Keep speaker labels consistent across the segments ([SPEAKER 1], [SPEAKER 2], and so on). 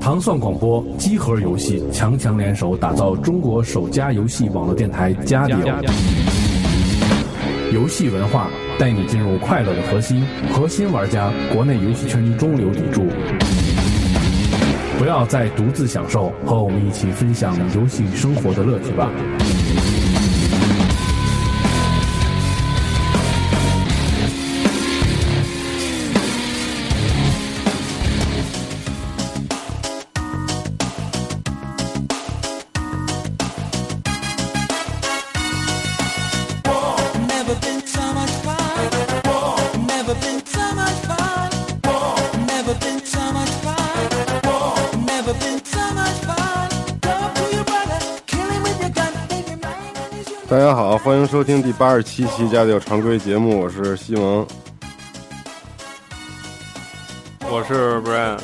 [SPEAKER 1] 糖蒜广播、机核游戏强强联手，打造中国首家游戏网络电台《家里有》。游戏文化带你进入快乐的核心，核心玩家，国内游戏圈中流砥柱。不要再独自享受，和我们一起分享游戏生活的乐趣吧。
[SPEAKER 2] Never been so much fun. Never been so much fun. Never been so much fun. Never been so much fun. Go to your brother, kill him with your gun. Leave him lying on his
[SPEAKER 3] 大家好，欢迎收听第八十七期《家里有常规》节目，我是西蒙。
[SPEAKER 4] 我是 Brian，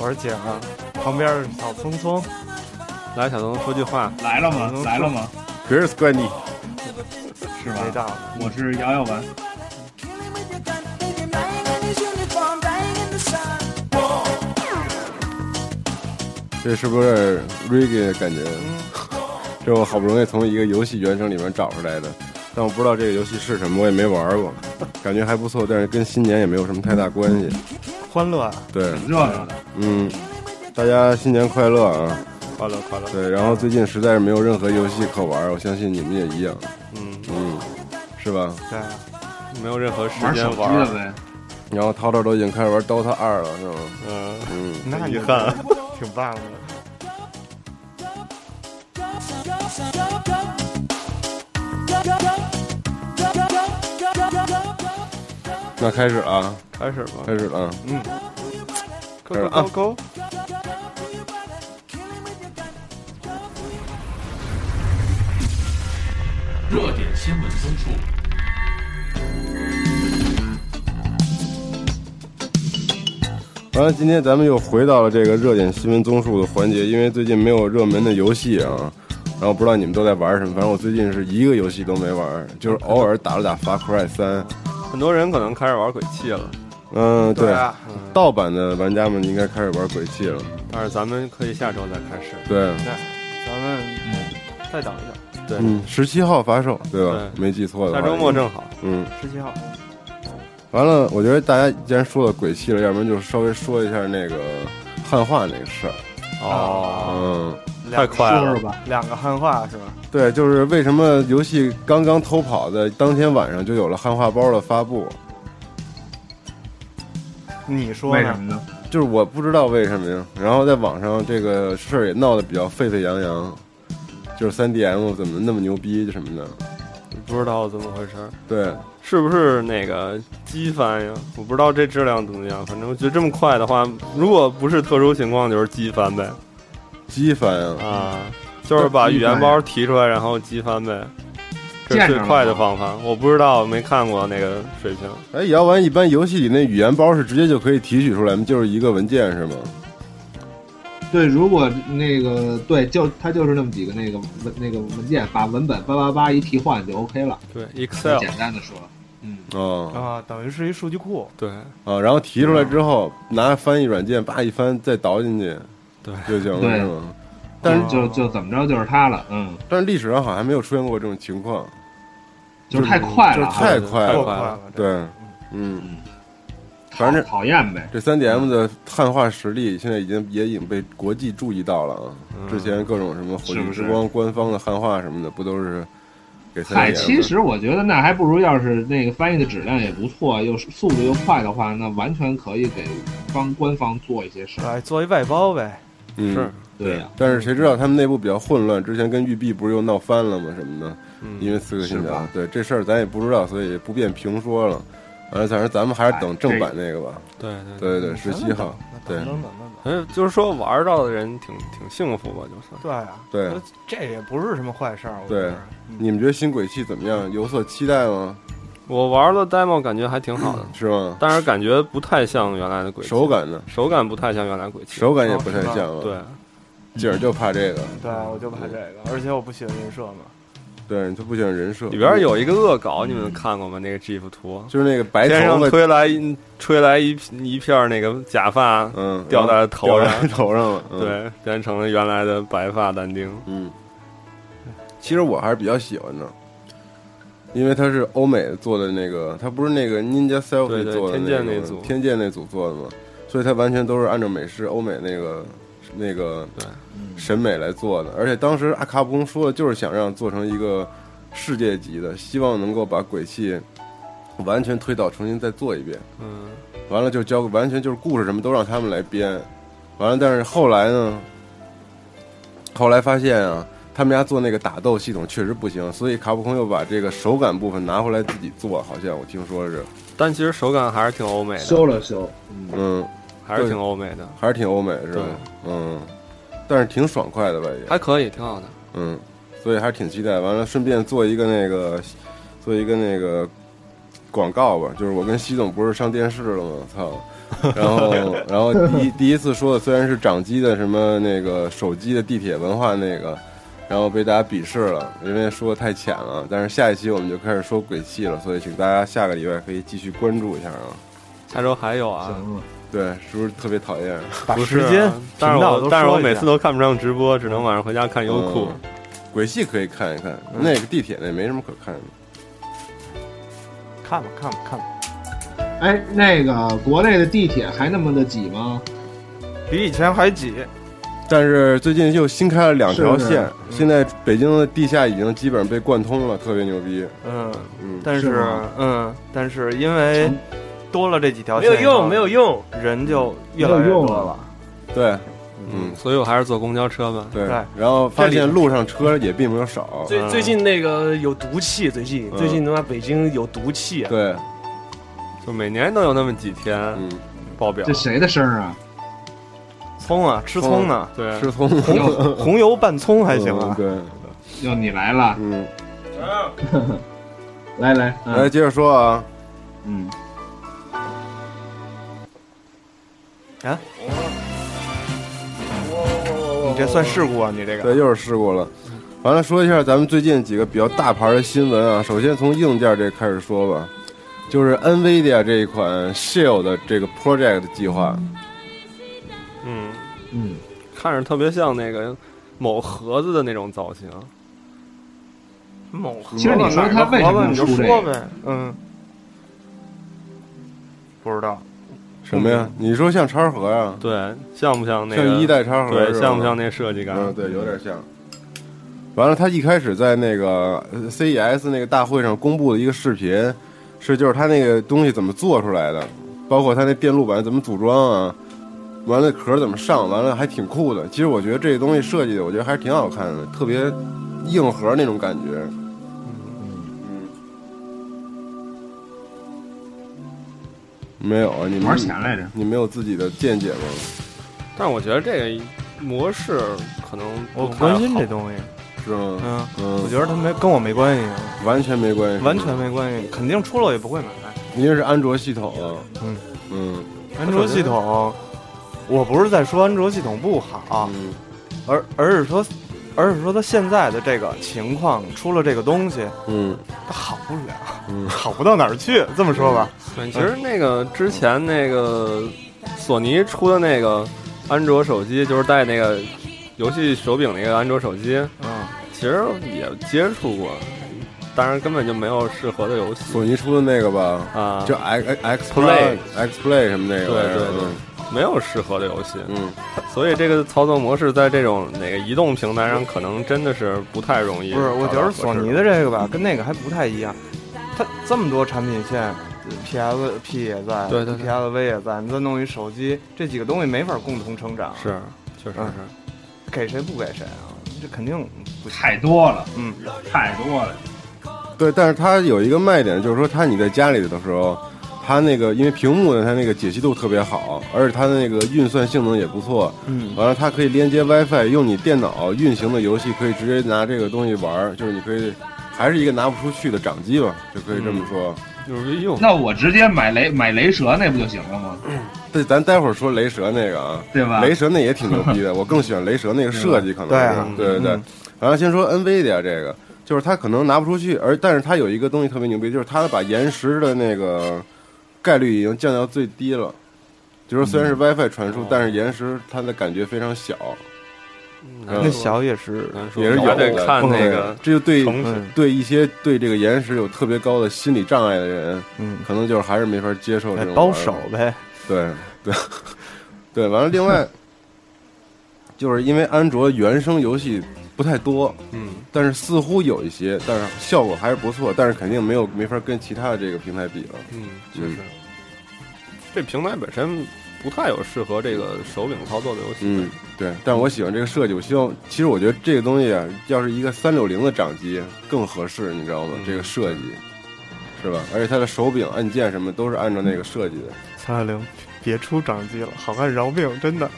[SPEAKER 5] 我是啊景儿，旁边是小聪聪，
[SPEAKER 4] 来，小东说句话。
[SPEAKER 6] 来了吗？来了吗？
[SPEAKER 3] Girls 怪你，
[SPEAKER 6] 是
[SPEAKER 5] 没到
[SPEAKER 6] 吧？我是姚耀文，
[SPEAKER 2] Kill him with your gun. Leave him lying in his uniform, dying in the sun.
[SPEAKER 3] 这是不是 reggae 的感觉？这我好不容易从一个游戏原声里面找出来的，但我不知道这个游戏是什么，我也没玩过，感觉还不错，但是跟新年也没有什么太大关系。
[SPEAKER 5] 欢乐，
[SPEAKER 3] 对，
[SPEAKER 6] 热闹的。
[SPEAKER 3] 嗯，大家新年快乐啊！
[SPEAKER 4] 快乐快乐。
[SPEAKER 3] 对，然后最近实在是没有任何游戏可玩，我相信你们也一样，
[SPEAKER 4] 嗯，
[SPEAKER 3] 嗯，是吧？
[SPEAKER 5] 对，
[SPEAKER 4] 没有任何时
[SPEAKER 6] 玩手
[SPEAKER 4] 间
[SPEAKER 6] 机
[SPEAKER 4] 玩
[SPEAKER 6] 了
[SPEAKER 4] 儿。
[SPEAKER 6] 呗，
[SPEAKER 3] 然后涛涛都已经开始玩 DOTA 二了，是吗？
[SPEAKER 4] 嗯，
[SPEAKER 3] 嗯，
[SPEAKER 5] 那
[SPEAKER 4] 遗
[SPEAKER 5] 你
[SPEAKER 4] 憾，
[SPEAKER 5] 挺棒的。
[SPEAKER 3] 那开始了啊，
[SPEAKER 4] 开始吧。嗯
[SPEAKER 3] 开始了啊。
[SPEAKER 5] Go
[SPEAKER 3] 是
[SPEAKER 5] go
[SPEAKER 3] 啊
[SPEAKER 5] go go！
[SPEAKER 7] 热点新闻综述。
[SPEAKER 3] 完了，今天咱们又回到了这个热点新闻综述的环节，因为最近没有热门的游戏啊，然后不知道你们都在玩什么，反正我最近是一个游戏都没玩，就是
[SPEAKER 4] 嗯
[SPEAKER 3] 偶尔打了打《Far Cry 三》。
[SPEAKER 4] 很多人可能开始玩鬼泣了，
[SPEAKER 3] 嗯，对，
[SPEAKER 5] 啊，
[SPEAKER 3] 盗版的玩家们应该开始玩鬼泣了。
[SPEAKER 4] 但是咱们可以下周再开始。
[SPEAKER 3] 对，
[SPEAKER 5] 咱们嗯再等一等，
[SPEAKER 4] 对，
[SPEAKER 3] 嗯，十七号发售，对吧？
[SPEAKER 4] 对
[SPEAKER 3] 没记错的话，
[SPEAKER 4] 嗯下周末正好。
[SPEAKER 3] 嗯，
[SPEAKER 5] 十七号
[SPEAKER 3] 完了，我觉得大家既然说了鬼泣了，要不然就稍微说一下那个汉化那个事儿。
[SPEAKER 4] 哦，
[SPEAKER 3] 嗯，
[SPEAKER 4] 太快
[SPEAKER 6] 说说
[SPEAKER 4] 了。
[SPEAKER 6] 吧。
[SPEAKER 5] 两个汉化是吧？
[SPEAKER 3] 对，就是为什么游戏刚刚偷跑的当天晚上就有了汉化包的发布。
[SPEAKER 5] 你说
[SPEAKER 6] 为什
[SPEAKER 5] 呢？
[SPEAKER 6] 么呢？
[SPEAKER 3] 就是我不知道为什么呀。然后在网上这个事儿也闹得比较沸沸扬扬，就是 3DM 怎么那么牛逼什么的。
[SPEAKER 4] 不知道怎么回事儿，
[SPEAKER 3] 对，
[SPEAKER 4] 是不是那个机翻呀？我不知道这质量怎么样，反正我觉得这么快的话，如果不是特殊情况，就是机翻呗。
[SPEAKER 3] 机翻啊，
[SPEAKER 4] 啊，就是把语言包提出来，然后机翻呗，这是最快的方法。我不知道，没看过那个水平。
[SPEAKER 3] 哎，摇完一般游戏里那语言包是直接就可以提取出来吗？就是一个文件是吗？
[SPEAKER 8] 对，如果那个对，就它就是那么几个那个文那个文件，把文本八八八一替换就 OK 了。
[SPEAKER 4] 对
[SPEAKER 8] 很
[SPEAKER 4] ，Excel，
[SPEAKER 8] 简单的说，嗯，
[SPEAKER 3] 啊
[SPEAKER 5] 啊，等于是一数据库，
[SPEAKER 4] 对
[SPEAKER 3] 啊，然后提出来
[SPEAKER 5] 嗯
[SPEAKER 3] 之后，拿翻译软件叭一翻，再倒进去，
[SPEAKER 4] 对
[SPEAKER 3] 就行了
[SPEAKER 8] 对
[SPEAKER 3] 是吗？
[SPEAKER 8] 但
[SPEAKER 5] 但
[SPEAKER 8] 是
[SPEAKER 5] 是
[SPEAKER 8] 就就怎么着就是它了，嗯，
[SPEAKER 3] 但是历史上好像还没有出现过这种情况，
[SPEAKER 8] 就是太快
[SPEAKER 3] 就是
[SPEAKER 8] 了，
[SPEAKER 3] 太快
[SPEAKER 4] 太
[SPEAKER 5] 够
[SPEAKER 3] 了，
[SPEAKER 5] 快了。这，
[SPEAKER 3] 对，嗯，
[SPEAKER 8] 讨
[SPEAKER 3] 反正
[SPEAKER 8] 讨厌呗。嗯
[SPEAKER 3] 这三 DM 的汉化实力现在已经也已经被国际注意到了啊！
[SPEAKER 5] 嗯
[SPEAKER 3] 之前各种什么火
[SPEAKER 8] 是
[SPEAKER 3] 炬
[SPEAKER 8] 不是
[SPEAKER 3] 之光官方的汉化什么的，不都是给三
[SPEAKER 8] 嗨，其
[SPEAKER 3] DM？
[SPEAKER 8] 实我觉得那还不如，要是那个翻译的质量也不错，又速度又快的话，那完全可以给帮官方做一些事儿。
[SPEAKER 5] 哎，做一外包呗。
[SPEAKER 3] 嗯
[SPEAKER 4] 是，
[SPEAKER 8] 对呀、
[SPEAKER 3] 但是谁知道他们内部比较混乱，之前跟育碧不是又闹翻了吗？什么的，
[SPEAKER 5] 嗯
[SPEAKER 3] 因为刺客信
[SPEAKER 8] 是
[SPEAKER 3] 条
[SPEAKER 8] 吧，
[SPEAKER 3] 对这事儿咱也不知道，所以不便评说了。完了，反正咱们还是等正版那个吧。
[SPEAKER 4] 对对对。
[SPEAKER 3] 对对对，十七号，
[SPEAKER 5] 嗯那
[SPEAKER 3] 对
[SPEAKER 5] 等等等等等。
[SPEAKER 4] 哎，就是说玩到的人挺挺幸福吧，就是
[SPEAKER 5] 对啊，
[SPEAKER 3] 对
[SPEAKER 5] 我觉得这也不是什么坏事儿。我觉
[SPEAKER 3] 对
[SPEAKER 5] 得，
[SPEAKER 3] 你们觉得新鬼泣怎么样？有所期待吗？
[SPEAKER 4] 我玩的 demo 感觉还挺好的，
[SPEAKER 3] 嗯是吗？
[SPEAKER 4] 但是感觉不太像原来的鬼泣
[SPEAKER 3] 手感呢？
[SPEAKER 4] 手感不太像原来鬼泣，
[SPEAKER 3] 手感也不太
[SPEAKER 5] 哦是吧
[SPEAKER 3] 像了。
[SPEAKER 4] 对，
[SPEAKER 3] 景儿就怕这个。
[SPEAKER 5] 啊对，我就怕这个，而且我不喜欢人设嘛。
[SPEAKER 3] 对，他不喜欢人设。
[SPEAKER 4] 里边有一个恶搞，你们看过吗？那个 GIF 图，
[SPEAKER 3] 就是那个白
[SPEAKER 4] 天
[SPEAKER 3] 头
[SPEAKER 4] 上
[SPEAKER 3] 发，
[SPEAKER 4] 吹来一吹来一一片儿那个假发，
[SPEAKER 3] 嗯，
[SPEAKER 4] 掉在头
[SPEAKER 3] 掉
[SPEAKER 4] 上
[SPEAKER 3] 在头上了。嗯，
[SPEAKER 4] 对，变成了原来的白发男丁。
[SPEAKER 3] 嗯，其实我还是比较喜欢的，因为它是欧美做的那个，它不是那个 Ninja Selfie
[SPEAKER 4] 对对
[SPEAKER 3] 做的
[SPEAKER 4] 天
[SPEAKER 3] 那
[SPEAKER 4] 剑
[SPEAKER 3] 个
[SPEAKER 4] 那
[SPEAKER 3] 吗
[SPEAKER 4] 组
[SPEAKER 3] 天剑那组做的嘛，所以它完全都是按照美式欧美那个那个
[SPEAKER 4] 对
[SPEAKER 3] 审美来做的。而且当时阿卡布隆说的就是想让做成一个世界级的，希望能够把鬼泣完全推倒，重新再做一遍。
[SPEAKER 4] 嗯，
[SPEAKER 3] 完了就交完全就是故事什么都让他们来编，完了但是后来呢，后来发现啊，他们家做那个打斗系统确实不行，所以卡普空又把这个手感部分拿回来自己做，好像我听说是，
[SPEAKER 4] 但其实手感还是挺欧美的，
[SPEAKER 8] 修了修，嗯，
[SPEAKER 3] 嗯，
[SPEAKER 4] 还是挺欧美的，
[SPEAKER 3] 还是挺欧美是吧
[SPEAKER 4] 对？
[SPEAKER 3] 嗯，但是挺爽快的吧也，
[SPEAKER 4] 还可以，挺好的。
[SPEAKER 3] 嗯，所以还是挺期待。完了顺便做一个那个，做一个那个广告吧，就是我跟习总不是上电视了吗？操！然 后，然后第一第一次说的虽然是掌机的什么那个手机的地铁文化那个，然后被大家鄙视了，因为说的太浅了。但是下一期我们就开始说鬼泣了，所以请大家下个礼拜可以继续关注一下啊。
[SPEAKER 4] 下周还有啊，
[SPEAKER 8] 行了，
[SPEAKER 3] 对，是不是特别讨厌？
[SPEAKER 5] 把
[SPEAKER 4] 不
[SPEAKER 5] 时
[SPEAKER 4] 是啊
[SPEAKER 5] 间、
[SPEAKER 4] 但是
[SPEAKER 5] 频道
[SPEAKER 4] 我
[SPEAKER 5] 都
[SPEAKER 4] 但是我
[SPEAKER 5] 说一
[SPEAKER 4] 每
[SPEAKER 5] 下
[SPEAKER 4] 次都看不上直播，只能晚上回家看优酷。嗯
[SPEAKER 3] 嗯鬼泣可以看一看，那个地铁那没什么可看的。
[SPEAKER 5] 看吧看吧看吧，
[SPEAKER 8] 哎，那个国内的地铁还那么的挤吗？
[SPEAKER 5] 比以前还挤，
[SPEAKER 3] 但是最近又新开了两条
[SPEAKER 8] 是
[SPEAKER 3] 线，
[SPEAKER 8] 是
[SPEAKER 5] 嗯
[SPEAKER 3] 现在北京的地下已经基本上被贯通了，特别牛逼。
[SPEAKER 5] 嗯，
[SPEAKER 3] 嗯，
[SPEAKER 5] 但
[SPEAKER 8] 是
[SPEAKER 5] 是
[SPEAKER 8] 吗
[SPEAKER 5] 嗯，但是因为多了这几条
[SPEAKER 9] 没有
[SPEAKER 5] 线以后
[SPEAKER 9] 用，没有用。
[SPEAKER 5] 人就越来越
[SPEAKER 8] 没有用
[SPEAKER 5] 多了。
[SPEAKER 3] 对，嗯
[SPEAKER 4] 嗯，所以我还是坐公交车吧。
[SPEAKER 3] 对
[SPEAKER 5] 对。
[SPEAKER 3] 然后发现路上车也并没有少，
[SPEAKER 9] 最
[SPEAKER 4] 嗯
[SPEAKER 9] 最近那个有毒气，最近
[SPEAKER 3] 嗯
[SPEAKER 9] 最近他妈北京有毒气啊，
[SPEAKER 3] 对，
[SPEAKER 4] 就每年都有那么几天
[SPEAKER 3] 嗯，
[SPEAKER 4] 爆表
[SPEAKER 8] 这，谁的声儿啊？
[SPEAKER 5] 葱啊，吃葱呢，
[SPEAKER 4] 对，
[SPEAKER 3] 吃葱
[SPEAKER 8] 哎
[SPEAKER 5] 红红油拌葱还行
[SPEAKER 3] 嗯
[SPEAKER 5] 啊。
[SPEAKER 3] 对，
[SPEAKER 8] 又你来了，
[SPEAKER 3] 嗯，
[SPEAKER 8] 来来，嗯
[SPEAKER 3] 来接着说啊，
[SPEAKER 8] 嗯，
[SPEAKER 3] 啊
[SPEAKER 5] 你这算事故啊，你这个
[SPEAKER 3] 对，又是事故了。完了，说一下咱们最近几个比较大牌的新闻啊。首先从硬件这开始说吧，就是 NVIDIA 这一款 Shield 的这个 project 计划，
[SPEAKER 4] 嗯，
[SPEAKER 8] 嗯，
[SPEAKER 4] 看着特别像那个某盒子的那种造型。
[SPEAKER 5] 某盒
[SPEAKER 8] 其
[SPEAKER 5] 子
[SPEAKER 8] 实你说他为什么
[SPEAKER 3] 啊
[SPEAKER 8] 要
[SPEAKER 5] 你就
[SPEAKER 8] 出这
[SPEAKER 5] 说
[SPEAKER 8] 个？
[SPEAKER 5] 呗，嗯，不知道，
[SPEAKER 3] 什么呀？你说像插盒啊？
[SPEAKER 4] 对，像不像那个？
[SPEAKER 3] 像一代插盒
[SPEAKER 4] 对，
[SPEAKER 3] 是吧
[SPEAKER 4] 像不像那设计感？
[SPEAKER 3] 嗯，对，有点像。完了，他一开始在那个呃 CES 那个大会上公布了一个视频，是就是他那个东西怎么做出来的，包括他那电路板怎么组装啊，完了壳怎么上，完了还挺酷的。其实我觉得这东西设计的，我觉得还是挺好看的，特别硬核那种感觉。嗯，没有啊，你
[SPEAKER 6] 多少
[SPEAKER 3] 们
[SPEAKER 6] 钱来着？
[SPEAKER 3] 你没有自己的见解吗？
[SPEAKER 4] 但是我觉得这个模式可能
[SPEAKER 5] 我不
[SPEAKER 4] 不太
[SPEAKER 5] 关心
[SPEAKER 4] 好
[SPEAKER 5] 这东西，
[SPEAKER 3] 是吗？
[SPEAKER 5] 嗯，
[SPEAKER 3] 嗯，
[SPEAKER 5] 我觉得他没跟我没关系，
[SPEAKER 3] 完全没关系，
[SPEAKER 5] 完全没关系，肯定出了我也不会买。
[SPEAKER 3] 因为是安卓系统，啊
[SPEAKER 5] 嗯
[SPEAKER 3] 嗯
[SPEAKER 5] 安卓系统，我不是在说安卓系统不好，啊
[SPEAKER 3] 嗯
[SPEAKER 5] 而而是说，而是说它现在的这个情况出了这个东西，
[SPEAKER 3] 嗯
[SPEAKER 5] 它好不了，
[SPEAKER 3] 嗯
[SPEAKER 5] 好不到哪儿去。这么说吧，
[SPEAKER 4] 对，其实那个之前那个索尼出的那个安卓手机，就是带那个游戏手柄那个安卓手机，
[SPEAKER 5] 嗯，
[SPEAKER 4] 其实也接触过，但是根本就没有适合的游戏
[SPEAKER 3] 索尼出的那个吧，
[SPEAKER 4] 啊，
[SPEAKER 3] 就 X X
[SPEAKER 4] Play
[SPEAKER 3] X Play 什么那个玩意儿，
[SPEAKER 4] 对对对没有适合的游戏，
[SPEAKER 3] 嗯
[SPEAKER 4] 所以这个操作模式在这种哪个移动平台上，可能真的是不太容易。
[SPEAKER 5] 不是，我觉得索尼的，这个吧，跟那个还不太一样，它这么多产品线。PSP 也在，
[SPEAKER 4] 对对对
[SPEAKER 5] PSV 也在，你再弄一手机，这几个东西没法共同成长，
[SPEAKER 4] 是，确实
[SPEAKER 5] 嗯
[SPEAKER 4] 是，
[SPEAKER 5] 给谁不给谁啊？这肯定不行。
[SPEAKER 6] 太多了，
[SPEAKER 5] 嗯，
[SPEAKER 6] 太多了。
[SPEAKER 3] 对，但是它有一个卖点，就是说它你在家里的时候，它那个因为屏幕呢，它那个解析度特别好，而且它的那个运算性能也不错，
[SPEAKER 5] 嗯，
[SPEAKER 3] 完了它可以连接 WiFi，用你电脑运行的游戏可以直接拿这个东西玩儿，就是你可以还是一个拿不出去的掌机吧，就可以这么说。
[SPEAKER 4] 有没用？
[SPEAKER 6] 那我直接买雷买雷蛇那不就行了吗？
[SPEAKER 3] 对，咱待会儿说雷蛇那个啊，
[SPEAKER 6] 对吧？
[SPEAKER 3] 雷蛇那 也挺牛逼的，我更喜欢雷蛇那个设计，可能
[SPEAKER 5] 对
[SPEAKER 3] 是
[SPEAKER 5] 啊
[SPEAKER 3] 对对对
[SPEAKER 5] 嗯。
[SPEAKER 3] 然后先说 NVIDIA 这个，就是它可能拿不出去，而但是它有一个东西特别牛逼，就是它把延时的那个概率已经降到最低了。就是虽
[SPEAKER 4] 嗯
[SPEAKER 3] 然是 WiFi 传
[SPEAKER 5] 哦
[SPEAKER 3] 输，但是延时它的感觉非常小，嗯
[SPEAKER 5] 那小也是
[SPEAKER 4] 难说
[SPEAKER 3] 也是有
[SPEAKER 4] 还
[SPEAKER 3] 的。
[SPEAKER 4] 得看那个
[SPEAKER 3] 对这就对
[SPEAKER 4] 城市
[SPEAKER 5] 嗯
[SPEAKER 3] 对一些对这个延时有特别高的心理障碍的人，
[SPEAKER 5] 嗯，
[SPEAKER 3] 可能就是还是没法接受这
[SPEAKER 5] 哎
[SPEAKER 3] 种
[SPEAKER 5] 包
[SPEAKER 3] 玩法
[SPEAKER 5] 手呗，
[SPEAKER 3] 对对对，完了，另外就是因为安卓原生游戏不太多，
[SPEAKER 4] 嗯，
[SPEAKER 3] 但是似乎有一些，但是效果还是不错，但是肯定没有没法跟其他的这个平台比了。
[SPEAKER 4] 嗯，就是这平台本身不太有适合这个手柄操作的游戏。
[SPEAKER 3] 嗯，对，但我喜欢这个设计，我希望，其实我觉得这个东西啊，要是一个三六零的掌机更合适，你知道吗？
[SPEAKER 4] 嗯
[SPEAKER 3] 这个设计是吧？而且它的手柄、按键什么都是按照那个设计的。
[SPEAKER 5] 三六零，别出掌机了，好汉饶命，真的，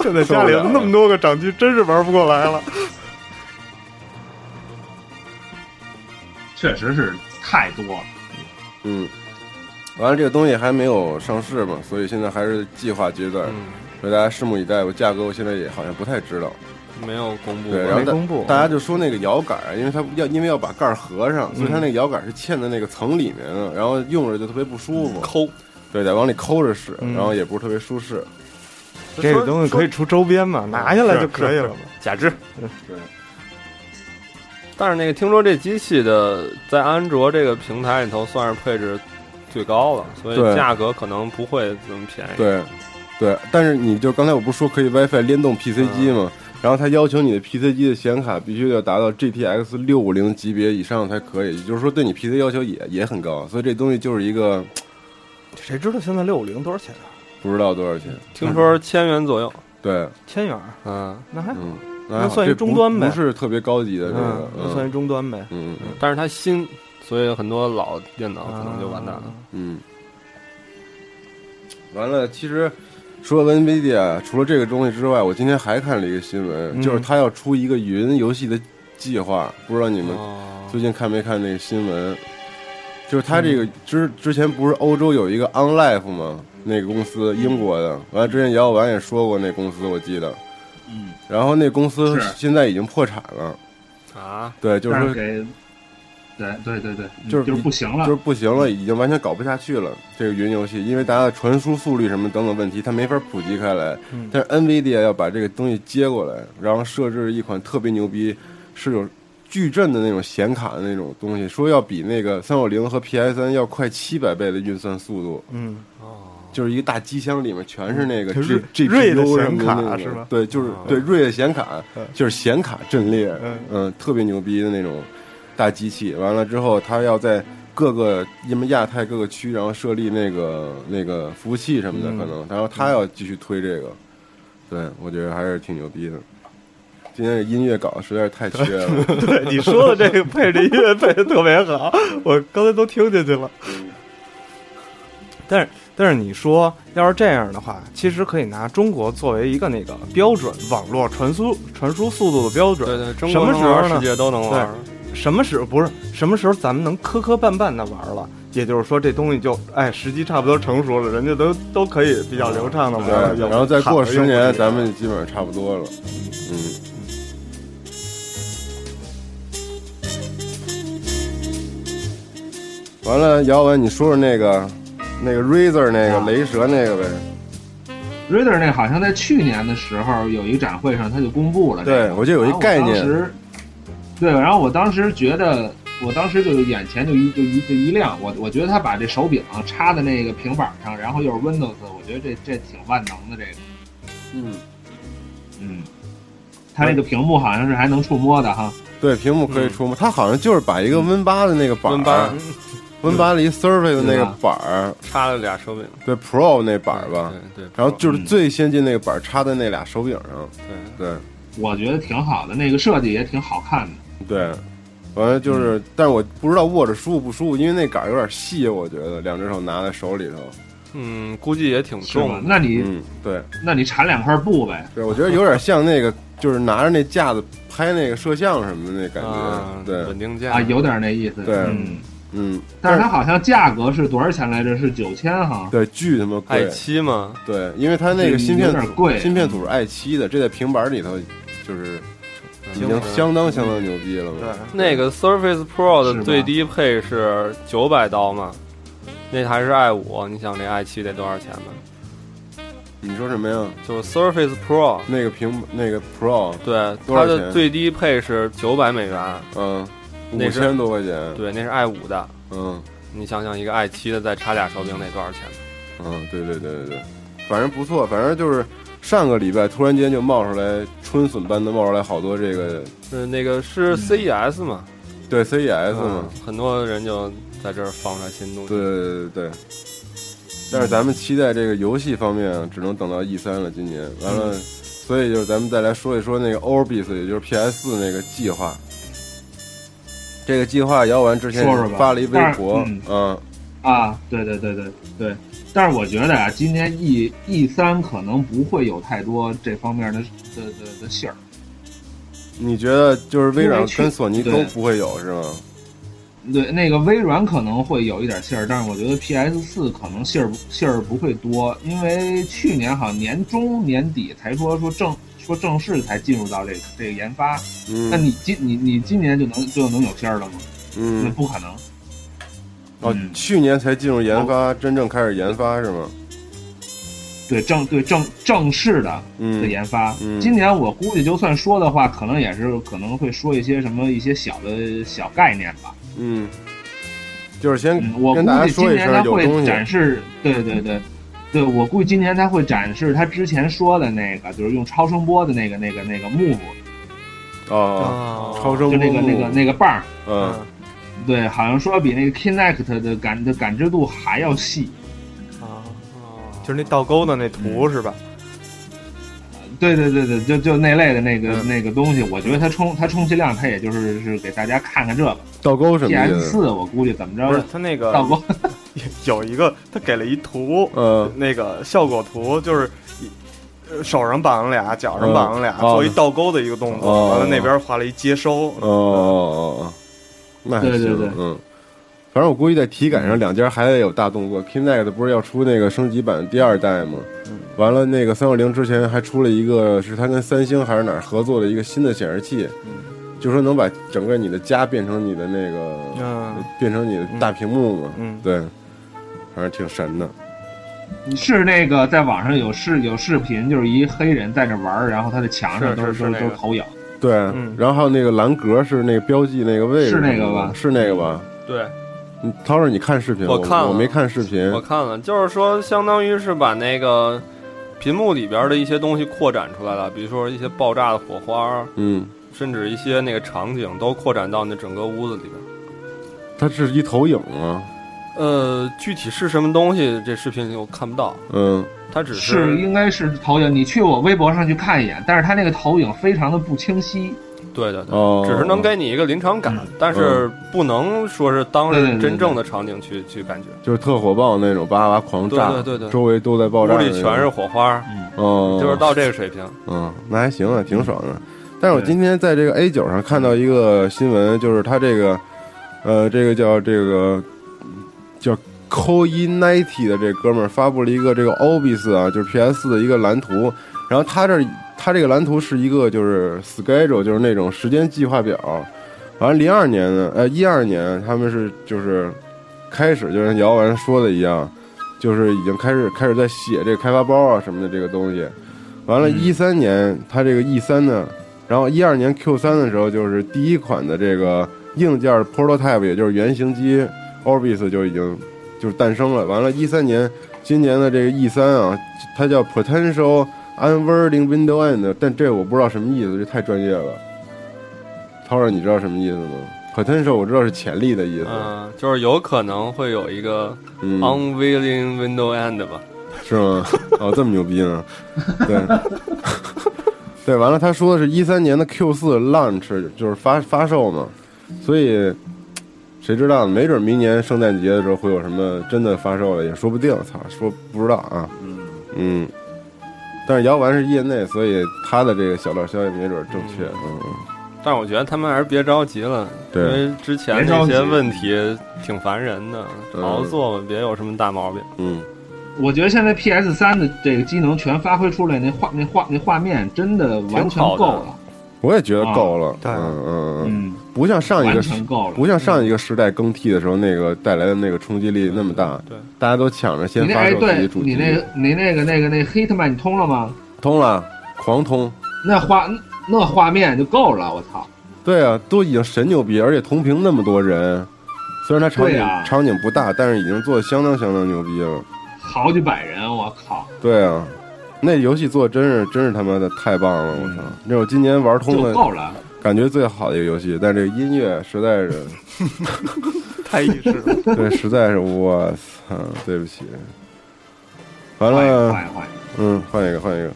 [SPEAKER 5] 这在家里有那么多个掌机，真是玩不过来了。
[SPEAKER 6] 确实是太多了。
[SPEAKER 3] 嗯，完了这个东西还没有上市嘛，所以现在还是计划阶
[SPEAKER 5] 嗯
[SPEAKER 3] 段，所以大家拭目以待。我价格我现在也好像不太知道，
[SPEAKER 4] 没有公布
[SPEAKER 3] 对，然
[SPEAKER 4] 过
[SPEAKER 3] 后
[SPEAKER 5] 没
[SPEAKER 3] 大
[SPEAKER 5] 公布
[SPEAKER 3] 大家就说那个摇杆啊，因为它要因为要把盖儿合上，所以它那个摇杆是嵌在那个层里面的，然后用着就特别不舒服，
[SPEAKER 4] 抠，
[SPEAKER 3] 对，得往里抠着使，
[SPEAKER 5] 嗯
[SPEAKER 3] 然后也不是特别舒适。
[SPEAKER 5] 这个东西可以出周边嘛，拿下来就可以了嘛。嗯
[SPEAKER 4] 假肢。
[SPEAKER 3] 对，
[SPEAKER 4] 但是那个听说这机器的在安卓这个平台里头算是配置最高了，所
[SPEAKER 3] 对
[SPEAKER 4] 以价格可能不会这么便宜。，
[SPEAKER 3] 对，对，但是你就刚才我不是说可以 WiFi 联动 PC 机吗？然后它要求你的 PC 机的显卡必须要达到 GTX 六五零级别以上才可以，也就是说对你 PC 要求也也很高，所以这东西就是一个
[SPEAKER 5] 谁知道现在六五零多少钱啊？
[SPEAKER 3] 不知道多少钱。
[SPEAKER 4] 听说千元左右。
[SPEAKER 3] 对，
[SPEAKER 5] 千元儿，
[SPEAKER 4] 嗯，
[SPEAKER 5] 那还
[SPEAKER 3] 嗯，
[SPEAKER 5] 那算一
[SPEAKER 3] 这不
[SPEAKER 5] 终端呗
[SPEAKER 3] 不是特别高级的这个
[SPEAKER 5] 嗯，，那算一终端呗。
[SPEAKER 3] 嗯嗯
[SPEAKER 4] 但是它新，所以很多老电脑可能就完蛋了。
[SPEAKER 5] 啊
[SPEAKER 3] 嗯。完了，其实除了 NVIDIA，除了这个东西之外，我今天还看了一个新闻，
[SPEAKER 5] 嗯
[SPEAKER 3] 就是它要出一个云游戏的计划，不知道你们
[SPEAKER 4] 哦
[SPEAKER 3] 最近看没看那个新闻？就是他这个之之前不是欧洲有一个 OnLife 吗？那个公司英国的，完了之前姚婉也说过那公司，我记得。
[SPEAKER 6] 嗯，
[SPEAKER 3] 然后那公司
[SPEAKER 6] 是
[SPEAKER 3] 现在已经破产了，
[SPEAKER 4] 啊，
[SPEAKER 3] 对，就是
[SPEAKER 6] 但
[SPEAKER 3] 说
[SPEAKER 6] 是给，对对对对，嗯
[SPEAKER 3] 就是
[SPEAKER 6] 就是
[SPEAKER 3] 一
[SPEAKER 6] 不行了嗯
[SPEAKER 3] 就是。不行了，已经完全搞不下去了。这个云游戏，因为大家的传输速率什么等等问题，它没法普及开来。
[SPEAKER 5] 嗯
[SPEAKER 3] 但是 NVIDIA 要把这个东西接过来，然后设置一款特别牛逼，是有矩阵的那种显卡的那种东西，说要比那个三六零和 PS 三要快七百倍的运算速度，
[SPEAKER 5] 嗯，
[SPEAKER 6] 哦
[SPEAKER 3] 就是一个大机箱里面全是那个
[SPEAKER 5] 就是
[SPEAKER 3] G G
[SPEAKER 5] 锐的
[SPEAKER 3] P U
[SPEAKER 5] 显卡是
[SPEAKER 3] 是
[SPEAKER 5] 吗
[SPEAKER 3] 对，就是对锐的显卡
[SPEAKER 5] 嗯，
[SPEAKER 3] 就是显卡阵列，
[SPEAKER 5] 嗯
[SPEAKER 3] 嗯，特别牛逼的那种大机器。完了之后，它要在各个因为亚太各个区，然后设立那个那个服务器什么的，
[SPEAKER 5] 嗯
[SPEAKER 3] 可能，然后它要继续推这个。对，我觉得还是挺牛逼的。今天这音乐搞得实在是太缺了，
[SPEAKER 5] 对，你说的这个配置音乐配的特别好，我刚才都听进去了。但是，但是你说要是这样的话，其实可以拿中国作为一个那个标准，网络传输传输速度的标准。
[SPEAKER 4] 对对，中
[SPEAKER 5] 什
[SPEAKER 4] 国
[SPEAKER 5] 么
[SPEAKER 4] 能
[SPEAKER 5] 时候
[SPEAKER 4] 玩
[SPEAKER 5] 呢
[SPEAKER 4] 世界都能玩。
[SPEAKER 5] 什么时候不是什么时候咱们能磕磕绊绊的玩了？也就是说，这东西就哎，时机差不多成熟了，人家都都可以比较流畅的玩了。
[SPEAKER 3] 对，
[SPEAKER 5] 有
[SPEAKER 3] 然后再过
[SPEAKER 5] 卡
[SPEAKER 3] 十
[SPEAKER 5] 用
[SPEAKER 3] 年，
[SPEAKER 5] 户
[SPEAKER 3] 咱们基本上差不多了。嗯。完了，姚文，你说说那个那个 Razer 那
[SPEAKER 6] 啊
[SPEAKER 3] 个雷蛇那个呗？
[SPEAKER 6] Reader 那好像在去年的时候有一个展会上，他就公布了这个。
[SPEAKER 3] 对，我就有一概
[SPEAKER 6] 然后我当
[SPEAKER 3] 念。
[SPEAKER 6] 时，对，然后我当时觉得，我当时就眼前就一就一就一亮，我我觉得他把这手柄插在那个平板上，然后又是 Windows，我觉得这这挺万能的这个，
[SPEAKER 3] 嗯，
[SPEAKER 6] 嗯，它那个屏幕好像是还能触摸的哈，
[SPEAKER 3] 对，屏幕可以触摸，它好像就是把一个 Win 八的那个板儿
[SPEAKER 4] 嗯温八
[SPEAKER 3] ，Win 八的一 Surface 的那个
[SPEAKER 6] 嗯
[SPEAKER 3] 板儿，
[SPEAKER 4] 插了俩手柄
[SPEAKER 3] 对 Pro 那板儿吧，
[SPEAKER 4] 对对，
[SPEAKER 3] 然后就是
[SPEAKER 6] 嗯
[SPEAKER 3] 最先进那个板儿插在那俩手柄上，
[SPEAKER 4] 对
[SPEAKER 3] 对。
[SPEAKER 6] 我觉得挺好的，那个设计也挺好看的。
[SPEAKER 3] 对，完了就是，
[SPEAKER 6] 嗯
[SPEAKER 3] 但是我不知道握着舒服不舒服，因为那杆儿有点细，我觉得两只手拿在手里头。
[SPEAKER 4] 嗯，估计也挺
[SPEAKER 6] 是吧？
[SPEAKER 4] 重的。
[SPEAKER 6] 那你、
[SPEAKER 3] 嗯，对
[SPEAKER 6] 那你缠两块布呗，
[SPEAKER 3] 对，我觉得有点像那个，就是拿着那架子拍那个摄像什么的那感觉。
[SPEAKER 4] 啊，
[SPEAKER 3] 对
[SPEAKER 4] 稳，定价
[SPEAKER 6] 啊，有点那意思。
[SPEAKER 3] 对
[SPEAKER 6] 嗯，
[SPEAKER 3] 嗯，
[SPEAKER 6] 但是它好像价格是多少钱来着？是九千哈。
[SPEAKER 3] 对巨他妈
[SPEAKER 4] 爱
[SPEAKER 3] 贵，
[SPEAKER 4] 七嘛，
[SPEAKER 3] 对，因为它那个芯片
[SPEAKER 6] 有点
[SPEAKER 3] 组
[SPEAKER 6] 贵
[SPEAKER 3] 芯片组是 i 七的，这在平板里头就是已经相当相当牛逼了。
[SPEAKER 5] 对，
[SPEAKER 4] 那个 Surface Pro
[SPEAKER 6] 是
[SPEAKER 4] 的
[SPEAKER 6] 吧
[SPEAKER 4] 最低配是九百刀嘛，那还是 i 五，你想这 i 七得多少钱呢？
[SPEAKER 3] 你说什么呀？
[SPEAKER 4] 就是 Surface Pro，
[SPEAKER 3] 那个屏那个 Pro，
[SPEAKER 4] 对，
[SPEAKER 3] 多
[SPEAKER 4] 它
[SPEAKER 3] 少钱
[SPEAKER 4] 的最低配是九百美元，
[SPEAKER 3] 嗯，五
[SPEAKER 4] 那是
[SPEAKER 3] 千多块钱，
[SPEAKER 4] 对，那是 i 五的。
[SPEAKER 3] 嗯
[SPEAKER 4] 你想想，一个 i 七的再插俩手柄得多少钱呢？
[SPEAKER 3] 嗯，对对对对对，反正不错，反正就是上个礼拜突然间就冒出来，春笋般的冒出来好多这个
[SPEAKER 4] 嗯，那个是 CES 嘛
[SPEAKER 3] 对 CES 嘛
[SPEAKER 4] 嗯，，很多人就在这儿放出来新东西。
[SPEAKER 3] 对对对对。但是咱们期待这个游戏方面啊，只能等到 E 三了，今年完
[SPEAKER 4] 嗯
[SPEAKER 3] 了，所以就是咱们再来说一说那个 Orbis，也就是 PS 四那个计划。这个计划姚完之前
[SPEAKER 6] 说说吧
[SPEAKER 3] 发了一微博
[SPEAKER 6] 但是，
[SPEAKER 3] 嗯，
[SPEAKER 6] 啊，对对对对对，但是我觉得啊，今年 E E 三可能不会有太多这方面的的的的信儿。
[SPEAKER 3] 你觉得就是微软
[SPEAKER 6] 因为去
[SPEAKER 3] 跟索尼都
[SPEAKER 6] 对
[SPEAKER 3] 不会有是吗？
[SPEAKER 6] 对，那个微软可能会有一点信儿，但是我觉得 PS 四可能信儿不信儿不会多，因为去年好像年中年底才说说正说正式才进入到这个这个研发，那
[SPEAKER 3] 嗯
[SPEAKER 6] 你今你你今年就能就能有信儿了吗？那
[SPEAKER 3] 嗯，
[SPEAKER 6] 不可能。
[SPEAKER 3] 哦
[SPEAKER 6] 嗯，
[SPEAKER 3] 去年才进入研发，真正开始研发是吗？
[SPEAKER 6] 对正对正正式的的
[SPEAKER 3] 嗯
[SPEAKER 6] 研发。
[SPEAKER 3] 嗯
[SPEAKER 6] 今年我估计就算说的话，可能也是可能会说一些什么一些小的小概念吧。
[SPEAKER 3] 嗯，就是先
[SPEAKER 6] 嗯，我
[SPEAKER 3] 跟
[SPEAKER 6] 估
[SPEAKER 3] 大家
[SPEAKER 6] 计今
[SPEAKER 3] 说一
[SPEAKER 6] 年他
[SPEAKER 3] 声有
[SPEAKER 6] 会
[SPEAKER 3] 东西，
[SPEAKER 6] 展示，对对对。对，我估计今年他会展示他之前说的那个，就是用超声波的那个、那个、那个 move，
[SPEAKER 3] 哦，
[SPEAKER 5] 啊
[SPEAKER 3] 超声
[SPEAKER 6] 就
[SPEAKER 3] 波
[SPEAKER 6] 那个、那个、那个棒儿。
[SPEAKER 3] 嗯。
[SPEAKER 6] 对，好像说比那个 Kinect 的感的感知度还要细。
[SPEAKER 5] 啊，就是那倒钩的那图是吧？
[SPEAKER 6] 嗯对对对对，就就那类的那个、
[SPEAKER 5] 嗯
[SPEAKER 6] 那个东西，我觉得它充它充其量它也就是是给大家看看这个。
[SPEAKER 3] 倒钩什么
[SPEAKER 6] PS
[SPEAKER 3] 意思？
[SPEAKER 6] 四我估计怎么
[SPEAKER 5] 不是
[SPEAKER 6] 着，
[SPEAKER 5] 他那 个
[SPEAKER 6] 到过
[SPEAKER 5] 有一个，他给了一图，
[SPEAKER 3] 呃，
[SPEAKER 5] 那个效果图就是一。呃手上绑了俩，脚上绑了俩，
[SPEAKER 3] 嗯哦
[SPEAKER 5] 做一倒钩的一个动
[SPEAKER 3] 哦
[SPEAKER 5] 作，完了那边画了一接收，
[SPEAKER 3] 哦哦哦哦，那还行，
[SPEAKER 6] 对对对
[SPEAKER 3] 嗯。反正我估计在体感上，两家还得有大动作。Kinect 不是要出那个升级版第二代吗？
[SPEAKER 6] 嗯
[SPEAKER 3] 完了，那个三六零之前还出了一个，是它跟三星还是哪儿合作的一个新的显示器，
[SPEAKER 6] 嗯
[SPEAKER 3] 就说能把整个你的家变成你的那个，
[SPEAKER 6] 啊
[SPEAKER 5] 嗯
[SPEAKER 3] 变成你的大屏幕嘛。
[SPEAKER 5] 嗯，
[SPEAKER 3] 对，反正挺神的。
[SPEAKER 6] 是那个在网上有视有视频，就是一黑人在那玩儿，然后他的墙上
[SPEAKER 4] 是
[SPEAKER 6] 都
[SPEAKER 4] 是是
[SPEAKER 6] 都
[SPEAKER 4] 那个
[SPEAKER 6] 都投影，
[SPEAKER 3] 对，啊
[SPEAKER 5] 嗯
[SPEAKER 3] 然后还有那个蓝格是那个标记那个位置，
[SPEAKER 6] 是那个吧嗯
[SPEAKER 3] 是那个吧？
[SPEAKER 4] 对，
[SPEAKER 3] 你涛嗯儿，你看视频？
[SPEAKER 4] 我
[SPEAKER 3] 我
[SPEAKER 4] 看了
[SPEAKER 3] 我没看视频。
[SPEAKER 4] 我看了，就是说，相当于是把那个屏幕里边的一些东西扩展出来了，比如说一些爆炸的火花，
[SPEAKER 3] 嗯，
[SPEAKER 4] 甚至一些那个场景都扩展到那整个屋子里边。
[SPEAKER 3] 它是一投影啊吗？
[SPEAKER 4] 呃，具体是什么东西，这视频里我看不到，
[SPEAKER 3] 嗯，
[SPEAKER 4] 它只
[SPEAKER 6] 是应该是投影。你去我微博上去看一眼，但是他那个投影非常的不清晰。
[SPEAKER 4] 对对对，
[SPEAKER 3] 哦，嗯
[SPEAKER 4] 只是能给你一个临场感，但是不能说是当
[SPEAKER 6] 对对
[SPEAKER 4] 是
[SPEAKER 6] 对
[SPEAKER 4] 真正的场景去去感觉。
[SPEAKER 3] 就是特火爆那种，叭叭狂炸，
[SPEAKER 4] 对对对对
[SPEAKER 3] 周围都在爆炸，
[SPEAKER 4] 屋里全是，火花，
[SPEAKER 3] 嗯，
[SPEAKER 4] 就是到这个水平。
[SPEAKER 3] 嗯，那还行啊，挺爽的。但是我今天在这个 A 九上看到一个新闻，就是它这个，呃，这个叫这个叫 c o i n i t y 的这哥们儿发布了一个这个 Obis 啊，就是 PS 的一个蓝图。然后他这他这个蓝图是一个就是 schedule，就是那种时间计划表。完了，零二年呢，呃，一二年他们是就是开始，就像姚文说的一样，就是已经开始开始在写这个开发包啊什么的这个东西。完了，一三年它这个 E 三呢，然后一二年 Q 三的时候，就是第一款的这个硬件 prototype，也就是原型机 Orbis 就已经就是诞生了。完了，一三年今年的这个 E 三啊，它叫 Potential Unveiling Window End，但这我不知道什么意思，这太专业了。涛儿，你知道什么意思吗？Potential 我知道是潜力的意思，
[SPEAKER 4] 嗯、就是有可能会有一个
[SPEAKER 3] 嗯，
[SPEAKER 4] unveiling window end 吧。
[SPEAKER 3] 是吗？哦，这么牛逼呢？对， 对，完了，他说的是一三年的 Q 四 launch 就是发发售嘛，所以谁知道呢？没准明年圣诞节的时候会有什么真的发售了，也说不定。操，说不知道啊。嗯但是姚丸是业内，所以他的这个小道消息没准正确。嗯，
[SPEAKER 4] 但是我觉得他们还是别着急了，因
[SPEAKER 3] 对，
[SPEAKER 4] 为之前那些问题挺烦人的，好好做吧，别有什么大毛病。
[SPEAKER 3] 嗯，
[SPEAKER 6] 我觉得现在 PS 三的这个机能全发挥出来，那画那画那画面真的完全
[SPEAKER 4] 挺好的
[SPEAKER 6] 够了。
[SPEAKER 3] 我也觉得够了，
[SPEAKER 5] 对
[SPEAKER 3] 嗯嗯
[SPEAKER 6] 啊嗯，
[SPEAKER 3] 不像上一个
[SPEAKER 6] 完全够了
[SPEAKER 3] 不像上一个时代更替的时候那个带来的那个冲击力那么大，
[SPEAKER 4] 对对
[SPEAKER 3] 大家都抢着先
[SPEAKER 6] 你那
[SPEAKER 3] 发
[SPEAKER 6] 哎，
[SPEAKER 3] 售自己
[SPEAKER 6] 对
[SPEAKER 3] 主机，
[SPEAKER 6] 你那个你那个那个那 Hitman 你通了吗？
[SPEAKER 3] 通了，狂通，
[SPEAKER 6] 那画那画面就够了，我操！
[SPEAKER 3] 对啊，都已经神牛逼，而且同屏那么多人，虽然它场景、
[SPEAKER 6] 对啊
[SPEAKER 3] 场景不大，但是已经做的相当相当牛逼了，
[SPEAKER 6] 好几百人，我靠！
[SPEAKER 3] 对啊，那游戏做得真是真是他妈的太棒了，我操，那是我今年玩通
[SPEAKER 6] 嗯就
[SPEAKER 3] 的
[SPEAKER 6] 够了，
[SPEAKER 3] 感觉最好的一个游戏，但这个音乐实在 是。
[SPEAKER 5] 太意识了。
[SPEAKER 3] 对，实在是我操，对不起。完
[SPEAKER 6] 换一个，
[SPEAKER 3] 了
[SPEAKER 6] 换，一个，换一个。
[SPEAKER 3] 嗯，换一个，换一个。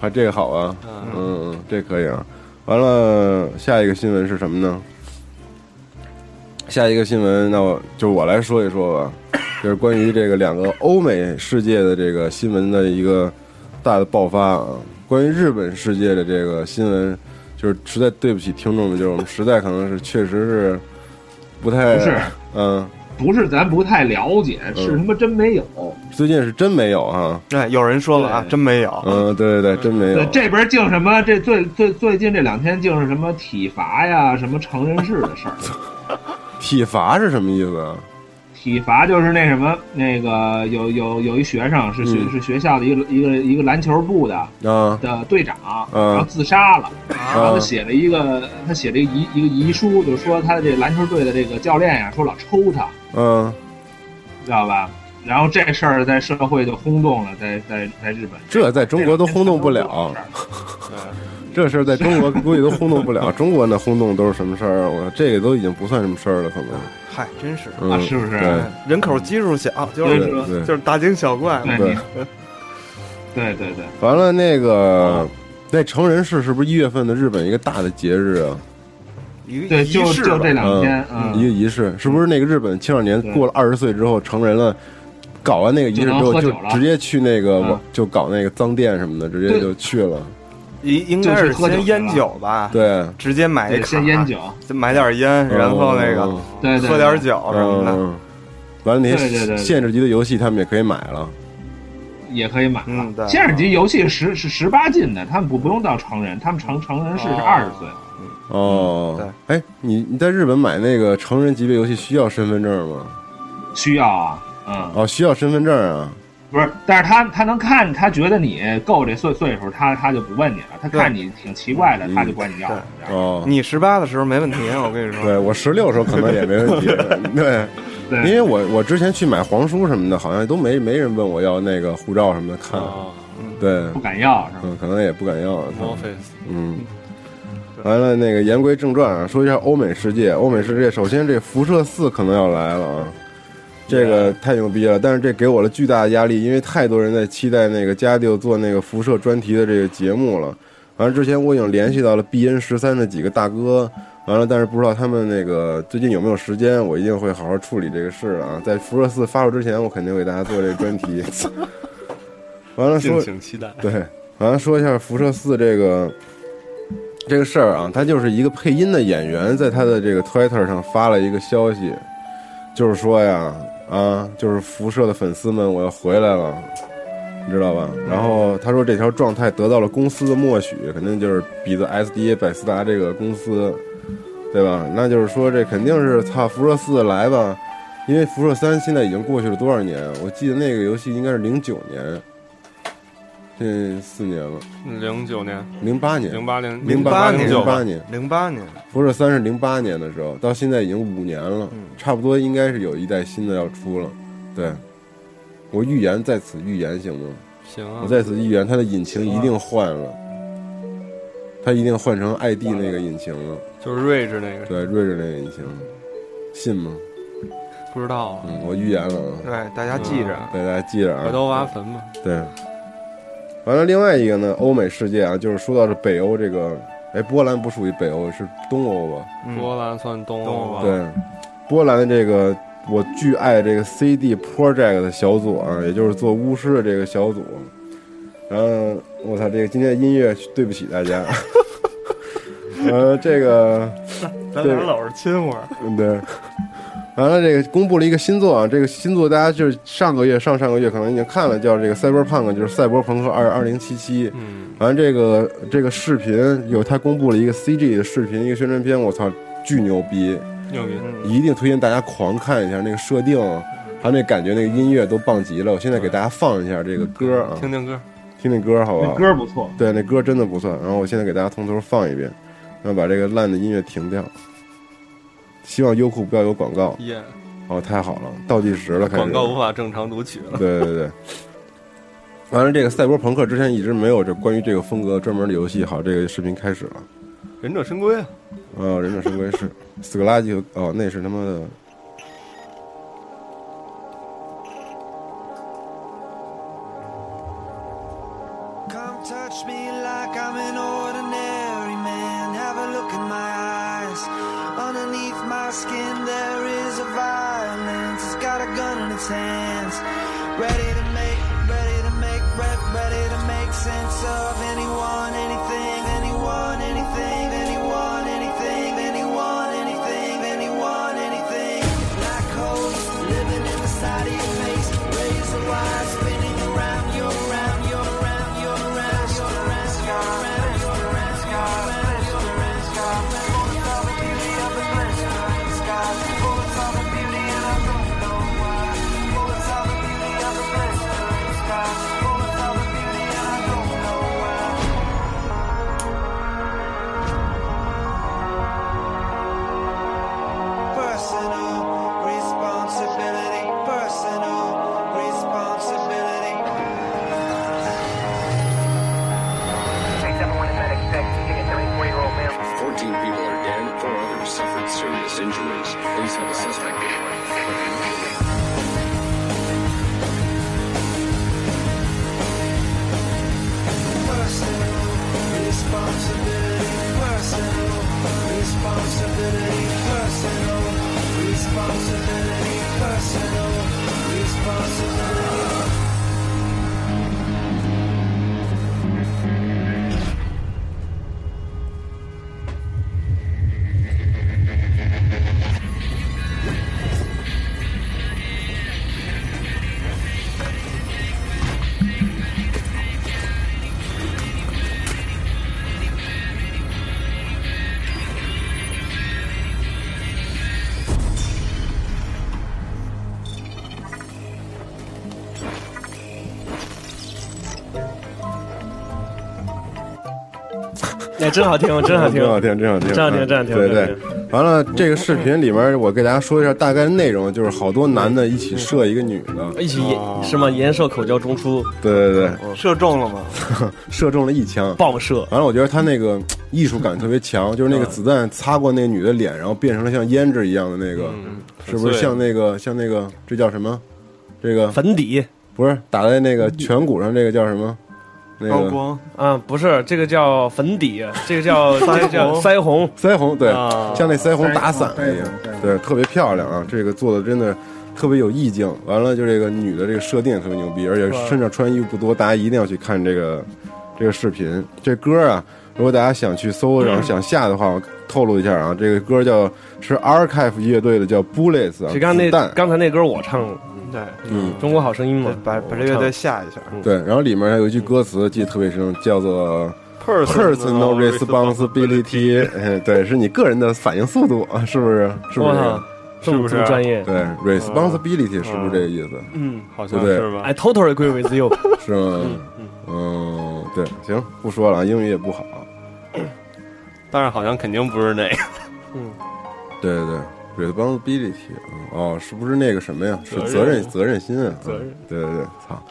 [SPEAKER 3] 还这个好啊，
[SPEAKER 4] 嗯
[SPEAKER 3] 嗯嗯，这可以啊。完了，下一个新闻是什么呢？下一个新闻，那我就我来说一说吧，就是关于这个两个欧美世界的这个新闻的一个大的爆发啊。关于日本世界的这个新闻，就是实在对不起听众们，就是我们实在可能是确实是不太
[SPEAKER 6] 不是
[SPEAKER 3] 嗯。
[SPEAKER 6] 不是咱不太了解，是他妈真没有。
[SPEAKER 3] 最近是真没有啊，
[SPEAKER 5] 哎，有人说了啊，真没有，
[SPEAKER 3] 嗯，对对对，真没有
[SPEAKER 6] 对，，这边净什么？这最最最近这两天净是什么体罚呀，什么成人式的 事儿。
[SPEAKER 3] 体罚是什么意思啊？
[SPEAKER 6] 体罚就是那什么，那个有有有一学生是学、
[SPEAKER 3] 嗯
[SPEAKER 6] 是学校的一个一个一个篮球部的
[SPEAKER 3] 啊
[SPEAKER 6] 的队长，
[SPEAKER 3] 嗯
[SPEAKER 6] 然后自杀了，然后
[SPEAKER 3] 啊
[SPEAKER 6] 他写了一个他写了一个遗一个遗书，就说他的这篮球队的这个教练呀，说老抽他，
[SPEAKER 3] 嗯，
[SPEAKER 6] 知道吧？然后这事儿在社会就轰动了，在在在日本，
[SPEAKER 3] 这在中国都轰动不了， 这事儿在中国估计都轰动不了。中国那轰动都是什么事儿啊？我这个都已经不算什么事儿了，可能。
[SPEAKER 5] 嗨，真是
[SPEAKER 3] 嗯，
[SPEAKER 6] 啊是不是
[SPEAKER 3] 对
[SPEAKER 5] 人口基数小，就
[SPEAKER 3] 对
[SPEAKER 5] 是
[SPEAKER 3] 对对
[SPEAKER 5] 就是大惊小怪。
[SPEAKER 6] 对
[SPEAKER 3] 对
[SPEAKER 6] 你， 对对对，
[SPEAKER 3] 完了那个那成人式是不是一月份的日本一个大的节日啊？
[SPEAKER 5] 一个
[SPEAKER 6] 对，
[SPEAKER 5] 仪
[SPEAKER 6] 就
[SPEAKER 5] 式
[SPEAKER 6] 就
[SPEAKER 5] 吧
[SPEAKER 6] 这
[SPEAKER 3] Uh,
[SPEAKER 6] 两天，
[SPEAKER 3] 嗯，一个仪式是不是那个日本青少年
[SPEAKER 6] 对
[SPEAKER 3] 过了二十岁之后成人了？搞完那个仪式之后，
[SPEAKER 6] 就能喝
[SPEAKER 3] 就
[SPEAKER 6] 酒了
[SPEAKER 3] 直接去那个
[SPEAKER 6] 嗯
[SPEAKER 3] 就搞那个脏店什么的，直接
[SPEAKER 6] 对
[SPEAKER 3] 就去了。
[SPEAKER 5] 应应该是
[SPEAKER 6] 就是喝酒
[SPEAKER 5] 先
[SPEAKER 6] 去了
[SPEAKER 5] 烟酒吧，
[SPEAKER 3] 对，
[SPEAKER 5] 啊直接买一
[SPEAKER 6] 对，
[SPEAKER 5] 卡
[SPEAKER 6] 先烟，酒，
[SPEAKER 5] 再买点烟，然后那个
[SPEAKER 3] 嗯
[SPEAKER 6] 对对，
[SPEAKER 5] 喝点
[SPEAKER 6] 对
[SPEAKER 5] 酒什么的。
[SPEAKER 3] 哦嗯，完了那
[SPEAKER 6] 对对
[SPEAKER 3] 些
[SPEAKER 6] 对
[SPEAKER 3] 限制级的游戏他们也可以买了。
[SPEAKER 6] 也可以买
[SPEAKER 5] 嗯
[SPEAKER 6] 了。
[SPEAKER 5] 对
[SPEAKER 6] 限制级游戏十是十八禁的，他们不不用到成人，他们成成人式
[SPEAKER 3] 啊
[SPEAKER 6] 是二十岁。
[SPEAKER 5] 嗯
[SPEAKER 3] 哦，哎，你你在日本买那个成人级别游戏需要身份证吗？
[SPEAKER 6] 需要啊，嗯，
[SPEAKER 3] 哦，需要身份证啊。
[SPEAKER 6] 不是，但是他他能看，他觉得你够这岁岁数，他他就不问你了，他看你挺奇怪的，他就管你
[SPEAKER 10] 嗯
[SPEAKER 6] 要。这样
[SPEAKER 3] 哦，
[SPEAKER 5] 你十八的时候没问题，我跟你 说。
[SPEAKER 3] 对我十六时候可能也没 问题。对，因
[SPEAKER 6] 对，
[SPEAKER 3] 为我我之前去买黄书什么的，好像都没没人问我要那个护照什么的看。
[SPEAKER 4] 啊
[SPEAKER 3] 对，
[SPEAKER 6] 嗯不敢要是吧？
[SPEAKER 3] 嗯，可能也不敢要。
[SPEAKER 4] ，Office
[SPEAKER 3] 嗯，完了，那个言归正传啊，说一下欧美世界。欧美世界，首先这辐射四可能要来了啊，这个太牛逼了。但是这给我了巨大的压力，因为太多人在期待那个加迪做那个辐射专题的这个节目了。完了之前我已经联系到了 B N 十三的几个大哥，完了，但是不知道他们那个最近有没有时间，我一定会好好处理这个事啊。在辐射四发售之前，我肯定给大家做这个专 题。完了说
[SPEAKER 4] 敬请期待。
[SPEAKER 3] 对，好像说一下《辐射四》这个这个事儿啊，他就是一个配音的演员，在他的这个 Twitter 上发了一个消息，就是说呀，啊，就是辐射的粉丝们，我要回来了，你知道吧？然后他说这条状态得到了公司的默许，肯定就是比的 SDA 百思达这个公司，对吧？那就是说这肯定是操辐射四来吧。因为辐射三现在已经过去了多少年？我记得那个游戏应该是零九年，这四年了，
[SPEAKER 4] 零九年、
[SPEAKER 3] 零八年，
[SPEAKER 4] 零八年、
[SPEAKER 3] 零
[SPEAKER 5] 八
[SPEAKER 3] 年，
[SPEAKER 5] 年
[SPEAKER 3] 零
[SPEAKER 5] 08
[SPEAKER 3] 八年，
[SPEAKER 5] 零八年，
[SPEAKER 3] 辐射三是零八年的时候，到现在已经五年了，
[SPEAKER 5] 嗯
[SPEAKER 3] 差不多应该是有一代新的要出了。对，我预言在此预言行吗？
[SPEAKER 4] 行啊
[SPEAKER 3] 我，在此预言，它的引擎一定换了，它一定换成 ID 那个引擎了，
[SPEAKER 4] 就是 Rage 那个，
[SPEAKER 3] 对，睿智那个引擎，信吗？
[SPEAKER 4] 不知道啊，
[SPEAKER 3] 嗯，我预言了啊，
[SPEAKER 5] 对，大家记着，
[SPEAKER 3] 对大家记着啊，
[SPEAKER 4] 回头挖坟吧。
[SPEAKER 3] 对。完了，另外一个呢，欧美世界啊，就是说到这北欧这个，哎，波兰不属于北欧，是东欧吧？
[SPEAKER 5] 嗯，
[SPEAKER 4] 波兰算东
[SPEAKER 5] 东
[SPEAKER 4] 欧吧？
[SPEAKER 5] 欧
[SPEAKER 3] 对，波兰的这个我巨爱这个 CD Project 的小组啊，也就是做巫师的这个小组。然后我操，这个今天的音乐对不起大家。 呃，这个
[SPEAKER 5] 咱俩老是亲会儿，
[SPEAKER 3] 嗯对，完完了，这个公布了一个新作啊，这个新作大家就是上个月、上上个月可能已经看了，叫这个《赛博朋克》，就是《赛博朋克二二零七七》。嗯，完了这个这个视频有他公布了一个 CG 的视频，一个宣传片，我操，巨牛逼！
[SPEAKER 4] 牛逼！
[SPEAKER 6] 嗯
[SPEAKER 3] 一定推荐大家狂看一下那个设定，还有那感觉，那个音乐都棒极了。我现在给大家放一下这个歌啊，
[SPEAKER 4] 听听歌，
[SPEAKER 3] 听听歌好不好？
[SPEAKER 6] 那歌不错，
[SPEAKER 3] 对，那歌真的不错。然后我现在给大家从头放一遍，然后把这个烂的音乐停掉。希望优酷不要有广告。
[SPEAKER 4] 耶、
[SPEAKER 3] 哦，太好了，倒计时了，开始。
[SPEAKER 4] 广告无法正常读取了。
[SPEAKER 3] 对对对。完了，这个赛博朋克之前一直没有这关于这个风格专门的游戏，好，这个视频开始了。
[SPEAKER 4] 忍者神龟啊，
[SPEAKER 3] 呃、忍者神龟是死个垃圾和哦，那是他妈的。
[SPEAKER 2] Come touch me like I'm an ordinary man. Have a look in my eyes. Underneath my skin, there is a violence. It's got a gun in its hands. Ready to make, ready to make, re- ready to make sense of anyone, anything, anyone, anything, anyone, anything, anyone, anything, anyone, anything. Black holes living in the side of your face. Razor wire spinning around you, around you, around you, around you, around you, around you, around you, around you, around you. Always saw the beauty of the blue sky. Always saw the beauty and I don't know why. Always saw the beauty of the blue sky. Always saw the beauty and I don't know why. Personal responsibility. Personal responsibility.
[SPEAKER 11] Fourteen people are dead, four others suffered serious injuries. Police have a suspect.
[SPEAKER 2] Personal responsibility. Personal responsibility. Personal responsibility. Personal responsibility.
[SPEAKER 9] 哎，真好 听，真好听，
[SPEAKER 3] 真好听，真好听，嗯
[SPEAKER 9] 真好听，真好听，
[SPEAKER 3] 对
[SPEAKER 9] 真好
[SPEAKER 3] 对
[SPEAKER 9] 听。，
[SPEAKER 3] 完了，这个视频里面我给大家说一下大概内容，就是好多男的一起射一个女的，
[SPEAKER 9] 哎一起延是吗？延寿口交中枢，
[SPEAKER 3] 对对对，
[SPEAKER 5] 啊射中了吗？
[SPEAKER 3] 射中了一枪。
[SPEAKER 9] 棒射，嗯
[SPEAKER 3] 完了，我觉得他那个艺术感特别强，就是那个子弹擦过那女的脸，然后变成了像胭脂一样的那个，
[SPEAKER 9] 嗯
[SPEAKER 3] 是不是
[SPEAKER 4] 碎
[SPEAKER 3] 像那个像那个这叫什么？这个
[SPEAKER 9] 粉底
[SPEAKER 3] 不是打在那个颧骨上，这个叫什么？那
[SPEAKER 5] 高
[SPEAKER 3] 个
[SPEAKER 5] 光
[SPEAKER 9] 啊，不是这个叫粉底，这个叫这个叫腮红，
[SPEAKER 3] 腮红，对，
[SPEAKER 9] 啊
[SPEAKER 3] 像那腮红打伞一样，对，特别漂亮啊！这个做的真的特别有意境。完了，就这个女的这个设定也特别牛逼，而且身上穿衣服不多，大家一定要去看这个这个视频。这歌啊，如果大家想去搜，
[SPEAKER 9] 嗯
[SPEAKER 3] 然后想下的话，我透露一下啊，这个歌叫是 Archive 乐队的，叫 Bullets 啊，
[SPEAKER 9] 就刚才
[SPEAKER 3] 子
[SPEAKER 9] 那
[SPEAKER 3] 弹。
[SPEAKER 9] 刚才那歌我唱过，
[SPEAKER 5] 对，
[SPEAKER 3] 嗯，
[SPEAKER 9] 中国好声音嘛，嗯
[SPEAKER 5] 把把这乐队下一下。
[SPEAKER 4] 嗯
[SPEAKER 3] 对，然后里面还有一句歌词记得特别深，叫做
[SPEAKER 4] Personal
[SPEAKER 3] personal responsibility，哎对，是你个人的反应速度啊，是不是？是不
[SPEAKER 9] 我
[SPEAKER 3] 是？
[SPEAKER 9] 操，这么
[SPEAKER 4] 是不是啊
[SPEAKER 9] 这么专业？
[SPEAKER 3] 对，responsibility 是不是这个意思？
[SPEAKER 9] 嗯
[SPEAKER 4] 好像
[SPEAKER 3] 对不对
[SPEAKER 4] 是吧？嗯
[SPEAKER 9] ，I totally agree with you。
[SPEAKER 3] 是吗？嗯，对，行，不说了啊，英语也不好。
[SPEAKER 4] 但是好像肯定不是那个，
[SPEAKER 3] 对对对，responsibility，嗯哦，是不是那个什么呀？是责任责任心啊？责任，对对对，操。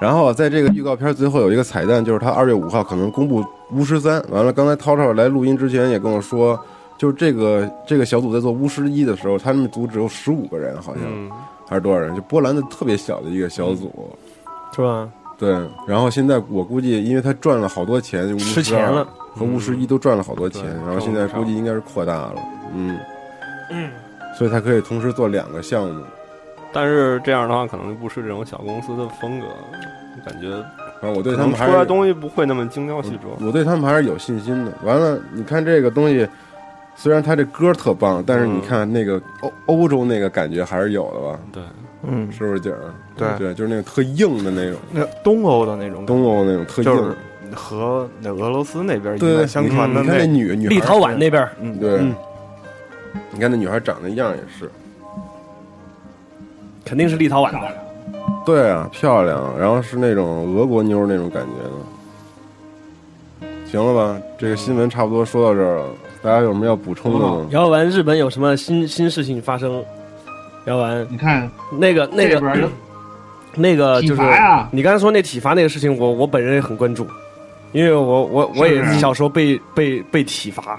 [SPEAKER 3] 然后在这个预告片最后有一个彩蛋，就是他二月五号可能公布《巫师三》。完了，刚才涛涛来录音之前也跟我说，就是这个这个小组在做《巫师一》的时候，他们组只有十五个人，好像、
[SPEAKER 9] 嗯
[SPEAKER 3] 还是多少人？就波兰的特别小的一个小组。
[SPEAKER 9] 是吧？
[SPEAKER 3] 对，然后现在我估计，因为他赚了好多钱，就
[SPEAKER 9] 吃钱了，嗯
[SPEAKER 3] 和巫师一都赚了好多钱，然后现在估计应该是扩大了，嗯，所以他可以同时做两个项目。
[SPEAKER 4] 但是这样的话可能就不是这种小公司的风格，感觉
[SPEAKER 3] 反正我对
[SPEAKER 4] 可
[SPEAKER 3] 他
[SPEAKER 4] 能
[SPEAKER 3] 们
[SPEAKER 4] 出
[SPEAKER 3] 还
[SPEAKER 4] 来
[SPEAKER 3] 是
[SPEAKER 4] 东西不会那么精雕细琢。
[SPEAKER 3] 我对他们还是有信心的。完了，你看这个东西，虽然他这歌特棒，
[SPEAKER 9] 嗯
[SPEAKER 3] 但是你看那个欧欧洲那个感觉还是有的吧？
[SPEAKER 4] 对，
[SPEAKER 5] 嗯
[SPEAKER 3] 是不是景儿？啊
[SPEAKER 5] 对
[SPEAKER 3] 对，就是那种特硬的那种，
[SPEAKER 5] 那东欧的那种，
[SPEAKER 3] 东欧那种特
[SPEAKER 5] 就
[SPEAKER 3] 硬
[SPEAKER 5] 是。和那俄罗斯那边一
[SPEAKER 3] 对
[SPEAKER 5] 脉相传的
[SPEAKER 3] 嗯你看那女女孩儿
[SPEAKER 9] 边，
[SPEAKER 5] 嗯，
[SPEAKER 3] 对
[SPEAKER 5] 嗯，
[SPEAKER 3] 你看那女孩长那样儿也是，
[SPEAKER 9] 肯定是立陶宛的。
[SPEAKER 3] 对啊，漂亮，然后是那种俄国妞儿那种感觉的。行了吧，这个新闻差不多说到这儿了，大家有什么要补充的吗？
[SPEAKER 10] 姚完日本有什么新新事情发生？姚完，
[SPEAKER 6] 你看
[SPEAKER 10] 那个那
[SPEAKER 6] 这边儿
[SPEAKER 10] 个
[SPEAKER 6] 有
[SPEAKER 10] 那个就是
[SPEAKER 6] 体罚呀
[SPEAKER 10] 你刚才说那体罚那个事情，我我本人也很关注，因为我我我也
[SPEAKER 6] 是不是
[SPEAKER 10] 小时候被被被体罚，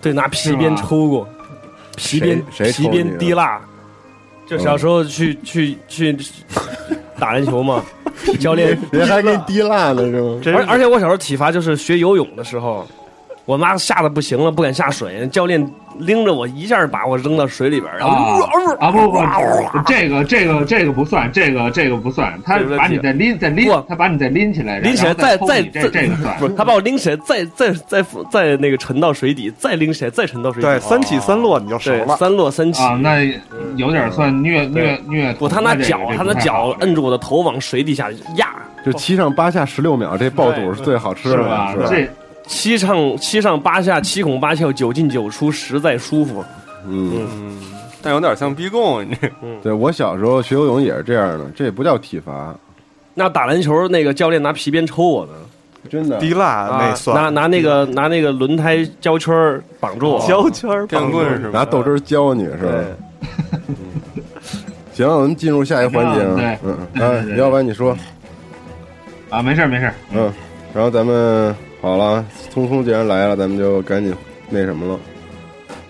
[SPEAKER 10] 对，拿皮鞭
[SPEAKER 6] 是吗
[SPEAKER 10] 抽过，皮鞭
[SPEAKER 3] 谁谁抽
[SPEAKER 10] 皮
[SPEAKER 3] 你啊
[SPEAKER 10] 鞭
[SPEAKER 3] 了
[SPEAKER 10] 滴蜡，就小时候去去去打篮球 嘛，教练
[SPEAKER 3] 人还给你滴蜡呢，是吗？
[SPEAKER 10] 而而且我小时候体罚就是学游泳的时候，我妈吓得不行了，不敢下水，教练拎着我一下把我扔到水里边儿，然后、呃
[SPEAKER 6] 啊啊不不不，这个这个这个不算，这个这个不算，他
[SPEAKER 10] 这个
[SPEAKER 6] 把你再拎再拎，他把你再拎起来，
[SPEAKER 10] 啊拎起来
[SPEAKER 6] 然后再抽
[SPEAKER 10] 再
[SPEAKER 6] 你这这个算
[SPEAKER 10] 不。是他把我拎起来再再再再那个沉到水底，再拎起来再沉到水底，
[SPEAKER 5] 对，三起三落你就熟
[SPEAKER 10] 对
[SPEAKER 5] 了。
[SPEAKER 10] 三落三起嗯
[SPEAKER 6] 啊，那有点算虐虐
[SPEAKER 10] 对
[SPEAKER 6] 虐
[SPEAKER 10] 不，
[SPEAKER 6] 童。
[SPEAKER 10] 他拿
[SPEAKER 6] 那这个
[SPEAKER 10] 脚
[SPEAKER 6] 这
[SPEAKER 10] 他
[SPEAKER 6] 不
[SPEAKER 10] 拿
[SPEAKER 6] 太好
[SPEAKER 10] 脚摁住我的头往水底下压，
[SPEAKER 3] 就七上八下十六秒，这爆肚是最好吃的
[SPEAKER 6] 是
[SPEAKER 3] 了，
[SPEAKER 6] 吧
[SPEAKER 3] 是？吧？
[SPEAKER 6] 这
[SPEAKER 10] 七上七上八下，七孔八窍，九进九出，实在舒服。
[SPEAKER 3] 嗯，
[SPEAKER 4] 但有点像逼供，你这
[SPEAKER 10] 嗯
[SPEAKER 3] 对我小时候学游泳也是这样的，这也不叫体罚，
[SPEAKER 10] 那打篮球那个教练拿皮鞭抽我呢，
[SPEAKER 3] 真的。
[SPEAKER 5] 滴蜡
[SPEAKER 10] 啊
[SPEAKER 5] 那算
[SPEAKER 10] 拿拿那个拿那个轮胎胶圈儿绑住我，
[SPEAKER 5] 胶圈儿
[SPEAKER 4] 电棍是吧？
[SPEAKER 3] 拿豆汁儿浇你是吧？行，我们进入下一环节啊
[SPEAKER 6] 对。
[SPEAKER 3] 嗯，
[SPEAKER 6] 对对
[SPEAKER 3] 哎，
[SPEAKER 6] 对
[SPEAKER 3] 要不然你说，
[SPEAKER 6] 啊，没事儿没事儿，
[SPEAKER 3] 嗯，然后咱们好了啊，聪聪既然来了，咱们就赶紧那什么了，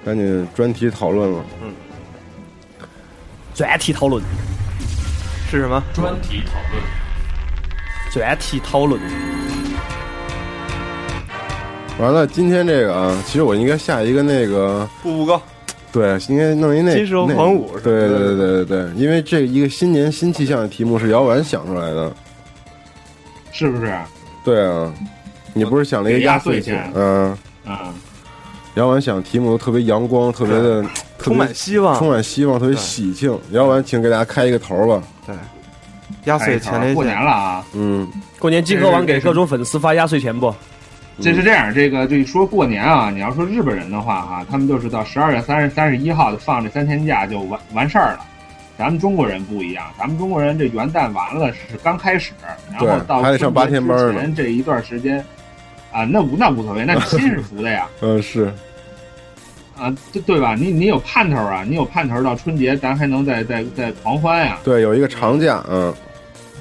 [SPEAKER 3] 赶紧专题讨论了。
[SPEAKER 4] 嗯
[SPEAKER 10] 最爱踢讨论，
[SPEAKER 5] 是什么？
[SPEAKER 7] 专题讨论。
[SPEAKER 10] 最爱踢讨论。
[SPEAKER 3] 完了，今天这个啊，其实我应该下一个那个，
[SPEAKER 5] 步步高，
[SPEAKER 3] 对，应该弄一那
[SPEAKER 5] 金蛇
[SPEAKER 3] 那
[SPEAKER 5] 狂舞是吧
[SPEAKER 3] 对对对对对对，因为这一个新年新气象的题目是姚丸想出来的。
[SPEAKER 6] 是不是？
[SPEAKER 3] 对啊，你不是想了一个
[SPEAKER 6] 给压
[SPEAKER 3] 岁
[SPEAKER 6] 岁钱
[SPEAKER 3] 嗯，
[SPEAKER 6] 啊，
[SPEAKER 3] 姚丸想题目都特别阳光，特别的特
[SPEAKER 5] 充
[SPEAKER 3] 别
[SPEAKER 5] 满希望
[SPEAKER 3] 充满希望，特别喜庆。姚丸，请给大家开一个头吧。
[SPEAKER 5] 压
[SPEAKER 6] 哎
[SPEAKER 5] 岁
[SPEAKER 6] 好
[SPEAKER 5] 前列
[SPEAKER 6] 过
[SPEAKER 5] 腺
[SPEAKER 6] 年了啊，
[SPEAKER 3] 嗯，
[SPEAKER 10] 过年集合网
[SPEAKER 6] 这
[SPEAKER 10] 给
[SPEAKER 6] 是
[SPEAKER 10] 各种粉丝发压岁钱不？
[SPEAKER 6] 嗯这是这样，这个这一说过年啊，你要说日本人的话哈、他们就是到十二月三十三十一号就放这三天假就完完事儿了。咱们中国人不一样，咱们中国人这元旦完了是刚开始，然后
[SPEAKER 3] 对
[SPEAKER 6] 到
[SPEAKER 3] 还得上八
[SPEAKER 6] 春节
[SPEAKER 3] 天班儿
[SPEAKER 6] 之
[SPEAKER 3] 呢
[SPEAKER 6] 前这一段时间，啊，那无那无所谓，那你心是服的呀，
[SPEAKER 3] 嗯，是，
[SPEAKER 6] 啊，对对吧？你你有盼头啊，你有盼头到春节，咱还能再再再狂欢呀、
[SPEAKER 3] 对，有一个长假，嗯，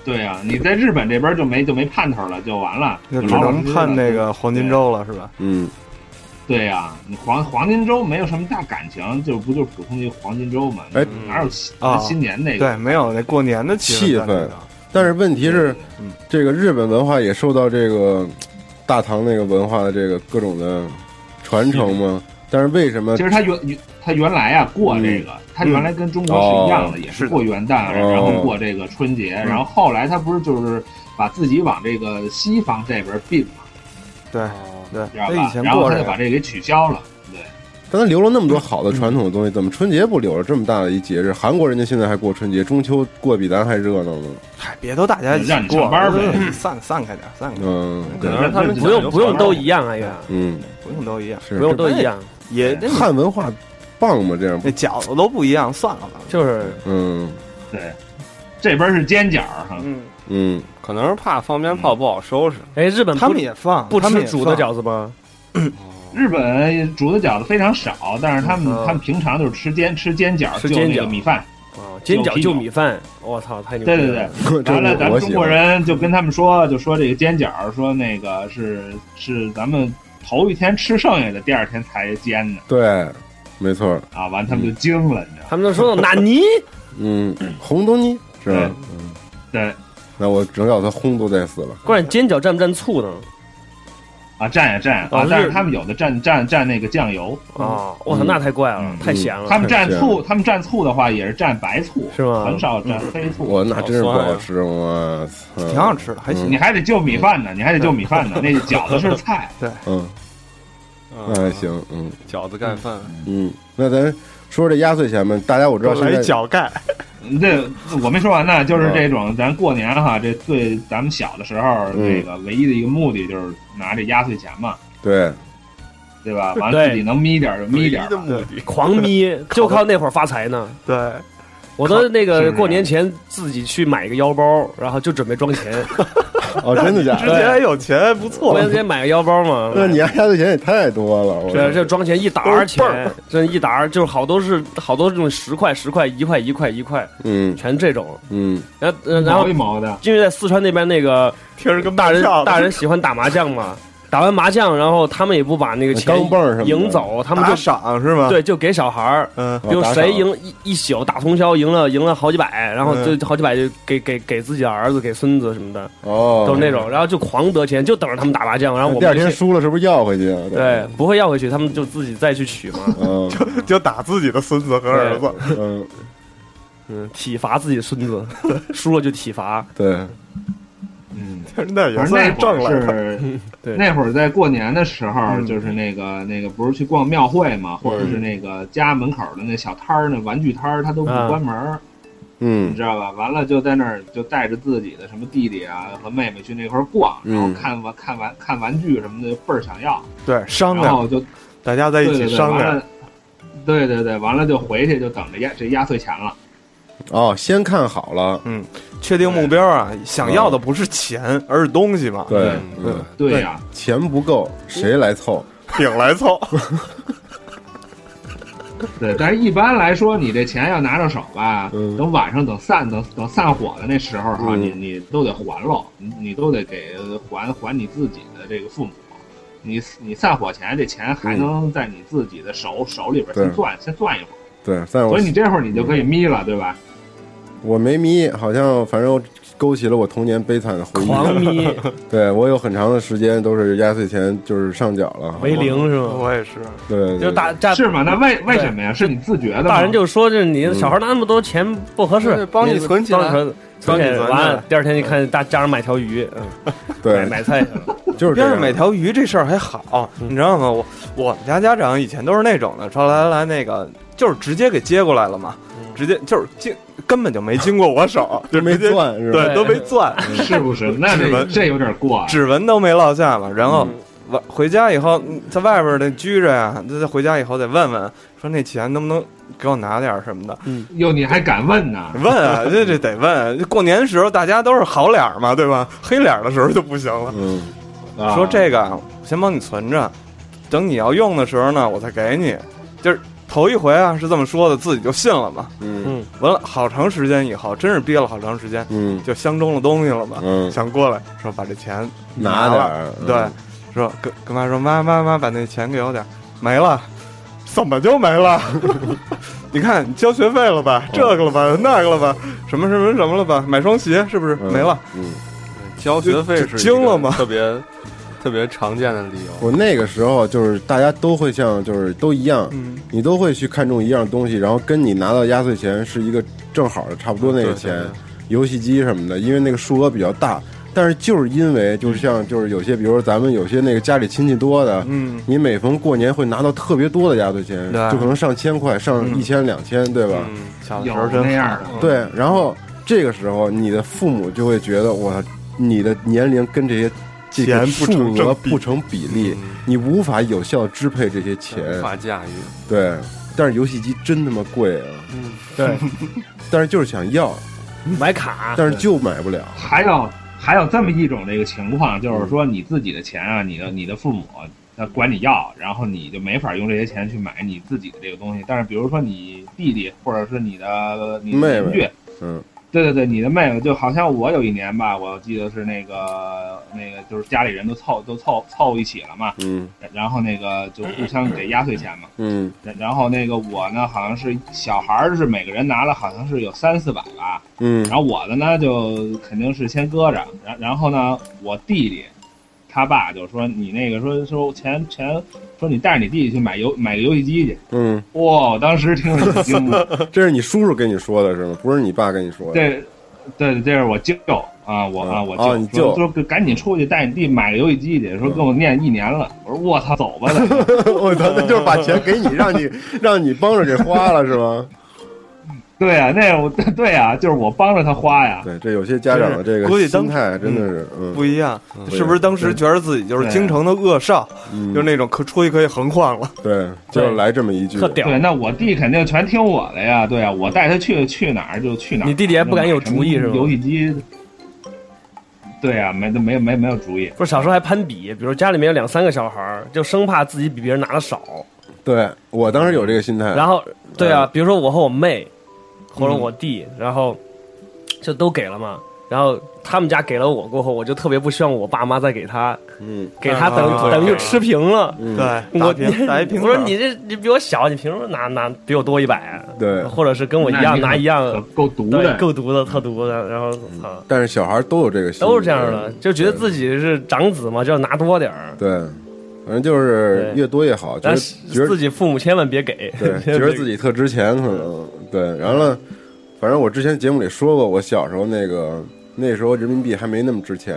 [SPEAKER 6] 对呀、你在日本这边就没就没盼头了，就完了，
[SPEAKER 5] 就只
[SPEAKER 6] 老老
[SPEAKER 5] 能
[SPEAKER 6] 实实
[SPEAKER 5] 盼
[SPEAKER 6] 的
[SPEAKER 5] 那个黄金周了，是吧？
[SPEAKER 3] 嗯，
[SPEAKER 6] 对呀、你黄黄金周没有什么大感情，就不就普通的一个黄金周嘛？
[SPEAKER 3] 哎
[SPEAKER 6] 嗯哪有新
[SPEAKER 5] 啊
[SPEAKER 6] 新年那个？
[SPEAKER 5] 对，没有那过年的
[SPEAKER 3] 气
[SPEAKER 5] 气在
[SPEAKER 3] 氛
[SPEAKER 5] 里头
[SPEAKER 3] 但是问题是
[SPEAKER 5] 嗯，
[SPEAKER 3] 这个日本文化也受到这个大唐那个文化的这个各种的传承嘛。但是为什么嗯
[SPEAKER 6] 其？实他原原他原来啊过这个，他原来跟中国是一样
[SPEAKER 5] 哦
[SPEAKER 3] 哦
[SPEAKER 6] 的，也是过元旦，
[SPEAKER 3] 是的
[SPEAKER 6] 然后过这个春节，
[SPEAKER 5] 嗯
[SPEAKER 6] 然后后来他不是就是把自己往这个西方这边并嘛，
[SPEAKER 5] 对对，
[SPEAKER 6] 知道
[SPEAKER 5] 他以
[SPEAKER 6] 吧？
[SPEAKER 5] 前
[SPEAKER 6] 然
[SPEAKER 5] 过
[SPEAKER 6] 后他
[SPEAKER 5] 这
[SPEAKER 6] 就
[SPEAKER 5] 个
[SPEAKER 6] 把，这给取消了。对，
[SPEAKER 3] 但他留了那么多好的传统的东西，怎么春节不留了这么大的一节日？韩国人家现在还过春节，中秋过比咱还热闹呢。
[SPEAKER 5] 嗨，别都大家一起
[SPEAKER 6] 让你
[SPEAKER 5] 过
[SPEAKER 6] 上班呗
[SPEAKER 5] 嗯散散开点，散开点，
[SPEAKER 3] 嗯，对，
[SPEAKER 4] 可能他们
[SPEAKER 6] 不
[SPEAKER 10] 不用不用都
[SPEAKER 4] 样。
[SPEAKER 10] 一样，哎呀，
[SPEAKER 3] 嗯，
[SPEAKER 5] 不用都一样，哎
[SPEAKER 3] 是
[SPEAKER 10] 不用都一样，
[SPEAKER 5] 也那
[SPEAKER 3] 汉文化棒吗？这样
[SPEAKER 5] 那，饺子都不一样，算了吧。
[SPEAKER 10] 就是
[SPEAKER 3] 嗯
[SPEAKER 6] 这边是煎饺哈，
[SPEAKER 5] 嗯，
[SPEAKER 3] 嗯，
[SPEAKER 4] 可能是怕放鞭炮不好收拾，
[SPEAKER 10] 哎，日本不
[SPEAKER 5] 他们也放，
[SPEAKER 10] 不
[SPEAKER 5] 他们
[SPEAKER 10] 吃
[SPEAKER 5] 也
[SPEAKER 10] 煮的
[SPEAKER 5] 放，
[SPEAKER 10] 饺子吗？
[SPEAKER 6] 日本煮的饺子非常少，但是他们、
[SPEAKER 5] 嗯
[SPEAKER 6] 他们平常就是吃煎吃煎饺，
[SPEAKER 10] 吃
[SPEAKER 6] 就
[SPEAKER 10] 煎
[SPEAKER 6] 那个
[SPEAKER 10] 饺
[SPEAKER 6] 米饭。
[SPEAKER 10] 啊，煎饺就米饭，我操，太牛逼
[SPEAKER 6] 对
[SPEAKER 10] 了！
[SPEAKER 6] 对对，
[SPEAKER 3] 这
[SPEAKER 6] 完了，咱
[SPEAKER 3] 我
[SPEAKER 6] 们
[SPEAKER 3] 喜
[SPEAKER 6] 中国
[SPEAKER 3] 欢。
[SPEAKER 6] 人就跟他们说，就说这个煎饺，说那个是是咱们头一天吃剩下的，第二天才煎的
[SPEAKER 3] 对，没错，
[SPEAKER 6] 啊。完，他们就惊了，你知道吗？
[SPEAKER 10] 他们都说到纳尼，
[SPEAKER 3] 嗯，红东尼是吧？
[SPEAKER 6] 对
[SPEAKER 3] 那我只能叫他烘都得死了。
[SPEAKER 10] 关键煎饺蘸不蘸醋呢？
[SPEAKER 6] 啊，蘸呀蘸呀
[SPEAKER 10] 啊
[SPEAKER 6] 啊，但
[SPEAKER 10] 日
[SPEAKER 6] 是他们有的蘸蘸蘸那个酱油，
[SPEAKER 10] 啊，我操，那太怪了
[SPEAKER 6] 嗯，
[SPEAKER 10] 太咸
[SPEAKER 6] 他
[SPEAKER 10] 了，
[SPEAKER 6] 们蘸
[SPEAKER 3] 是
[SPEAKER 6] 醋，他们蘸醋的话也是蘸白醋，
[SPEAKER 10] 是吗啊
[SPEAKER 6] 很少蘸黑醋。
[SPEAKER 3] 我那真是不好吃，我操！
[SPEAKER 5] 挺好吃的，还行
[SPEAKER 6] 你。还得就米饭呢，你还得就米饭呢。那个饺子是菜，
[SPEAKER 3] 嗯，那还行，嗯，
[SPEAKER 4] 饺子盖饭，
[SPEAKER 3] 嗯，那咱说说这压岁钱吧，大家我知道现在
[SPEAKER 5] 盖。
[SPEAKER 6] 这嗯我没说完呢，就是这种咱过年哈，这对咱们小的时候，
[SPEAKER 3] 嗯
[SPEAKER 6] 这个唯一的一个目的就是拿这压岁钱嘛，
[SPEAKER 3] 对，
[SPEAKER 6] 对吧？完了自己能眯点儿就眯点儿吧，
[SPEAKER 10] 狂眯，就靠那会儿发财呢。
[SPEAKER 5] 对，
[SPEAKER 10] 我都那
[SPEAKER 6] 是
[SPEAKER 10] 个
[SPEAKER 6] 不是
[SPEAKER 10] 过年前自己去买个腰包，然后就准备装钱。
[SPEAKER 3] 哦，真的假 的？
[SPEAKER 10] 之前还
[SPEAKER 5] 有钱，不错
[SPEAKER 10] 过年前买个腰包嘛。
[SPEAKER 3] 那你家压岁钱也太多了，我
[SPEAKER 10] 这啊这装钱一沓儿钱，这一沓儿就是好多是好多这种十块、十块、一块、一块、一块，
[SPEAKER 3] 嗯
[SPEAKER 10] 全这种。
[SPEAKER 3] 嗯，
[SPEAKER 10] 然后呃然后
[SPEAKER 6] 毛一毛的，
[SPEAKER 10] 因为在四川那边那个
[SPEAKER 5] 听着跟
[SPEAKER 10] 大人
[SPEAKER 5] 麻将似的
[SPEAKER 10] 大人喜欢打麻将嘛，打完麻将，然后他们也不把那个钱
[SPEAKER 5] 钢镚儿什么的
[SPEAKER 10] 赢走，他们
[SPEAKER 5] 打
[SPEAKER 10] 就
[SPEAKER 5] 赏是吗
[SPEAKER 10] 对，就给小孩儿，
[SPEAKER 5] 嗯
[SPEAKER 10] 比如
[SPEAKER 5] 哦打赏
[SPEAKER 10] 谁赢一一宿打通宵，赢了赢了好几百，然后就
[SPEAKER 5] 嗯
[SPEAKER 10] 好几百就给给给自己的儿子、给孙子什么的，
[SPEAKER 3] 哦，
[SPEAKER 10] 都是那种，然后就狂得钱，就等着他们打麻将，然后我们
[SPEAKER 3] 第二天
[SPEAKER 10] 这些
[SPEAKER 3] 输了是不是要回去啊？
[SPEAKER 10] 对，不会要回去，他们就自己再去取嘛，
[SPEAKER 3] 嗯，
[SPEAKER 5] 就打自己的孙子和儿子。
[SPEAKER 3] 嗯
[SPEAKER 10] 嗯，体罚自己孙子， 输了就体罚，
[SPEAKER 3] 对，
[SPEAKER 6] 嗯，
[SPEAKER 5] 那也
[SPEAKER 6] 反
[SPEAKER 5] 算
[SPEAKER 6] 正那
[SPEAKER 5] 是
[SPEAKER 6] 会
[SPEAKER 5] 挣来
[SPEAKER 6] 儿
[SPEAKER 5] 了。
[SPEAKER 6] 是
[SPEAKER 10] 对
[SPEAKER 6] 那会儿在过年的时候，
[SPEAKER 5] 嗯
[SPEAKER 6] 就是那个那个不是去逛庙会嘛，或者是那个家门口的那小摊儿，那玩具摊儿，他都不
[SPEAKER 10] 嗯
[SPEAKER 6] 关门儿，你
[SPEAKER 3] 嗯
[SPEAKER 6] 知道吧？完了就在那儿就带着自己的什么弟弟啊和妹妹去那块儿逛，然后
[SPEAKER 5] 嗯
[SPEAKER 6] 看玩看玩看玩具什么的，倍儿想要，
[SPEAKER 5] 对，商
[SPEAKER 6] 然后
[SPEAKER 5] 量，
[SPEAKER 6] 就
[SPEAKER 5] 大家在一起商。
[SPEAKER 6] 对
[SPEAKER 5] 量
[SPEAKER 6] 对对完了。对对对，完了就回去就等着压这压岁钱了。
[SPEAKER 3] 哦，先看好了，嗯
[SPEAKER 5] 嗯，确定目标啊，想要的不是钱，而是东西嘛。
[SPEAKER 3] 对，
[SPEAKER 5] 嗯，
[SPEAKER 3] 嗯，
[SPEAKER 6] 对呀，
[SPEAKER 3] 钱不够，谁来凑？
[SPEAKER 5] 饼来凑。
[SPEAKER 6] 对，但是一般来说，你这钱要拿到手吧，等晚上等散等等散伙的那时候哈，
[SPEAKER 3] 嗯
[SPEAKER 6] 你你都得还喽，你你都得给还还你自己的这个父母。你你散伙前这钱还能在你自己的手、手里边
[SPEAKER 3] 嗯对
[SPEAKER 6] 先攥先攥一会儿，
[SPEAKER 3] 对，但我嗯
[SPEAKER 6] 所以你这会儿你就可以眯了，对吧？
[SPEAKER 3] 我没眯，好像反正勾起了我童年悲惨的回忆。
[SPEAKER 10] 狂迷
[SPEAKER 3] 对我有很长的时间都是压岁钱就是上缴了，
[SPEAKER 10] 为零是吗？
[SPEAKER 5] 我也是，
[SPEAKER 3] 对，对，
[SPEAKER 10] 就
[SPEAKER 3] 对
[SPEAKER 10] 大家
[SPEAKER 6] 是吗？那为为什么呀？是你自觉的吗？
[SPEAKER 10] 大人就说这你小孩拿那么多钱不合
[SPEAKER 4] 对
[SPEAKER 10] 适，
[SPEAKER 4] 帮你存起来
[SPEAKER 10] 帮存
[SPEAKER 4] 帮你
[SPEAKER 10] 存起来
[SPEAKER 4] 存起来
[SPEAKER 10] 完了第二天就看大家长买条鱼，嗯买
[SPEAKER 3] 对，
[SPEAKER 10] 买菜去了。
[SPEAKER 3] 就是这
[SPEAKER 5] 边上
[SPEAKER 3] 样嗯
[SPEAKER 5] 买条鱼这事儿还好，你知道吗？我我们家家长以前都是那种的，说来来来，那个就是直接给接过来了嘛，
[SPEAKER 6] 嗯
[SPEAKER 5] 直接就是经根本就没经过我手，就
[SPEAKER 3] 嗯没
[SPEAKER 5] 直接
[SPEAKER 3] 钻是吧？
[SPEAKER 5] 对，都没攥，
[SPEAKER 6] 嗯是不是？那
[SPEAKER 5] 指
[SPEAKER 6] 这
[SPEAKER 5] 纹
[SPEAKER 6] 这有点过啊。嗯
[SPEAKER 5] 指纹都没落下嘛。然后完回家以后，嗯在外边儿那拘着呀，这回家以后得问问，说那钱能不能给我拿点儿什么的。
[SPEAKER 3] 嗯
[SPEAKER 6] 哟，你还敢问呢？
[SPEAKER 5] 问 啊，这这得问。过年的时候大家都是好脸儿嘛，对吧？黑脸儿的时候就不行了。
[SPEAKER 3] 嗯，
[SPEAKER 6] 啊
[SPEAKER 5] 说这个啊，我先帮你存着，等你要用的时候呢，我再给你。就是头一回啊，是这么说的，自己就信了嘛。
[SPEAKER 3] 嗯
[SPEAKER 5] 完了，好长时间以后，真是憋了好长时间，
[SPEAKER 3] 嗯
[SPEAKER 5] 就相中了东西了嘛。
[SPEAKER 3] 嗯
[SPEAKER 5] 想过来说把这钱
[SPEAKER 3] 拿点儿
[SPEAKER 5] 了，
[SPEAKER 3] 嗯
[SPEAKER 5] 对，说跟跟妈说妈妈妈把那钱给我点儿，没了。怎么就没 了？你看，你交学费了
[SPEAKER 3] 嗯
[SPEAKER 5] 吧，这个了吧，那个了吧，什么什么什么了吧，买双鞋是不是、
[SPEAKER 3] 嗯
[SPEAKER 5] 没了？
[SPEAKER 3] 嗯，
[SPEAKER 4] 交学费是一个
[SPEAKER 5] 惊了吗
[SPEAKER 4] 特别特别常见的理由。
[SPEAKER 3] 我那个时候就是大家都会像就是都一样，
[SPEAKER 5] 嗯
[SPEAKER 3] 你都会去看中一样东西，然后跟你拿到压岁钱是一个正好的差不多那个
[SPEAKER 5] 啊对对
[SPEAKER 3] 钱
[SPEAKER 5] 对，
[SPEAKER 3] 游戏机什么的，因为那个数额比较大。但是就是因为就是像就是有些，比如说咱们有些那个家里亲戚多的，
[SPEAKER 5] 嗯，
[SPEAKER 3] 你每逢过年会拿到特别多的压岁钱，
[SPEAKER 5] 对
[SPEAKER 3] 就可能上千块，上一千两千，对吧？
[SPEAKER 5] 嗯，小的时
[SPEAKER 6] 有
[SPEAKER 5] 候真
[SPEAKER 6] 那样
[SPEAKER 5] 好嗯
[SPEAKER 6] 的，
[SPEAKER 3] 对，然后这个时候你的父母就会觉得，我你的年龄跟这些这个
[SPEAKER 5] 钱不成
[SPEAKER 3] 数额
[SPEAKER 5] 正比
[SPEAKER 3] 不成比例，你无法有效支配这些
[SPEAKER 4] 无
[SPEAKER 3] 钱。
[SPEAKER 4] 法驾驭，
[SPEAKER 3] 对，但是游戏机真他妈贵啊！
[SPEAKER 10] 对，
[SPEAKER 3] 但是就是想要，
[SPEAKER 10] 买卡，
[SPEAKER 3] 但是就买不了。
[SPEAKER 6] 还有还有这么一种这个情况，就是说你自己的钱啊，你的
[SPEAKER 3] 嗯
[SPEAKER 6] 你的父母他管你要，然后你就没法用这些钱去买你自己的这个东西。但是比如说你弟弟或者是你的你的邻
[SPEAKER 3] 妹
[SPEAKER 6] 居
[SPEAKER 3] 妹，嗯
[SPEAKER 6] 对对对，你的妹妹，就好像我有一年吧，我记得是那个那个就是家里人都凑都凑凑一起了嘛，
[SPEAKER 3] 嗯
[SPEAKER 6] 然后那个就互相给压岁钱嘛。
[SPEAKER 3] 嗯
[SPEAKER 6] 然然后那个我呢，好像是小孩儿是每个人拿了好像是有三四百吧，
[SPEAKER 3] 嗯
[SPEAKER 6] 然后我的呢，就肯定是先搁着，然然后呢，我弟弟他爸就说你那个说说钱钱，说你带着你弟弟去买游买个游戏机去。
[SPEAKER 3] 嗯，
[SPEAKER 6] 哇，我当时听着就 惊了，
[SPEAKER 3] 这是你叔叔跟你说的是吗？不是你爸跟你说的。
[SPEAKER 6] 这，对，这是我舅，啊，我啊，我
[SPEAKER 3] 啊你嗯
[SPEAKER 6] 就
[SPEAKER 3] 舅
[SPEAKER 6] 说就赶紧出去带你弟买个游戏机去，说跟我念一年了，我说我操，走吧，
[SPEAKER 3] 我操，那就是把钱给你，让 你让你帮着给花了是吗？
[SPEAKER 6] 对啊，那我 对啊，就是我帮着他花呀，
[SPEAKER 3] 对，这有些家长的这个
[SPEAKER 5] 估计当
[SPEAKER 3] 心态真的是嗯
[SPEAKER 5] 不一样
[SPEAKER 3] 嗯，
[SPEAKER 5] 是不是当时觉得自己就是京城的恶少，就是那种可出去可以横晃了？
[SPEAKER 3] 对，
[SPEAKER 5] 就是
[SPEAKER 3] 来这么一句
[SPEAKER 6] 对，那我弟肯定全听我的呀，对啊，我带他去去哪儿就去哪儿。
[SPEAKER 10] 你弟弟还不敢有主意是吧
[SPEAKER 6] 游戏机，
[SPEAKER 10] 嗯
[SPEAKER 6] 对啊，没没没没有主意。
[SPEAKER 10] 不是小时候还攀比，比如家里面有两三个小孩儿，就生怕自己比别人拿的少。
[SPEAKER 3] 对我当时有这个心态，
[SPEAKER 10] 然后对
[SPEAKER 3] 哎
[SPEAKER 10] 啊，比如说我和我妹，或
[SPEAKER 3] 嗯
[SPEAKER 10] 者我弟，然后就都给了嘛。然后他们家给了我过后，我就特别不希望我爸妈再给他，
[SPEAKER 3] 嗯，
[SPEAKER 10] 给他等
[SPEAKER 5] 啊
[SPEAKER 10] 等于就吃平了。
[SPEAKER 5] 嗯对
[SPEAKER 10] 我
[SPEAKER 5] 打 平打一平手
[SPEAKER 10] 我说你这你比我小，你凭什么拿拿比我多一百啊？
[SPEAKER 3] 对
[SPEAKER 10] 或者是跟我一
[SPEAKER 3] 那
[SPEAKER 10] 样
[SPEAKER 3] 你
[SPEAKER 10] 拿一样，
[SPEAKER 6] 够毒
[SPEAKER 3] 的
[SPEAKER 10] 够毒的，特毒的。然后操，
[SPEAKER 3] 但是小孩都有这个心理，
[SPEAKER 10] 都是这样
[SPEAKER 3] 嗯
[SPEAKER 10] 的，就觉得自己是长子嘛，就要拿多点儿。
[SPEAKER 3] 对，反正就是
[SPEAKER 10] 对
[SPEAKER 3] 越多越好，觉
[SPEAKER 10] 但
[SPEAKER 3] 得
[SPEAKER 10] 是
[SPEAKER 3] 觉得
[SPEAKER 10] 自己父母千万别给，
[SPEAKER 3] 对，觉得自己特值钱，可能对。然后呢，反正我之前节目里说过，我小时候那个那时候人民币还没那么值钱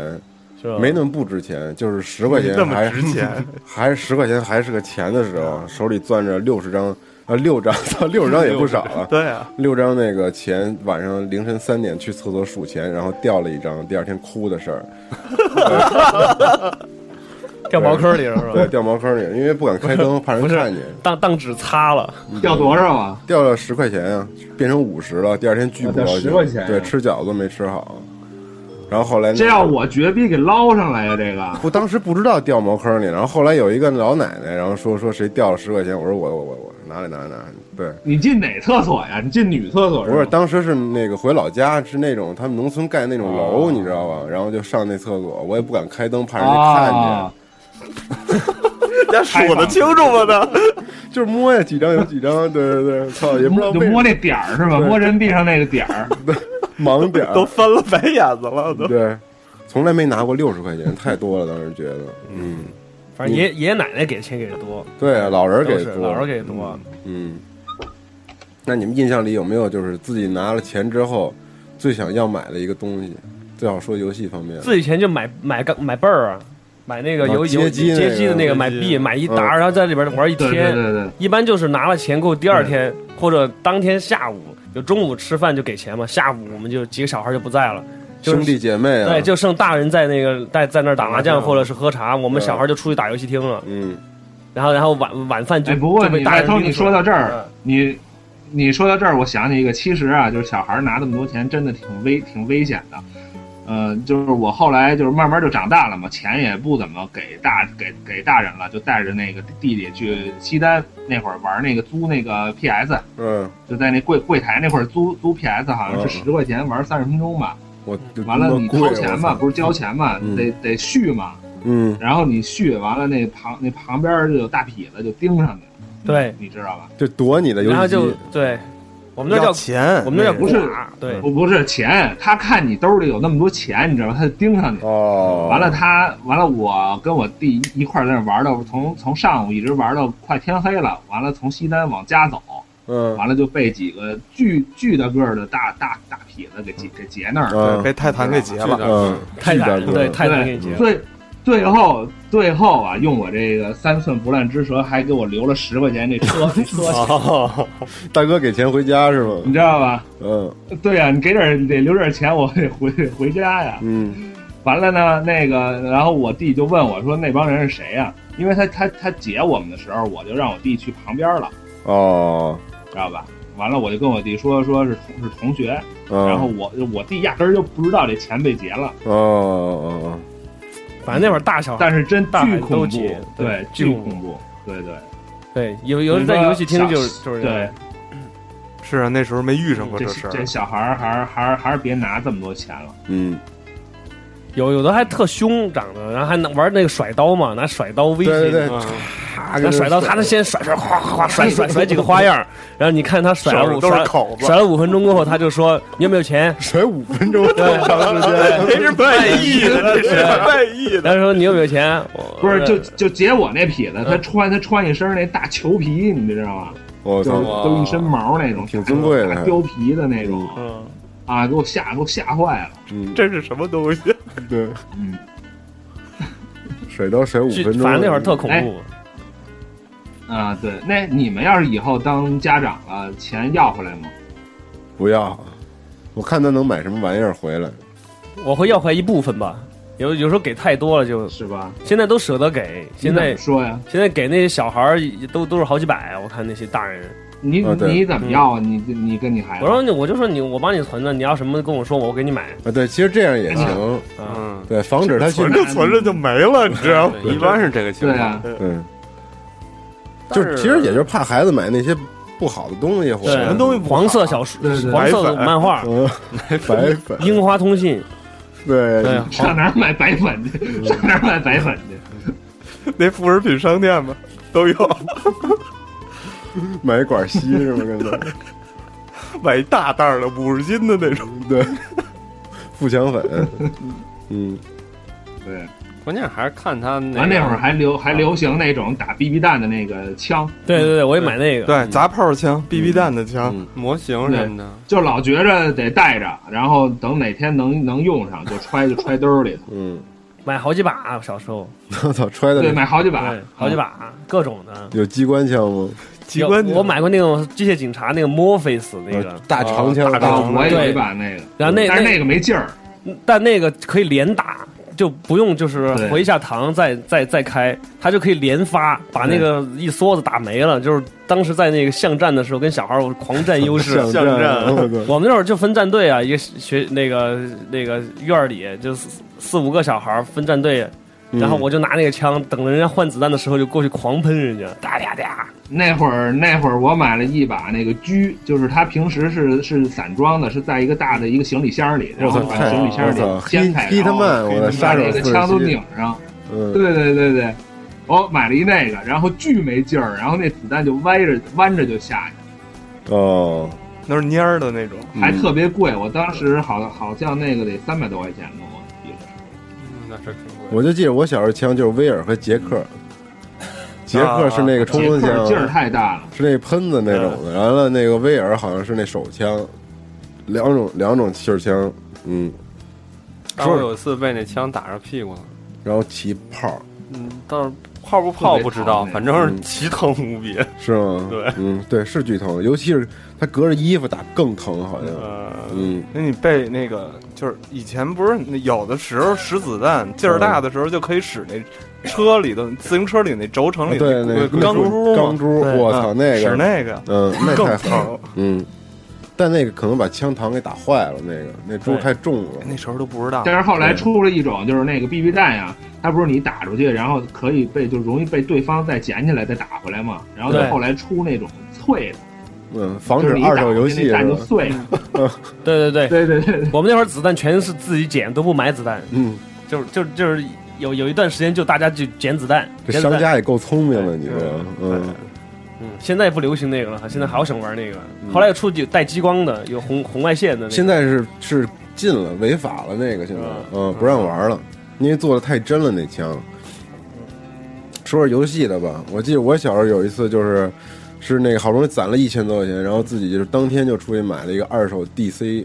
[SPEAKER 10] 是吧，
[SPEAKER 3] 没那么不值钱，就是十块钱
[SPEAKER 5] 那么
[SPEAKER 3] 还
[SPEAKER 5] 值钱，
[SPEAKER 3] 还是十块钱还是个钱的时候，手里攥着六十张啊六张， 操六十张也不少了
[SPEAKER 5] 对啊，
[SPEAKER 3] 六张那个钱，晚上凌晨三点去厕所数钱，然后掉了一张，第二天哭的事儿，
[SPEAKER 10] 掉茅坑里了是吧？
[SPEAKER 3] 对，掉茅坑里，因为不敢开灯，怕人看见。
[SPEAKER 10] 当当纸擦了，
[SPEAKER 3] 掉
[SPEAKER 8] 多少啊？
[SPEAKER 3] 嗯掉了十块钱啊，变成五十了。第二天巨不高兴，
[SPEAKER 8] 啊掉10块钱啊
[SPEAKER 3] 对，吃饺子没吃好。然后后来那个
[SPEAKER 8] 这要我绝逼给捞上来呀、啊这个
[SPEAKER 3] 不当时不知道掉茅坑里，然后后来有一个老奶奶，然后说说谁掉了十块钱，我说我我我我拿来拿来拿来，对。
[SPEAKER 8] 你进哪厕所呀？你进女厕所
[SPEAKER 3] 不是，
[SPEAKER 8] 吗？
[SPEAKER 3] 当时是那个回老家，是那种他们农村盖那种
[SPEAKER 6] 哦
[SPEAKER 3] 楼，你知道吧？然后就上那厕所，我也不敢开灯，怕人家看
[SPEAKER 6] 啊
[SPEAKER 3] 见。
[SPEAKER 5] 那数得清楚吗？呢，
[SPEAKER 3] 就是摸呀，几张有几张，对对对，操，也不知道
[SPEAKER 6] 就
[SPEAKER 3] 为什么
[SPEAKER 6] 摸那点儿是吧？
[SPEAKER 3] 对
[SPEAKER 6] 摸人币上那个点儿，
[SPEAKER 3] 盲点儿
[SPEAKER 5] 都翻了白眼子了，都。
[SPEAKER 3] 对，从来没拿过六十块钱，太多了，当时觉得，嗯，
[SPEAKER 10] 反正爷爷爷奶奶给的钱给的多，
[SPEAKER 3] 对啊，老人
[SPEAKER 10] 都
[SPEAKER 3] 给
[SPEAKER 10] 是
[SPEAKER 3] 多，
[SPEAKER 10] 老人给的多。
[SPEAKER 3] 嗯。那你们印象里有没有就是自己拿了钱之后最想要买的一个东西？最好说游戏方面，
[SPEAKER 10] 自己钱就买买个买倍儿啊，买那个
[SPEAKER 3] 啊
[SPEAKER 10] 游游
[SPEAKER 3] 街机那
[SPEAKER 10] 街
[SPEAKER 3] 个
[SPEAKER 10] 机的那
[SPEAKER 3] 街
[SPEAKER 10] 个
[SPEAKER 3] 机
[SPEAKER 10] 买币，买一沓，
[SPEAKER 3] 嗯
[SPEAKER 10] 然后在里边玩一
[SPEAKER 3] 对
[SPEAKER 10] 天。
[SPEAKER 3] 对对对
[SPEAKER 10] 一般就是拿了钱够第
[SPEAKER 6] 嗯
[SPEAKER 10] 二天或者当天下午，就中午吃饭就给钱嘛，下午我们就几个小孩就不在了。就是
[SPEAKER 3] 兄弟姐妹啊，
[SPEAKER 10] 对，就剩大人在那个在在那儿打麻将或者是喝茶，我们
[SPEAKER 3] 对
[SPEAKER 10] 小孩就出去打游戏厅了。
[SPEAKER 3] 嗯，
[SPEAKER 10] 然后然后晚晚饭就
[SPEAKER 6] 哎，不过
[SPEAKER 10] 就被
[SPEAKER 6] 你
[SPEAKER 10] 大
[SPEAKER 6] 外
[SPEAKER 10] 人
[SPEAKER 6] 头
[SPEAKER 10] 拎
[SPEAKER 6] 你
[SPEAKER 10] 出
[SPEAKER 6] 说
[SPEAKER 10] 来
[SPEAKER 6] 到这
[SPEAKER 10] 嗯
[SPEAKER 6] 儿，你你说到这儿，我想起一个，其实啊，就是小孩儿拿那么多钱，真的挺危挺危险的。呃，就是我后来就是慢慢就长大了嘛，钱也不怎么给大给给大人了，就带着那个弟弟去西单那会儿玩那个租那个 PS，
[SPEAKER 3] 嗯，
[SPEAKER 6] 就在那柜柜台那会儿租租 PS，好像
[SPEAKER 3] 嗯
[SPEAKER 6] 是十块钱玩三十分钟吧。
[SPEAKER 3] 我就
[SPEAKER 6] 完了，
[SPEAKER 3] 他妈
[SPEAKER 6] 你
[SPEAKER 3] 贵
[SPEAKER 6] 掏钱嘛，
[SPEAKER 3] 我操
[SPEAKER 6] 不是交钱嘛，
[SPEAKER 3] 嗯
[SPEAKER 6] 得得续嘛。
[SPEAKER 3] 嗯，
[SPEAKER 6] 然后你续完了，那旁那旁边儿就有大痞子就盯上你，
[SPEAKER 10] 对，
[SPEAKER 6] 你知道吧？
[SPEAKER 3] 就躲你的游
[SPEAKER 10] 然后
[SPEAKER 3] 戏
[SPEAKER 10] 就
[SPEAKER 3] 机，
[SPEAKER 10] 对，我们那叫
[SPEAKER 5] 钱
[SPEAKER 10] 我们那叫
[SPEAKER 6] 不是
[SPEAKER 10] 寡对
[SPEAKER 6] 不不是钱，他看你兜里有那么多钱，你知道吗？他就盯上你。
[SPEAKER 3] 哦
[SPEAKER 6] 完了他完了，我跟我弟一块儿在那玩到从从上午一直玩到快天黑了，完了从西单往家走，
[SPEAKER 3] 嗯，
[SPEAKER 6] 完了就被几个巨巨大个儿的大大大痞子给截给截那儿了，
[SPEAKER 3] 嗯
[SPEAKER 5] 被泰坦给劫了
[SPEAKER 3] 嗯，
[SPEAKER 10] 泰坦
[SPEAKER 3] 巨大个
[SPEAKER 10] 对泰坦给
[SPEAKER 6] 对
[SPEAKER 10] 劫，
[SPEAKER 6] 最最后最后啊，用我这个三寸不烂之舌，还给我留了十块钱这 车这车钱，
[SPEAKER 3] 哦，大哥给钱回家是吗？
[SPEAKER 6] 你知道吧？呃
[SPEAKER 3] 嗯
[SPEAKER 6] 对啊呀、你给点儿你得留点儿钱，我得回回家呀。
[SPEAKER 3] 嗯
[SPEAKER 6] 完了呢，那个，然后我弟就问我说：“那帮人是谁呀、啊因为他他他截我们的时候，我就让我弟去旁边了，
[SPEAKER 3] 哦，
[SPEAKER 6] 知道吧？完了，我就跟我弟说，说是同是同学，
[SPEAKER 3] 嗯
[SPEAKER 6] 然后我我弟压根儿就不知道这钱被劫了，
[SPEAKER 3] 哦哦哦，
[SPEAKER 10] 反正那会儿大小孩，
[SPEAKER 6] 但是真
[SPEAKER 10] 大
[SPEAKER 6] 巨
[SPEAKER 10] 人
[SPEAKER 6] 恐
[SPEAKER 10] 都
[SPEAKER 6] 怖，
[SPEAKER 10] 劫，
[SPEAKER 6] 对，
[SPEAKER 10] 巨
[SPEAKER 6] 巨恐
[SPEAKER 10] 怖。
[SPEAKER 6] 怖，对对。
[SPEAKER 10] 对，有有
[SPEAKER 6] 你
[SPEAKER 10] 时在
[SPEAKER 6] 说
[SPEAKER 10] 游戏厅就是
[SPEAKER 6] 小
[SPEAKER 10] 就是这
[SPEAKER 6] 对
[SPEAKER 10] 样，
[SPEAKER 5] 是啊，那时候没遇上过
[SPEAKER 6] 这
[SPEAKER 5] 事儿。
[SPEAKER 6] 这小孩儿还是还是还是别拿这么多钱了，
[SPEAKER 3] 嗯，
[SPEAKER 10] 有有的还特凶长得，然后还能玩那个甩刀嘛，拿甩刀威胁
[SPEAKER 3] 对对
[SPEAKER 10] 你。
[SPEAKER 3] 对，嗯
[SPEAKER 10] 啊
[SPEAKER 3] 咔
[SPEAKER 10] 拿甩刀，他
[SPEAKER 3] 他
[SPEAKER 10] 那先甩甩，哗哗哗甩甩甩几个花样儿，然后你看他甩了
[SPEAKER 5] 手上
[SPEAKER 10] 五
[SPEAKER 5] 都是
[SPEAKER 10] 甩
[SPEAKER 5] 口子
[SPEAKER 10] 甩了五分钟过后，他就说你有没有钱？
[SPEAKER 3] 甩五分钟，
[SPEAKER 10] 对，
[SPEAKER 3] 长时间。
[SPEAKER 5] 这是卖艺的，这是卖艺的。
[SPEAKER 10] 然后说你有没有钱？我
[SPEAKER 6] 不是就就截我那痞
[SPEAKER 10] 嗯
[SPEAKER 6] 子，他穿他穿一身那大裘皮，你知道吗？
[SPEAKER 3] 我
[SPEAKER 6] 就
[SPEAKER 3] 操
[SPEAKER 6] 是，就一身毛那种，
[SPEAKER 3] 挺尊贵的
[SPEAKER 6] 大貂皮的那种。
[SPEAKER 10] 嗯，
[SPEAKER 6] 啊，给我吓给我吓坏了。嗯
[SPEAKER 3] 嗯，
[SPEAKER 5] 这是什么东西？
[SPEAKER 3] 对，水都水五分钟，
[SPEAKER 6] 哎。啊，对，那你们要是以后当家长了，钱要回来吗？
[SPEAKER 3] 不要，我看他能买什么玩意儿回来。
[SPEAKER 10] 我会要回一部分吧，有有时候给太多了就是
[SPEAKER 6] 吧？
[SPEAKER 10] 现在都舍得给，现
[SPEAKER 6] 你怎
[SPEAKER 10] 在
[SPEAKER 6] 么说呀，
[SPEAKER 10] 现在给那些小孩儿也都都是好几百，我看那些大人。
[SPEAKER 6] 你你怎么
[SPEAKER 3] 嗯
[SPEAKER 10] 嗯
[SPEAKER 6] 要啊？你你跟你孩
[SPEAKER 10] 我
[SPEAKER 6] 子？
[SPEAKER 10] 说你，我就说你，我帮你存着，你要什么跟我说，我给你买。
[SPEAKER 3] 啊，对，其实这样也行，
[SPEAKER 10] 嗯，
[SPEAKER 3] 对，防止他去
[SPEAKER 10] 存着存着就
[SPEAKER 5] 没了，你知道吗
[SPEAKER 4] 一般是这个情况。
[SPEAKER 10] 啊
[SPEAKER 3] 嗯，就是
[SPEAKER 4] 但是
[SPEAKER 3] 其实也就是怕孩子买那些不好的东西回来，
[SPEAKER 10] 什么东西不好黄色小说对对黄色的漫画
[SPEAKER 3] 嗯白粉，
[SPEAKER 10] 樱花通信，
[SPEAKER 3] 对嗯
[SPEAKER 10] 对
[SPEAKER 6] 上哪儿买白粉去？上哪儿买白粉去？
[SPEAKER 5] 那副食品商店吧，都有。
[SPEAKER 3] 买一管吸是吗？刚才
[SPEAKER 5] 买一大袋儿的五十斤的那种，
[SPEAKER 3] 对，富强粉，嗯，
[SPEAKER 6] 对，
[SPEAKER 4] 关键还是看他那
[SPEAKER 6] 啊完那会儿还流还流行那种打 BB 弹的那个枪。
[SPEAKER 10] 啊对对对，我也买那个，
[SPEAKER 5] 对，砸炮枪、BB 弹的枪、
[SPEAKER 4] 模型
[SPEAKER 6] 对，就老觉着得带着，然后等哪天能能用上就揣就揣兜里头。
[SPEAKER 3] 嗯，
[SPEAKER 10] 买好几把，啊小时候
[SPEAKER 3] 我操，揣的
[SPEAKER 10] 对
[SPEAKER 6] 买好几把
[SPEAKER 10] 对好几把，各种的。
[SPEAKER 3] 有机关枪吗？
[SPEAKER 10] 我买过那种机械警察那个 Morpheus 那个
[SPEAKER 3] 呃大长枪
[SPEAKER 10] 大长枪
[SPEAKER 6] 啊我也有
[SPEAKER 10] 对
[SPEAKER 6] 一把那个
[SPEAKER 10] 然后那
[SPEAKER 6] 但是那个没劲儿，
[SPEAKER 10] 但那个可以连打，就不用就是
[SPEAKER 6] 对
[SPEAKER 10] 回一下膛再再再开，它就可以连发，把那个一梭子打没了。就是当时在那个巷战的时候，跟小孩儿我狂占优势，
[SPEAKER 3] 巷战巷战我操
[SPEAKER 10] 我们那会儿就分战队啊，一个学那个那个院儿里就四四五个小孩儿分战队。
[SPEAKER 6] 嗯
[SPEAKER 10] 然后我就拿那个枪，等着人家换子弹的时候，就过去狂喷人家，哒哒哒。
[SPEAKER 6] 那会儿那会儿我买了一把那个狙，就是它平时是是散装的，是在一个大的一个行李箱里，然后把行李箱
[SPEAKER 3] 我
[SPEAKER 6] 里
[SPEAKER 3] 操
[SPEAKER 6] 掀开，
[SPEAKER 3] 黑黑他曼
[SPEAKER 6] 然后
[SPEAKER 3] 我的杀手
[SPEAKER 6] 把那个
[SPEAKER 3] 四十
[SPEAKER 6] 枪都
[SPEAKER 3] 七
[SPEAKER 6] 拧上。
[SPEAKER 3] 嗯，
[SPEAKER 6] 对对对对，我买了一那个，然后巨没劲儿，然后那子弹就歪着弯着就下去了。
[SPEAKER 3] 哦，
[SPEAKER 5] 那是蔫儿的那种，
[SPEAKER 3] 嗯
[SPEAKER 6] 还特别贵，我当时好好像那个得三百多块钱呢，我记得是。
[SPEAKER 4] 那是挺
[SPEAKER 3] 我就记得我小时候枪就是威尔和杰 克，杰克是那个冲锋
[SPEAKER 6] 杰
[SPEAKER 3] 枪，
[SPEAKER 6] 克劲儿太大了。
[SPEAKER 3] 是那喷子那种的，
[SPEAKER 4] 嗯
[SPEAKER 3] 完了那个威尔好像是那手枪，两种两种气儿枪，嗯，
[SPEAKER 4] 但我有一次被那枪打着屁股了，
[SPEAKER 3] 然后起泡
[SPEAKER 4] 嗯，倒是泡不泡不知
[SPEAKER 3] 特
[SPEAKER 4] 道，
[SPEAKER 3] 别疼那个
[SPEAKER 4] 反正是奇疼无比。
[SPEAKER 3] 嗯 是吗？
[SPEAKER 4] 对，
[SPEAKER 3] 嗯，对，是巨疼，尤其是他隔着衣服打更疼，好像，嗯，
[SPEAKER 5] 那你被那个就是以前不是那有的时候使子弹劲儿大的时候就可以使那车里的自行车里那轴承里
[SPEAKER 3] 啊对，那
[SPEAKER 5] 钢珠嘛
[SPEAKER 3] 钢珠，
[SPEAKER 5] 对
[SPEAKER 3] 我
[SPEAKER 6] 啊
[SPEAKER 3] 操，
[SPEAKER 5] 嗯
[SPEAKER 3] 那个
[SPEAKER 5] 使那个
[SPEAKER 3] 嗯，那
[SPEAKER 5] 更
[SPEAKER 3] 太
[SPEAKER 5] 疼
[SPEAKER 3] 狠，，嗯，但那个可能把枪膛给打坏了，那个那珠
[SPEAKER 6] 对
[SPEAKER 3] 太重了，
[SPEAKER 5] 那时候都不知道
[SPEAKER 6] 但是后
[SPEAKER 3] 嗯
[SPEAKER 6] 来出了一种，就是那个 BB 弹呀，它不是你打出去，然后可以被就容易被对方再捡起来再打回来嘛。然后就
[SPEAKER 3] 对
[SPEAKER 6] 后来出那种脆的，
[SPEAKER 3] 嗯，防
[SPEAKER 6] 就
[SPEAKER 3] 止
[SPEAKER 6] 是你
[SPEAKER 3] 二
[SPEAKER 6] 打
[SPEAKER 3] 手
[SPEAKER 6] 出
[SPEAKER 3] 游
[SPEAKER 6] 去
[SPEAKER 3] 戏
[SPEAKER 6] 那弹
[SPEAKER 3] 是
[SPEAKER 6] 就
[SPEAKER 3] 吧？
[SPEAKER 6] 碎了。
[SPEAKER 10] 对对
[SPEAKER 6] 对对对
[SPEAKER 10] 我们那会儿子弹全是自己捡，都不买子弹。
[SPEAKER 3] 嗯，
[SPEAKER 10] 就是就是就是有有一段时间就大家就捡子弹，
[SPEAKER 3] 这
[SPEAKER 10] 捡子
[SPEAKER 3] 商
[SPEAKER 10] 弹。
[SPEAKER 3] 家也够聪明了，你说，嗯，
[SPEAKER 10] 嗯，现在不流行那个了，现在好想玩那个。后来又出有带激光的，有红红外线的那个。
[SPEAKER 3] 嗯现在是是禁了，违法了那个现在，嗯，不让玩了，因为做的太真了那枪。说说游戏的吧，我记得我小时候有一次就是，是那个好不容易攒了一千多块钱，然后自己就是当天就出去买了一个二手 DC，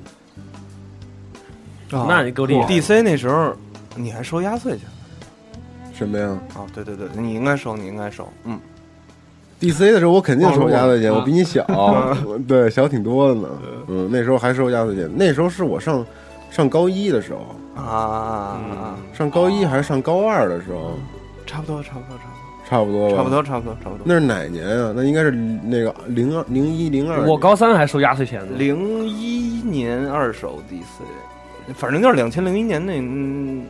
[SPEAKER 5] 啊
[SPEAKER 10] 那你够厉害
[SPEAKER 5] DC 那时候你还收压岁钱
[SPEAKER 3] 什么呀
[SPEAKER 5] 啊？对对对，你应该收，你应该收，嗯，
[SPEAKER 3] ？DC 的时候我肯定收压岁钱，
[SPEAKER 5] 哦
[SPEAKER 3] 我比你小，
[SPEAKER 5] 嗯
[SPEAKER 3] 我对，小挺多的呢。嗯，那时候还收压岁钱，那时候是我上上高一的时候，
[SPEAKER 10] 嗯
[SPEAKER 5] 啊，
[SPEAKER 3] 上高一还是上高二的时候，
[SPEAKER 5] 差不多，差不多，差
[SPEAKER 3] 差不多
[SPEAKER 5] 不
[SPEAKER 3] 吧，
[SPEAKER 5] 多，差不多，差不多，差不多。
[SPEAKER 3] 那是哪年啊？那应该是那个零二、零一、零二。
[SPEAKER 10] 我高三还收压岁钱呢。
[SPEAKER 5] 零一年二手 DC，反正就是两千零一年那、嗯、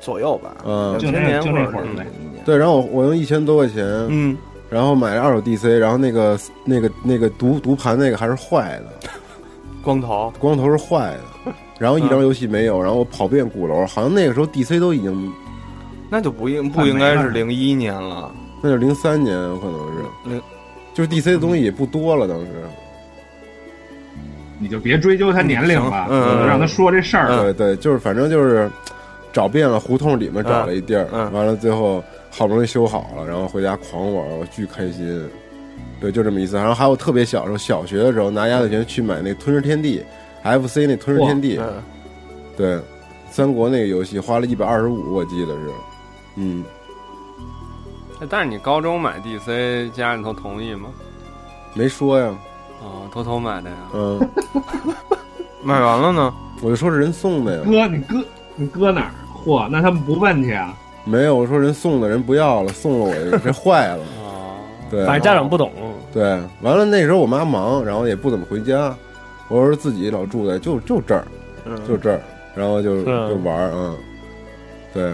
[SPEAKER 5] 左右吧，
[SPEAKER 3] 嗯
[SPEAKER 5] 两千年
[SPEAKER 6] 就那
[SPEAKER 5] 或
[SPEAKER 6] 会儿
[SPEAKER 5] 者
[SPEAKER 6] 呗
[SPEAKER 3] 对，然后我我用一千多块钱，
[SPEAKER 5] 嗯，
[SPEAKER 3] 然后买了二手 DC，然后那个那个那个读读盘那个还是坏的，
[SPEAKER 5] 光头，嗯
[SPEAKER 3] 光头是坏的，然后一张游戏没有，然后我跑遍鼓楼，好像那个时候 DC 都已经，
[SPEAKER 5] 那就不应不应该是零一年了，
[SPEAKER 3] 那就零三年可能是，
[SPEAKER 5] 零
[SPEAKER 3] 就是 DC 的东西也不多了，当时。
[SPEAKER 6] 你就别追究他年龄了，
[SPEAKER 3] 嗯，
[SPEAKER 6] 让他说这事儿。
[SPEAKER 3] 对对，就是反正就是找遍了胡同里面找了一地儿，
[SPEAKER 5] 嗯
[SPEAKER 3] 完了最后好不容易修好了，然后回家狂玩，我巨开心。对，就这么一次。然后还有特别小时候，小学的时候拿压岁钱去买那《吞噬天地》， FC 那《吞噬天地》
[SPEAKER 5] 哇，嗯
[SPEAKER 3] 对，三国那个游戏花了一百二十五，我记得是，嗯，
[SPEAKER 5] 嗯
[SPEAKER 4] 但是你高中买 DC，家人都同意吗？
[SPEAKER 3] 没说呀，
[SPEAKER 4] 哦，偷偷买的呀。
[SPEAKER 3] 嗯，
[SPEAKER 5] 买完了呢，
[SPEAKER 3] 我就说是人送的呀，
[SPEAKER 6] 哥，你搁你搁哪儿？嚯，那他们不问去啊？
[SPEAKER 3] 没有，我说人送的人不要了，送了我一个这坏了，对，
[SPEAKER 10] 反正家长不懂，
[SPEAKER 3] 对，完了那时候我妈忙，然后也不怎么回家，我是自己老住在就就这儿，就这儿，然后就是
[SPEAKER 10] 啊
[SPEAKER 3] 就玩儿，嗯，对，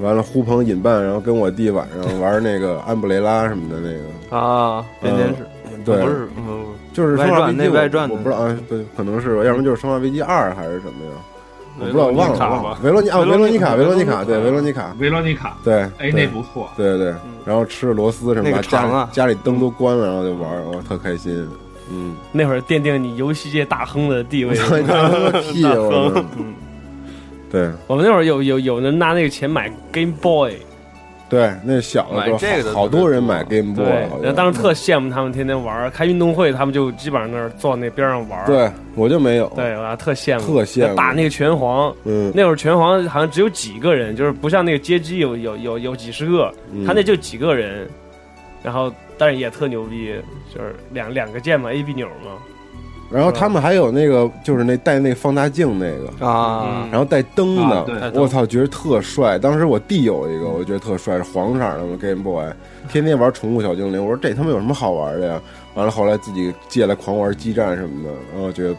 [SPEAKER 3] 完了呼朋引伴，然后跟我弟晚上玩那个安布雷拉什么的那个，
[SPEAKER 5] 啊，编年史
[SPEAKER 3] 嗯对，
[SPEAKER 5] 不是嗯
[SPEAKER 3] 就是
[SPEAKER 5] 外
[SPEAKER 3] 生化
[SPEAKER 5] 传
[SPEAKER 3] 危机
[SPEAKER 5] 那
[SPEAKER 3] 我
[SPEAKER 5] 外传
[SPEAKER 3] 我
[SPEAKER 5] 的
[SPEAKER 3] 不知道啊，对，可能是吧，要不然就是生化危机二还是什么呀？我不知道，
[SPEAKER 6] 维罗
[SPEAKER 3] 忘
[SPEAKER 6] 妮卡
[SPEAKER 3] 了忘了
[SPEAKER 6] 吧。
[SPEAKER 3] 维罗尼啊，
[SPEAKER 6] 维
[SPEAKER 3] 维
[SPEAKER 6] 罗
[SPEAKER 3] 罗
[SPEAKER 6] 妮
[SPEAKER 3] 妮
[SPEAKER 6] 卡
[SPEAKER 3] 卡，维罗妮卡，对，维罗妮卡，
[SPEAKER 6] 维罗妮卡，
[SPEAKER 3] 对，
[SPEAKER 6] 哎，
[SPEAKER 3] 对
[SPEAKER 6] 那不错，
[SPEAKER 3] 对对。然后吃着螺丝什么的，
[SPEAKER 10] 那个
[SPEAKER 3] 家
[SPEAKER 10] 长啊
[SPEAKER 3] 里家里灯都关了，然后就玩儿，我特开心。嗯，
[SPEAKER 10] 那会儿奠定你游戏界大亨的 地位。
[SPEAKER 3] 你他妈个屁
[SPEAKER 10] 哎大
[SPEAKER 3] 啊我
[SPEAKER 10] 亨
[SPEAKER 3] 嗯对
[SPEAKER 10] 我们那会儿有有有人拿那个钱买 Game Boy，
[SPEAKER 3] 对，那小的时候
[SPEAKER 10] 买这个的
[SPEAKER 3] 好好多人买 Game Boy，
[SPEAKER 10] 对
[SPEAKER 3] 好，像
[SPEAKER 10] 然后当时特羡慕他们天天玩儿，开运动会他们就基本上那儿坐那边上玩儿。
[SPEAKER 3] 对，我就没有。
[SPEAKER 10] 对，我还特羡慕，
[SPEAKER 3] 特羡慕
[SPEAKER 10] 打那个拳皇，
[SPEAKER 3] 嗯，
[SPEAKER 10] 那会儿拳皇好像只有几个人，就是不像那个街机有有有有几十个，
[SPEAKER 3] 嗯
[SPEAKER 10] 他那就几个人，然后但是也特牛逼，就是两两个键嘛，A B 钮嘛，
[SPEAKER 3] 然后他们还有那个，就是那带那放大镜那个
[SPEAKER 5] 啊
[SPEAKER 3] 然后带灯
[SPEAKER 5] 啊对带
[SPEAKER 3] 的，
[SPEAKER 5] 灯
[SPEAKER 3] 我操，觉得特帅。当时我弟有一个，我觉得特帅，是黄色的嘛 Game Boy，天天玩宠物小精灵。我说这他妈有什么好玩的呀？完了后来自己借来狂玩激战什么的，然后觉得，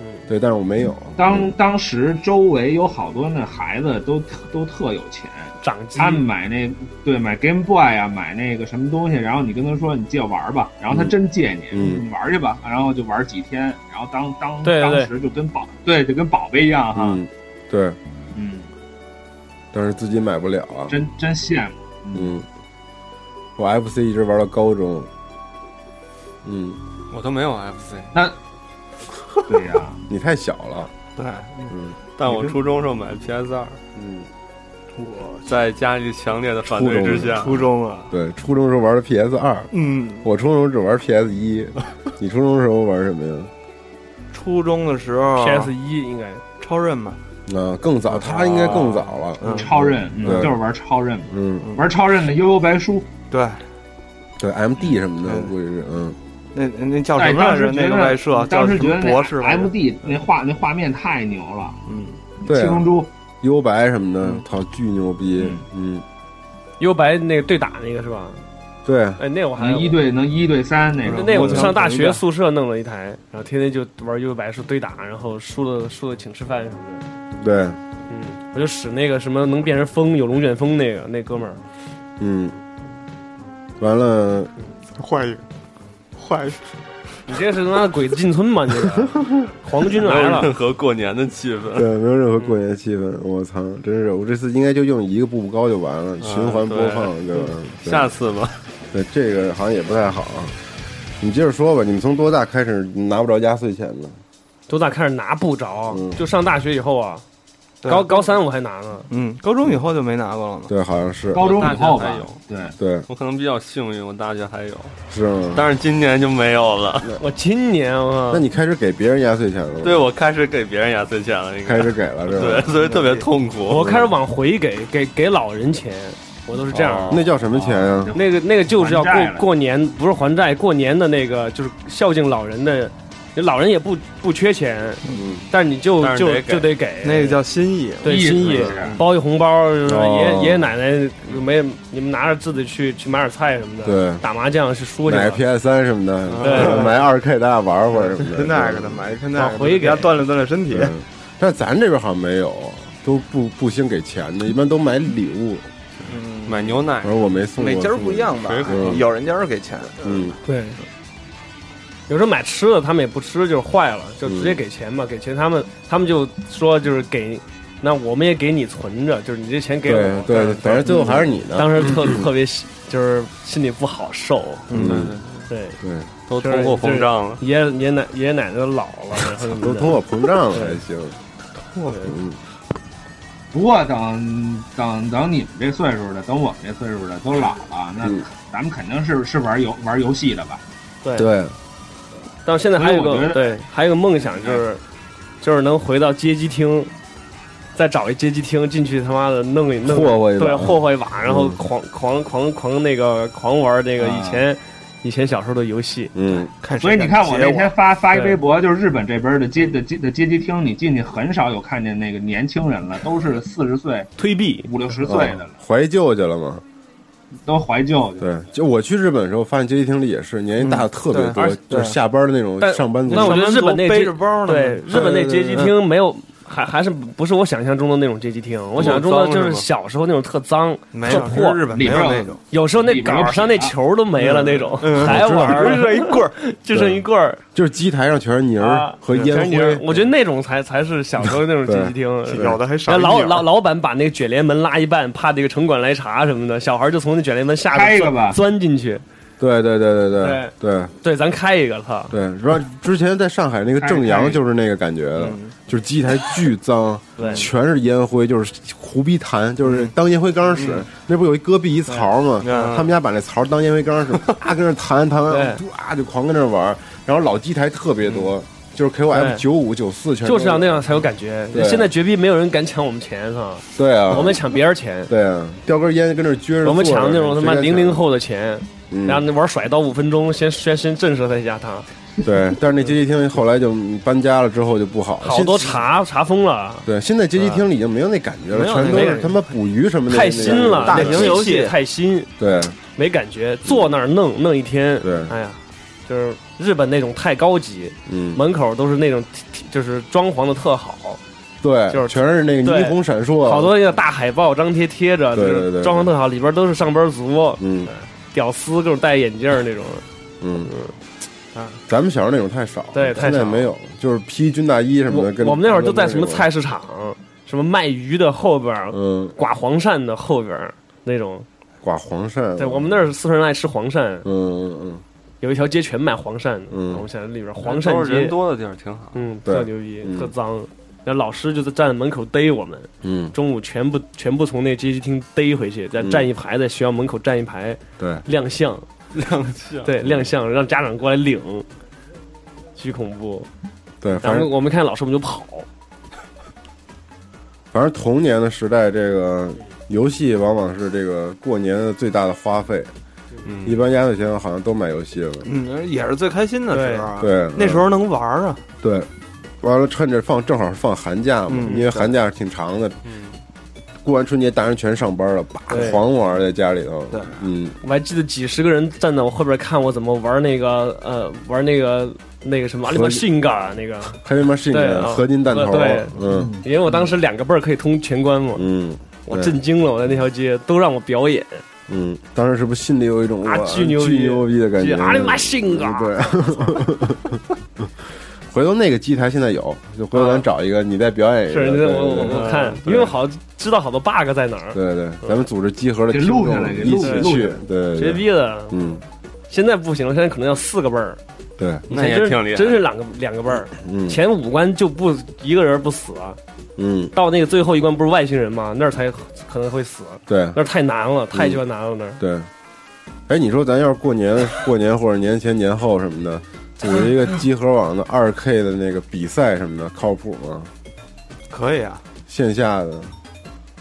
[SPEAKER 10] 嗯
[SPEAKER 3] 对，但是我没有。
[SPEAKER 6] 当当时周围有好多那孩子都特都特有钱，
[SPEAKER 10] 掌机
[SPEAKER 6] 他们买那对买 Game Boy 啊，买那个什么东西，然后你跟他说你借我玩吧，然后他真借你，
[SPEAKER 3] 嗯
[SPEAKER 6] 你玩去吧，然后就玩几天，然后当当
[SPEAKER 10] 对对对
[SPEAKER 6] 当时就跟宝对就跟宝贝一样哈，
[SPEAKER 3] 嗯，对，
[SPEAKER 6] 嗯，
[SPEAKER 3] 但是自己买不了啊。
[SPEAKER 6] 真真羡慕。
[SPEAKER 3] 嗯，我 FC 一直玩到高中。嗯，
[SPEAKER 4] 我都没有 FC，
[SPEAKER 6] 那对呀、
[SPEAKER 3] 你太小了。
[SPEAKER 4] 对，
[SPEAKER 3] 嗯，
[SPEAKER 4] 但我初中时候买 PS 二，
[SPEAKER 3] 嗯，
[SPEAKER 4] 我在家里强烈的反对之下，
[SPEAKER 3] 初
[SPEAKER 5] 中啊，
[SPEAKER 3] 对，初中时候玩的 PS 二，
[SPEAKER 5] 嗯，
[SPEAKER 3] 我初中只玩 PS 一，你初中时候玩什么呀？
[SPEAKER 5] 初中的时候
[SPEAKER 10] PS 一应该
[SPEAKER 5] 超任嘛，
[SPEAKER 3] 啊，更早，他应该更早了。
[SPEAKER 5] 嗯
[SPEAKER 6] 超任，嗯
[SPEAKER 3] 对
[SPEAKER 6] 就是玩超任，
[SPEAKER 3] 嗯，
[SPEAKER 6] 玩超任的悠悠白书，
[SPEAKER 5] 对，
[SPEAKER 3] 对 MD 什么的，估计是嗯，
[SPEAKER 5] 那那叫
[SPEAKER 6] 哎
[SPEAKER 5] 什么来
[SPEAKER 6] 当时
[SPEAKER 5] 着？
[SPEAKER 6] 觉得
[SPEAKER 5] 那个外设
[SPEAKER 6] 当
[SPEAKER 5] 叫
[SPEAKER 6] 时
[SPEAKER 5] 什
[SPEAKER 6] 觉得
[SPEAKER 5] 么
[SPEAKER 6] 那
[SPEAKER 5] 博士来着
[SPEAKER 6] MD 那画那画面太牛了，
[SPEAKER 5] 嗯，
[SPEAKER 3] 对、啊，
[SPEAKER 6] 七龙珠、
[SPEAKER 3] 幽白什么的，操、巨牛逼，嗯，
[SPEAKER 10] 幽白那个对打那个是吧？
[SPEAKER 3] 对，
[SPEAKER 10] 哎，那我还
[SPEAKER 6] 能一对能一对三那种。
[SPEAKER 10] 那我上大学宿舍弄了一台，然后天天就玩幽白是对打，然后输了输了请吃饭什么的。
[SPEAKER 3] 对，
[SPEAKER 10] 我就使那个什么能变成风有龙卷风那个那哥们儿，
[SPEAKER 3] 嗯，完了，
[SPEAKER 5] 换一个，换一个，
[SPEAKER 10] 你这是他妈鬼子进村吗？你这个皇军
[SPEAKER 4] 没
[SPEAKER 10] 来
[SPEAKER 4] 有任
[SPEAKER 10] 了，
[SPEAKER 4] 何过年的气氛。
[SPEAKER 3] 对，没有任何过年气氛，我操，真是，我这次应该就用一个步步高就完了，循环播放，
[SPEAKER 4] 啊嗯对
[SPEAKER 3] 对吧？对
[SPEAKER 4] 下次吧。
[SPEAKER 3] 对，这个好像也不太好。啊你接着说吧，你们从多大开始拿不着压岁钱呢？
[SPEAKER 10] 多大开始拿不着，
[SPEAKER 3] 嗯
[SPEAKER 10] 就上大学以后啊，高高三我还拿呢，
[SPEAKER 5] 嗯，高中以后就没拿过了嘛。
[SPEAKER 3] 对，好像是
[SPEAKER 4] 大学还有，
[SPEAKER 6] 对
[SPEAKER 3] 对，
[SPEAKER 4] 我可能比较幸运，我大学还有，
[SPEAKER 3] 是吗？
[SPEAKER 4] 但是今年就没有了。
[SPEAKER 10] 我今年啊，
[SPEAKER 3] 嗯那你开始给别人压岁钱了吗？
[SPEAKER 4] 对我开始给别人压岁钱了，应该
[SPEAKER 3] 开始给了是吧？嗯
[SPEAKER 4] 对，所以特别痛苦。
[SPEAKER 10] 我开始往回给给给老人钱，我都是这样的。
[SPEAKER 3] 那叫什么钱啊？
[SPEAKER 10] 那个那个就是要过
[SPEAKER 6] 还债了
[SPEAKER 10] 过年，不是还债，过年的那个就是孝敬老人的，老人也不不缺钱，
[SPEAKER 3] 嗯，
[SPEAKER 10] 但是你就
[SPEAKER 5] 但是
[SPEAKER 10] 就
[SPEAKER 5] 得给
[SPEAKER 10] 就得给
[SPEAKER 5] 那个叫心意，
[SPEAKER 10] 对
[SPEAKER 5] 意思
[SPEAKER 10] 心意
[SPEAKER 5] 是，
[SPEAKER 10] 包一红包，就是
[SPEAKER 5] 哦
[SPEAKER 10] 爷爷爷奶奶没你们拿着自己去去买点菜什么的，
[SPEAKER 3] 对
[SPEAKER 10] 打麻将去说去
[SPEAKER 3] 买
[SPEAKER 10] 了
[SPEAKER 3] 个 PS 三什么
[SPEAKER 5] 嗯
[SPEAKER 3] 的，
[SPEAKER 10] 对
[SPEAKER 3] 买二 K 大家玩会儿什么的，
[SPEAKER 5] 跟那个的买一个那个的，
[SPEAKER 10] 往回给
[SPEAKER 5] 要锻炼锻炼身体。
[SPEAKER 3] 对。但咱这边好像没有，都不不兴给钱的，一般都买礼物。
[SPEAKER 10] 嗯
[SPEAKER 5] 嗯
[SPEAKER 4] 买牛奶
[SPEAKER 3] 反，正我没送过，
[SPEAKER 5] 每家儿不一样吧
[SPEAKER 3] 谁送？
[SPEAKER 5] 有人家儿给钱，
[SPEAKER 3] 嗯，
[SPEAKER 10] 对，有时候买吃的他们也不吃，就是坏了，
[SPEAKER 3] 嗯
[SPEAKER 10] 就直接给钱嘛，给钱他们他们就说就是给，那我们也给你存着，就是你这钱给我，
[SPEAKER 3] 对对反正最后还是你的
[SPEAKER 10] 当时特特别喜就是心里不好受，
[SPEAKER 3] 嗯
[SPEAKER 10] 对对
[SPEAKER 3] 对，
[SPEAKER 4] 都通货膨胀了，
[SPEAKER 10] 爷爷奶爷爷奶奶都老了，然后
[SPEAKER 3] 都通货膨胀了还行。嗯
[SPEAKER 6] 不过等等等你们这岁数的，等我们这岁数的都老了，那
[SPEAKER 3] 嗯
[SPEAKER 6] 咱们肯定是是玩游玩游戏的吧？
[SPEAKER 10] 对，但是现在还有一
[SPEAKER 6] 所以我觉
[SPEAKER 10] 个
[SPEAKER 6] 得
[SPEAKER 10] 对，还有一个梦想就是就是能回到街机厅，再找一街机厅进去他妈的弄一弄，
[SPEAKER 12] 霍霍一晚
[SPEAKER 10] 对，霍霍一晚，然后
[SPEAKER 12] 嗯
[SPEAKER 10] 狂狂狂狂那个狂玩那个以前、以前小时候的游戏，
[SPEAKER 3] 嗯，
[SPEAKER 10] 看谁
[SPEAKER 6] 所以你看，
[SPEAKER 10] 敢
[SPEAKER 6] 我
[SPEAKER 10] 截
[SPEAKER 6] 那天发发一
[SPEAKER 10] 对
[SPEAKER 6] 微博，就是日本这边的街的街的街机厅，你进去很少有看见那个年轻人了，都是四十岁
[SPEAKER 10] 推币
[SPEAKER 6] 五六十岁的了，
[SPEAKER 3] 哦怀旧去了嘛。
[SPEAKER 6] 都怀旧去。
[SPEAKER 3] 对，就我去日本的时候，发现街机厅里也是年纪大的特别
[SPEAKER 5] 嗯
[SPEAKER 10] 对
[SPEAKER 3] 多
[SPEAKER 10] 而，
[SPEAKER 3] 就是下班的那种
[SPEAKER 10] 但
[SPEAKER 3] 上班族。嗯
[SPEAKER 10] 那我觉得日本那街
[SPEAKER 5] 背着包呢
[SPEAKER 10] 对日本那街机厅没有，还还是不是我想象中的那种街机厅。我想象中的就是小时候那种特脏、
[SPEAKER 5] 没有
[SPEAKER 10] 特破，
[SPEAKER 5] 日本没有那种
[SPEAKER 10] 有时候那
[SPEAKER 5] 里边有
[SPEAKER 10] 杆上那球都没了那种，
[SPEAKER 3] 嗯
[SPEAKER 10] 还玩
[SPEAKER 3] 我
[SPEAKER 10] 儿，
[SPEAKER 3] 知道
[SPEAKER 10] 就剩一棍儿。
[SPEAKER 3] 就是机台上全是泥儿
[SPEAKER 10] 啊
[SPEAKER 3] 嗯和烟
[SPEAKER 10] 全是泥儿
[SPEAKER 3] 灰。
[SPEAKER 10] 我觉得那种才才是小时候那种
[SPEAKER 3] 对
[SPEAKER 10] 街机 厅，
[SPEAKER 3] 是有的还少
[SPEAKER 10] 然后
[SPEAKER 3] 一点
[SPEAKER 10] 老
[SPEAKER 3] 儿
[SPEAKER 10] 老老板把那个卷帘门拉一半，怕这个城管来查什么的，小孩儿就从那卷帘门下
[SPEAKER 3] 开一
[SPEAKER 10] 边
[SPEAKER 3] 个吧
[SPEAKER 10] 钻钻进去。
[SPEAKER 3] 对对对对对对
[SPEAKER 10] 对，咱开一个，操！
[SPEAKER 3] 对，然后之前在上海那个正阳就是那个感觉的，就是机台巨脏，
[SPEAKER 10] 对
[SPEAKER 3] 全是烟灰，就是胡逼痰，就是当烟灰缸使。那不有一戈壁一槽吗？
[SPEAKER 5] 嗯
[SPEAKER 3] 他们家把那槽当烟灰 缸使，啪跟那弹弹完，
[SPEAKER 10] 对
[SPEAKER 3] 哇就狂跟那玩儿。然后老机台特别多，就是 K O M
[SPEAKER 10] 对
[SPEAKER 3] 九五九四全都
[SPEAKER 10] 就是要那样才有感觉
[SPEAKER 3] 对。
[SPEAKER 10] 现在绝逼没有人敢抢我们钱，操！
[SPEAKER 3] 对啊，
[SPEAKER 10] 我们抢别人钱，
[SPEAKER 3] 对啊，叼根烟跟那儿撅着坐着，
[SPEAKER 10] 我们抢那种他
[SPEAKER 3] 谁
[SPEAKER 10] 妈
[SPEAKER 3] 敢
[SPEAKER 10] 零
[SPEAKER 3] 抢
[SPEAKER 10] 零后的钱
[SPEAKER 3] 嗯，
[SPEAKER 10] 然后那玩甩刀五分钟，先先先震慑他一下他。
[SPEAKER 3] 对，但是那街机厅后来就搬家了之后就不好了，
[SPEAKER 10] 好
[SPEAKER 3] 现
[SPEAKER 10] 多查查疯了，
[SPEAKER 3] 对，现在街机厅里已经没有那感觉了，
[SPEAKER 10] 没有
[SPEAKER 3] 全都
[SPEAKER 10] 没有
[SPEAKER 3] 是他妈捕鱼什么的，
[SPEAKER 10] 太新了，
[SPEAKER 3] 那
[SPEAKER 10] 那
[SPEAKER 3] 个
[SPEAKER 10] 机器太新，
[SPEAKER 3] 对
[SPEAKER 10] 没感觉，坐那儿弄弄一天。
[SPEAKER 3] 对，
[SPEAKER 10] 哎呀，就是日本那种太高级，
[SPEAKER 3] 嗯
[SPEAKER 10] 门口都是那种就是装潢的特好，
[SPEAKER 3] 对，
[SPEAKER 10] 就是
[SPEAKER 3] 全是那个
[SPEAKER 10] 对
[SPEAKER 3] 霓虹闪烁，
[SPEAKER 10] 好多那个大海报张贴贴着，就
[SPEAKER 3] 对对对
[SPEAKER 10] 是装潢特好，里边都是上班族，哦
[SPEAKER 3] 嗯
[SPEAKER 10] 屌丝，各种戴眼镜儿那种。
[SPEAKER 3] 嗯，
[SPEAKER 10] 啊，
[SPEAKER 3] 咱们小时候那种太少了，
[SPEAKER 10] 对太
[SPEAKER 3] 现在
[SPEAKER 10] 少
[SPEAKER 3] 没有，就是披军大衣什么的，跟
[SPEAKER 10] 我们那会儿就在什么菜市场，什么卖鱼的后边儿，
[SPEAKER 3] 嗯，
[SPEAKER 10] 刮黄鳝的后边儿那种。
[SPEAKER 3] 刮黄鳝，
[SPEAKER 10] 对我们那儿四川人爱吃黄鳝，
[SPEAKER 3] 嗯嗯
[SPEAKER 10] 有一条街全卖黄鳝的，
[SPEAKER 3] 嗯
[SPEAKER 10] 我们想里边黄鳝
[SPEAKER 4] 都是
[SPEAKER 10] 街
[SPEAKER 4] 人多的地儿挺好
[SPEAKER 10] 嗯，
[SPEAKER 4] 对
[SPEAKER 10] 特牛逼，
[SPEAKER 4] 嗯
[SPEAKER 10] 特脏。然后老师就在站在门口逮我们，
[SPEAKER 3] 嗯
[SPEAKER 10] 中午全部全部从那街机厅逮回去，再
[SPEAKER 4] 嗯
[SPEAKER 10] 站一排，在学校门口站一排，
[SPEAKER 3] 对
[SPEAKER 10] 亮相，
[SPEAKER 4] 亮相
[SPEAKER 10] 对亮相，让家长过来领，巨恐怖。
[SPEAKER 3] 对，反
[SPEAKER 10] 然后
[SPEAKER 3] 正
[SPEAKER 10] 我们看老师，我们就跑，
[SPEAKER 3] 反正童年的时代，这个游戏往往是这个过年的最大的花费，
[SPEAKER 10] 嗯
[SPEAKER 3] 一般压岁钱好像都买游戏了，
[SPEAKER 5] 嗯，也是最开心的时候啊。
[SPEAKER 3] 对对
[SPEAKER 5] 那时候能玩啊。
[SPEAKER 3] 对，完了趁着放正好是放寒假嘛，
[SPEAKER 5] 嗯
[SPEAKER 3] 因为寒假挺长的。过完春节，大人全上班了，叭
[SPEAKER 10] 对
[SPEAKER 3] 狂玩在家里头。对，嗯，
[SPEAKER 10] 我还记得几十个人站在我后边看我怎么玩那个呃玩那个那个什么阿里
[SPEAKER 3] 合
[SPEAKER 10] 巴
[SPEAKER 3] 力
[SPEAKER 10] 性感那个，
[SPEAKER 3] 还有什么是
[SPEAKER 10] 对啊
[SPEAKER 3] 合金弹头？
[SPEAKER 10] 对，
[SPEAKER 3] 嗯，
[SPEAKER 10] 因为我当时两个辈儿可以通全关嘛，
[SPEAKER 3] 嗯，
[SPEAKER 10] 我
[SPEAKER 3] 对
[SPEAKER 10] 震惊了，我在那条街都让我表演，
[SPEAKER 3] 嗯，当时是不是心里有一种
[SPEAKER 10] 啊
[SPEAKER 3] 哇
[SPEAKER 10] 巨牛逼
[SPEAKER 3] 巨牛逼的感觉？
[SPEAKER 10] 巨阿里巴性感
[SPEAKER 3] 对， 回头那个机台现在有，就回头咱找一个，你再表演一个。
[SPEAKER 10] 是，
[SPEAKER 3] 对
[SPEAKER 10] 那我我
[SPEAKER 3] 对
[SPEAKER 10] 我看，
[SPEAKER 3] 对
[SPEAKER 10] 因为好知道好多 bug 在哪儿，
[SPEAKER 3] 对对，咱们组织集合的
[SPEAKER 10] 给
[SPEAKER 3] 听
[SPEAKER 10] 录下
[SPEAKER 3] 众
[SPEAKER 10] 来给
[SPEAKER 3] 一
[SPEAKER 10] 录
[SPEAKER 3] 起
[SPEAKER 10] 下来
[SPEAKER 3] 去，对，对
[SPEAKER 10] 绝逼的，
[SPEAKER 3] 嗯，
[SPEAKER 10] 现在不行了，现在可能要四个辈儿，
[SPEAKER 3] 对，
[SPEAKER 10] 以前真真是两个两个辈儿，
[SPEAKER 3] 嗯
[SPEAKER 10] 前五关就不一个人不死啊，
[SPEAKER 3] 嗯，
[SPEAKER 10] 到那个最后一关不是外星人吗？那儿才可能会死，
[SPEAKER 3] 对
[SPEAKER 10] 那儿太难了，太
[SPEAKER 3] 嗯
[SPEAKER 10] 鸡巴难了那儿。
[SPEAKER 3] 对，哎，你说咱要是过年、 过年或者年前、年后什么的，组织一个集合网的二 K 的那个比赛什么的，靠谱吗？
[SPEAKER 5] 可以啊，
[SPEAKER 3] 线下的，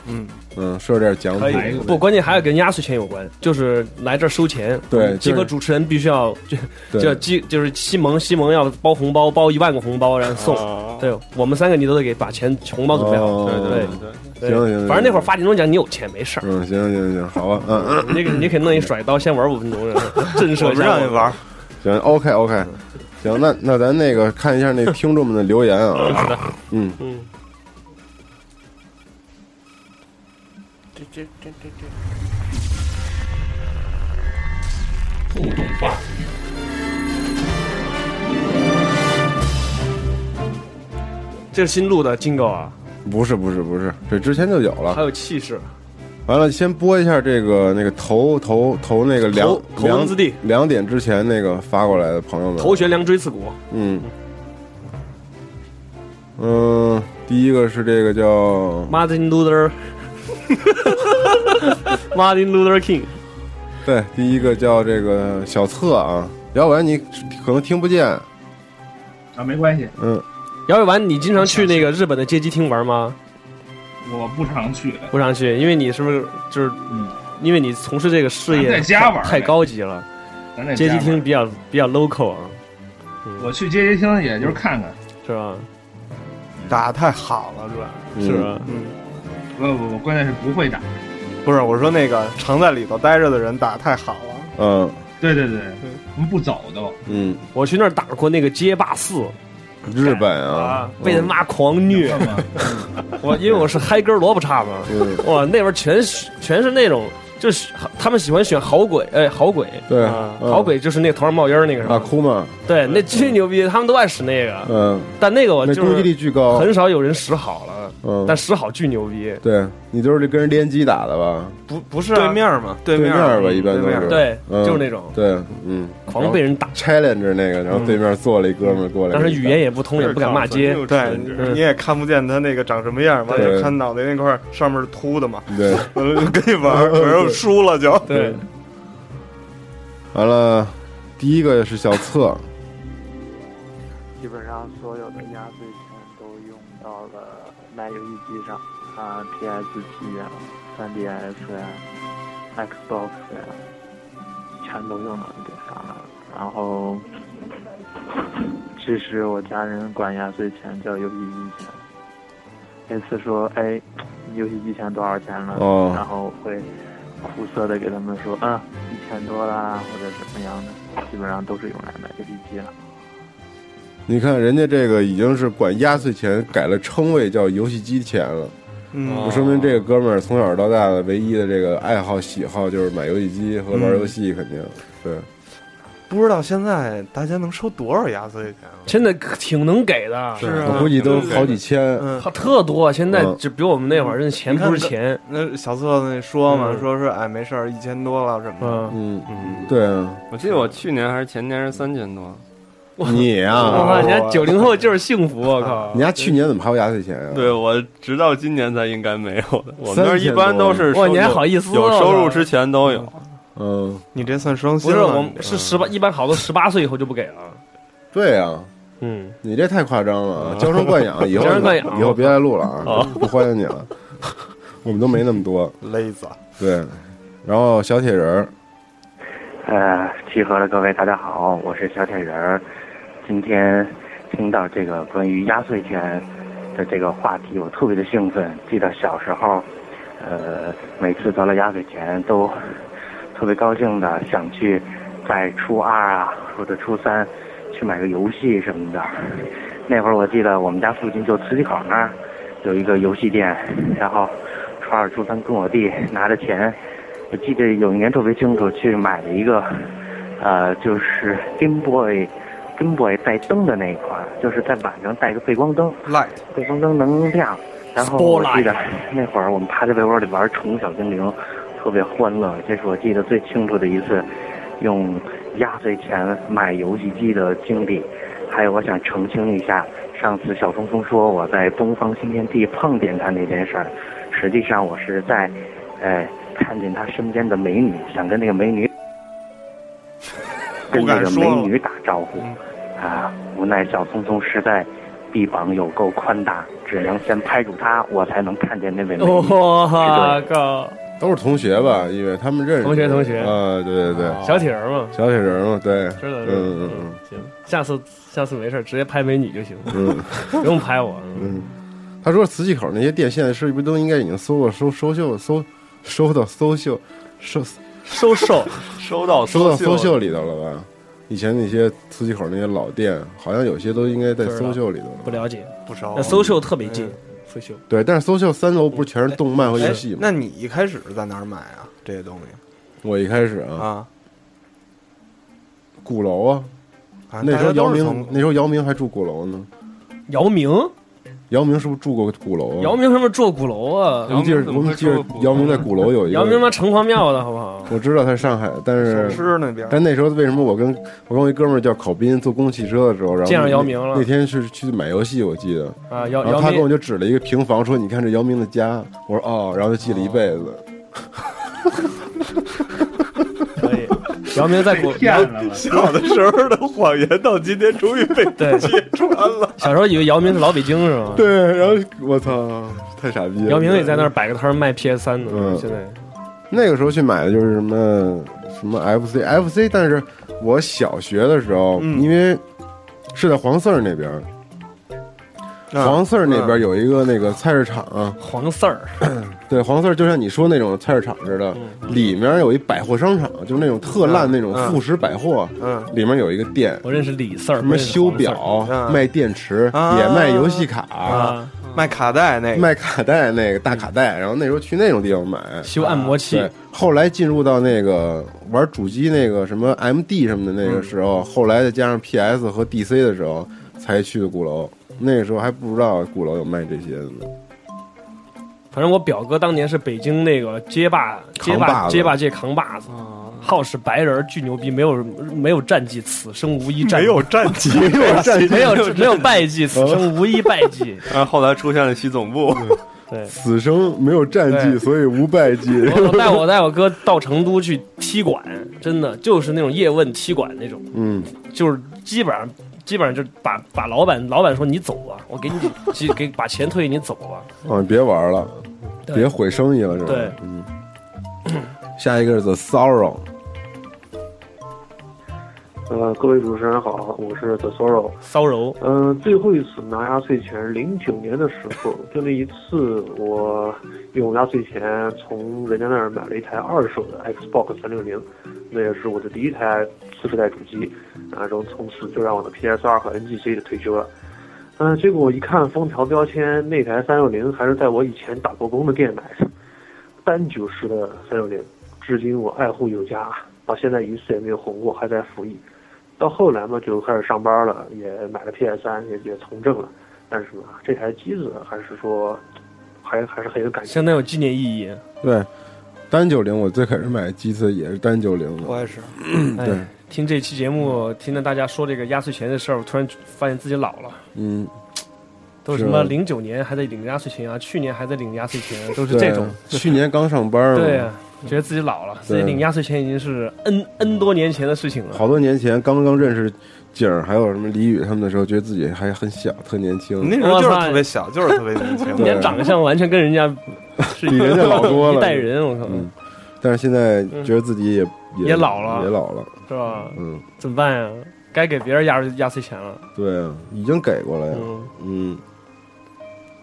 [SPEAKER 5] 嗯
[SPEAKER 3] 嗯，设点奖
[SPEAKER 10] 可
[SPEAKER 3] 品
[SPEAKER 10] 以，，哎不，关键还要跟压岁钱有关，就是来这儿收钱。
[SPEAKER 3] 对
[SPEAKER 10] 集
[SPEAKER 3] 就是
[SPEAKER 10] 合主持人必须要 就
[SPEAKER 3] 对
[SPEAKER 10] 就基就是西蒙，西蒙要包红包，包一万个红包，然后送。
[SPEAKER 5] 哦
[SPEAKER 10] 对我们三个你都得给把钱红包准备好。
[SPEAKER 3] 哦
[SPEAKER 10] 对
[SPEAKER 3] 对行行行
[SPEAKER 10] 反正那会儿发年终奖你有钱没事儿，
[SPEAKER 3] 嗯，行行行，好吧，嗯嗯，
[SPEAKER 10] 你给你可以弄一甩刀先玩五分钟，然后 震慑一下。
[SPEAKER 5] 玩，
[SPEAKER 3] 行，OK OK，行，那那咱那个看一 下那听众们的留言啊，嗯，
[SPEAKER 10] 嗯，
[SPEAKER 7] 这这这这这。互动话题，
[SPEAKER 10] 这是新录的金狗啊，
[SPEAKER 3] 不是不是不是，这之前就有了
[SPEAKER 10] 还。有气势。
[SPEAKER 3] 完了，先播一下这个那个投投投那个两
[SPEAKER 10] 投投文字 D
[SPEAKER 3] 两点之前那个发过来的朋友们，
[SPEAKER 10] 头悬梁锥刺股，
[SPEAKER 3] 嗯，嗯，第一个是这个叫
[SPEAKER 10] Martin Luther，Martin Luther King，
[SPEAKER 3] 对，第一个叫这个小策啊，要不然你可能听不见。
[SPEAKER 6] 啊，没关系，
[SPEAKER 3] 嗯，
[SPEAKER 10] 姚伟完，你经常去那个日本的街机厅玩吗？
[SPEAKER 5] 嗯
[SPEAKER 6] 我不常去，
[SPEAKER 10] 不常去，因为你是不是就是，因为你从事这个事业
[SPEAKER 6] 嗯咱在家玩呗
[SPEAKER 10] 太高级了，
[SPEAKER 6] 咱在家
[SPEAKER 10] 街
[SPEAKER 6] 玩
[SPEAKER 10] 机厅比较比较 local 啊，
[SPEAKER 6] 我去街机厅也就是看看，
[SPEAKER 10] 是吧？
[SPEAKER 5] 打太好了，
[SPEAKER 10] 啊
[SPEAKER 5] 主要
[SPEAKER 10] 是吧？
[SPEAKER 5] 嗯，
[SPEAKER 6] 不不不，关键是不会打。
[SPEAKER 5] 不是，我说那个常在里头待着的人打太好了。
[SPEAKER 3] 嗯，
[SPEAKER 6] 对对对，我们不走都。
[SPEAKER 3] 嗯，
[SPEAKER 10] 我去那儿打过那个街霸四，
[SPEAKER 3] 日本啊，
[SPEAKER 10] 被他妈狂虐。 我因为我是嗨根萝卜叉嘛，
[SPEAKER 3] 嗯
[SPEAKER 10] 哇，那边儿全是全是那种，就是他们喜欢选好鬼，哎，好鬼，
[SPEAKER 3] 对
[SPEAKER 10] 啊
[SPEAKER 3] 嗯
[SPEAKER 10] 好鬼就是那头上冒烟儿那个什
[SPEAKER 3] 啊
[SPEAKER 10] 么，
[SPEAKER 3] 哭嘛，
[SPEAKER 10] 对，那巨牛逼，他们都爱使那个，
[SPEAKER 3] 嗯，
[SPEAKER 10] 但那个我
[SPEAKER 3] 那
[SPEAKER 10] 就是
[SPEAKER 3] 攻击力巨高
[SPEAKER 10] 很少有人使好了，
[SPEAKER 3] 嗯
[SPEAKER 10] 但使好巨牛逼，
[SPEAKER 3] 对你都是跟人联机打的吧？
[SPEAKER 10] 不不是啊
[SPEAKER 5] 对面儿嘛，对面
[SPEAKER 3] 面
[SPEAKER 5] 儿
[SPEAKER 3] 儿吧，一般都
[SPEAKER 5] 对面
[SPEAKER 3] 是
[SPEAKER 5] 儿
[SPEAKER 10] 对
[SPEAKER 3] 嗯
[SPEAKER 10] 就是那种
[SPEAKER 3] 对，嗯，
[SPEAKER 10] 狂被人打嗯
[SPEAKER 3] ，challenge 那个，然后对面坐了一哥们儿过来，
[SPEAKER 10] 当时语言也不通，也不敢骂街，
[SPEAKER 5] 对，你也看不见他那个长什么样嘛，
[SPEAKER 3] 对
[SPEAKER 5] 就看脑袋那块儿上面是秃的嘛。
[SPEAKER 3] 对，
[SPEAKER 5] 我就跟你玩 儿，玩儿输了就。
[SPEAKER 3] 对，完了，第一个是小策，
[SPEAKER 12] 基本上所有的压岁钱都用到了卖游戏机上，啊，PS 机啊、3DS 呀、Xbox 呀、全都用到这上了。然后，这是我家人管压岁钱叫游戏机钱。每次说：“哎，你游戏机钱多少钱了？”
[SPEAKER 3] 哦
[SPEAKER 12] 然后我会苦涩的给他们说：“啊，一千多啦，或者怎么样的。”基本上都是用来买游戏机了。
[SPEAKER 3] 你看人家这个已经是管压岁钱改了称谓叫游戏机钱了。
[SPEAKER 5] 嗯
[SPEAKER 10] 哦
[SPEAKER 3] 我说明这个哥们儿从小到大的唯一的这个爱好喜好就是买游戏机和玩游
[SPEAKER 10] 嗯
[SPEAKER 3] 戏，肯定、
[SPEAKER 5] 不知道现在大家能收多少压岁钱啊？
[SPEAKER 10] 真的挺能给的，
[SPEAKER 5] 是啊
[SPEAKER 3] 我估计都好几千。
[SPEAKER 10] 他特多，现在
[SPEAKER 5] 嗯
[SPEAKER 10] 只比我们那会儿真的钱不是钱。
[SPEAKER 5] 你看。那小策那说嘛，
[SPEAKER 4] 嗯
[SPEAKER 5] 说是哎没事儿，一千多了什么的。
[SPEAKER 3] 嗯对啊，
[SPEAKER 4] 我记得我去年还是前年是三千多，
[SPEAKER 3] 你呀、
[SPEAKER 4] 我
[SPEAKER 10] 哇，人家九零 后就是幸福，我靠！
[SPEAKER 3] 你家去年怎么还有压岁钱啊？
[SPEAKER 4] 对我直到今年才应该没有的。我们那儿一般都是
[SPEAKER 10] 哇，
[SPEAKER 4] 收
[SPEAKER 10] 你还
[SPEAKER 4] 入
[SPEAKER 10] 好意思？
[SPEAKER 4] 有收入之前都有。
[SPEAKER 3] 嗯，
[SPEAKER 5] 你这算双
[SPEAKER 10] 不
[SPEAKER 5] 薪
[SPEAKER 10] 是，
[SPEAKER 5] 了
[SPEAKER 10] 我们是十八，一般好多十八岁以后就不给了。
[SPEAKER 3] 对啊，
[SPEAKER 10] 嗯，啊
[SPEAKER 3] 你这太夸张了，啊娇生惯 养，以后
[SPEAKER 10] 娇生惯养
[SPEAKER 3] 以后别来录了啊
[SPEAKER 10] 哦，
[SPEAKER 3] 不欢迎你了。 我们都没那么多，
[SPEAKER 5] 勒子。
[SPEAKER 3] 对，然后小铁人儿，
[SPEAKER 13] 呃，集合的各位，大家好，我是小铁人儿。今天听到这个关于压岁钱的这个话题，我特别的兴奋。记得小时候，呃，每次得了压岁钱都特别高兴的，想去在初二啊或者初三去买个游戏什么的。那会儿我记得我们家附近就磁器口那儿有一个游戏店，然后初二、初三跟我弟拿着钱我记得有一年特别清楚，去买了一个，呃，就是 Game Boy，Game Boy 带灯的那一款，就是在晚上带一个背光灯，
[SPEAKER 5] light
[SPEAKER 13] 背光灯能亮。然后我记得那会儿我们趴在被窝里玩《宠物小精灵》，特别欢乐，这是我记得最清楚的一次用压岁钱买游戏机的经历。还有，我想澄清一下，上次小峰峰说我在东方新天地碰见他那件事儿，实际上我是在，呃，看见他身边的美女，想跟那个美女，跟那个美女打招呼，啊，无奈小聪聪实在臂膀有够宽大，只能先拍住他，我才能看见那位美女。
[SPEAKER 10] 我靠！
[SPEAKER 3] 都是同学吧？因为他们认识
[SPEAKER 10] 同学同学哦
[SPEAKER 3] 啊，对对对，
[SPEAKER 10] 小铁人儿嘛
[SPEAKER 3] 小铁人儿嘛，对，
[SPEAKER 10] 知道知道
[SPEAKER 3] 嗯嗯嗯，
[SPEAKER 10] 行，下次下次没事儿直接拍美女就行，
[SPEAKER 3] 嗯
[SPEAKER 10] 不用拍我。
[SPEAKER 3] 嗯，他说瓷器口那些店现在是不是都应该已经搜了收收秀搜收到搜秀收
[SPEAKER 10] 收售
[SPEAKER 4] 收
[SPEAKER 10] 哦
[SPEAKER 4] 到
[SPEAKER 3] 收到搜秀
[SPEAKER 4] 搜秀
[SPEAKER 3] 里头了吧？以前那些瓷器口那些老店，好像有些都应该在
[SPEAKER 10] 不知道
[SPEAKER 3] 搜秀里头了。
[SPEAKER 10] 不了解，
[SPEAKER 5] 不嗯熟
[SPEAKER 10] 那搜秀特别近，搜秀
[SPEAKER 3] 对，但是搜秀三楼不是全是动漫和游
[SPEAKER 5] 哎
[SPEAKER 3] 戏吗？
[SPEAKER 5] 那你一开始在哪儿买啊？这些东西
[SPEAKER 3] 我一开始啊，
[SPEAKER 5] 啊，
[SPEAKER 3] 鼓楼啊，
[SPEAKER 5] 啊
[SPEAKER 3] 那时候
[SPEAKER 5] 大家都
[SPEAKER 3] 姚
[SPEAKER 5] 是
[SPEAKER 3] 明
[SPEAKER 5] 从
[SPEAKER 3] 那时候姚明还住鼓楼呢。
[SPEAKER 10] 姚明，
[SPEAKER 3] 姚明是不是住过鼓楼啊？
[SPEAKER 10] 姚明他们住鼓楼啊，
[SPEAKER 3] 我们记着，我们记着姚明在鼓楼有一个
[SPEAKER 10] 姚明妈城隍庙的好 不好？
[SPEAKER 3] 我知道他是上海，但是
[SPEAKER 10] 手吃那边
[SPEAKER 3] 但那时候为什么我跟我跟我一哥们儿叫考斌坐公汽车的时候，然后
[SPEAKER 10] 见着
[SPEAKER 3] 那
[SPEAKER 10] 姚明了
[SPEAKER 3] 那天是去买游戏，我记得
[SPEAKER 10] 啊姚
[SPEAKER 3] 然后
[SPEAKER 10] 姚明
[SPEAKER 3] 他给我就指了一个平房，说你看这姚明的家，我说哦，然后就记了一辈子。
[SPEAKER 10] 可以，姚明在 国
[SPEAKER 5] 骗了吧小的时候的谎言到今天终于被
[SPEAKER 10] 对
[SPEAKER 5] 揭穿了。
[SPEAKER 10] 小时候以为姚明是老北京是吗？
[SPEAKER 3] 对，然后我操，太傻逼了！
[SPEAKER 10] 姚明也在那儿摆个摊儿卖 PS 三呢，
[SPEAKER 3] 嗯
[SPEAKER 10] 现在
[SPEAKER 3] 那个时候去买的就是什么什么 FC FC，但是我小学的时候，
[SPEAKER 10] 嗯
[SPEAKER 3] 因为是在黄四儿那边儿，
[SPEAKER 10] 啊
[SPEAKER 3] 黄四儿那
[SPEAKER 10] 嗯
[SPEAKER 3] 边儿有一个那个菜市场、啊
[SPEAKER 10] 黄四儿，
[SPEAKER 3] 对，黄四儿就像你说那种菜市场似的，里面有一百货商场，就是那种特烂那种
[SPEAKER 10] 嗯
[SPEAKER 3] 副食百货，
[SPEAKER 5] 嗯
[SPEAKER 3] 里面有一个店，
[SPEAKER 10] 我认识李四儿，
[SPEAKER 3] 什么修表、卖电池、也卖游戏卡、
[SPEAKER 10] 嗯
[SPEAKER 3] 嗯
[SPEAKER 10] 啊
[SPEAKER 5] 卖卡带那个，
[SPEAKER 3] 卖卡带那个大卡带，然后那时候去那种地方买啊
[SPEAKER 10] 修按摩器
[SPEAKER 3] 对后来进入到那个玩主机那个什么 MD 什么的
[SPEAKER 10] 嗯
[SPEAKER 3] 那个时候，后来再加上 PS 和 DC 的时候，才去的鼓楼。那个时候还不知道鼓楼有卖这些的呢。
[SPEAKER 10] 反正我表哥当年是北京那个街霸街
[SPEAKER 3] 扛把
[SPEAKER 10] 霸
[SPEAKER 3] 子
[SPEAKER 10] 街霸界扛把子，好是白人，巨牛逼，没有没有战绩，此生无一战，
[SPEAKER 5] 没有战绩
[SPEAKER 10] 没有
[SPEAKER 5] 战绩
[SPEAKER 10] 没
[SPEAKER 5] 没有
[SPEAKER 10] 有
[SPEAKER 5] 战绩
[SPEAKER 10] 没有败绩，此生无一败绩。
[SPEAKER 4] 然后后来出现了西总部，
[SPEAKER 5] 哦
[SPEAKER 10] 对，
[SPEAKER 3] 此生没有战绩，所以无败绩。
[SPEAKER 10] 我我 带我带我哥到成都去踢馆，真的就是那种叶问踢馆那种，
[SPEAKER 3] 嗯，
[SPEAKER 10] 就是基本上基本上就是把把老板老板说你走吧，我给你 几给把钱退你走吧，
[SPEAKER 3] 啊，别玩了，
[SPEAKER 10] 对
[SPEAKER 3] 别毁生意了，是吧？
[SPEAKER 10] 对
[SPEAKER 3] 嗯。下一个是 The Sorrow，
[SPEAKER 14] 呃，各位主持人好，我是 The Sorrow。
[SPEAKER 10] 骚扰。
[SPEAKER 14] 嗯、最后一次拿压岁钱，零九年的时候，就那一次，我用压岁钱从人家那儿买了一台二手的 Xbox 三六零，那也是我的第一台次世代主机，啊然后从此就让我的 PS 二和 NGC 的退休了。嗯、结果我一看封条标签，那台三六零还是在我以前打过工的店买的，单九式的三六零，至今我爱护有加，到现在一次也没有红过，还在服役。到后来嘛，就开始上班了，也买了 PS 三，也也从政了。但是呢，这台机子还是说，还还是很有感情。
[SPEAKER 10] 相当有纪念意义。
[SPEAKER 3] 对，单九零，我最开始买机子也是单九零的，
[SPEAKER 10] 我也是
[SPEAKER 3] 嗯对，
[SPEAKER 10] 哎听这期节目，听到大家说这个压岁钱的事儿，我突然发现自己老了。
[SPEAKER 3] 嗯，
[SPEAKER 10] 都
[SPEAKER 3] 是
[SPEAKER 10] 什么
[SPEAKER 3] 啊
[SPEAKER 10] 零九年还在领压岁钱啊，去年还在领压岁钱，啊都是
[SPEAKER 3] 对啊
[SPEAKER 10] 这种。
[SPEAKER 3] 去年刚上班嘛，
[SPEAKER 10] 对啊，觉得自己老了，自己
[SPEAKER 3] 对
[SPEAKER 10] 领压岁钱已经是 n n 多年前的事情了。
[SPEAKER 3] 好多年前刚刚认识景儿还有什么李宇他们的时候，觉得自己还很小，特年轻。
[SPEAKER 10] 你那时候就是特别
[SPEAKER 5] 小，就是特别年轻
[SPEAKER 10] 你的长相完全跟人家是
[SPEAKER 3] 比 人家老多了，
[SPEAKER 10] 一代人，我靠，嗯
[SPEAKER 3] 嗯，但是现在觉得自己也
[SPEAKER 10] 也老了
[SPEAKER 3] 也老了，
[SPEAKER 10] 是吧？
[SPEAKER 3] 嗯，
[SPEAKER 10] 怎么办呀？该给别人压压岁钱了，
[SPEAKER 3] 对啊，已经给过了呀，嗯，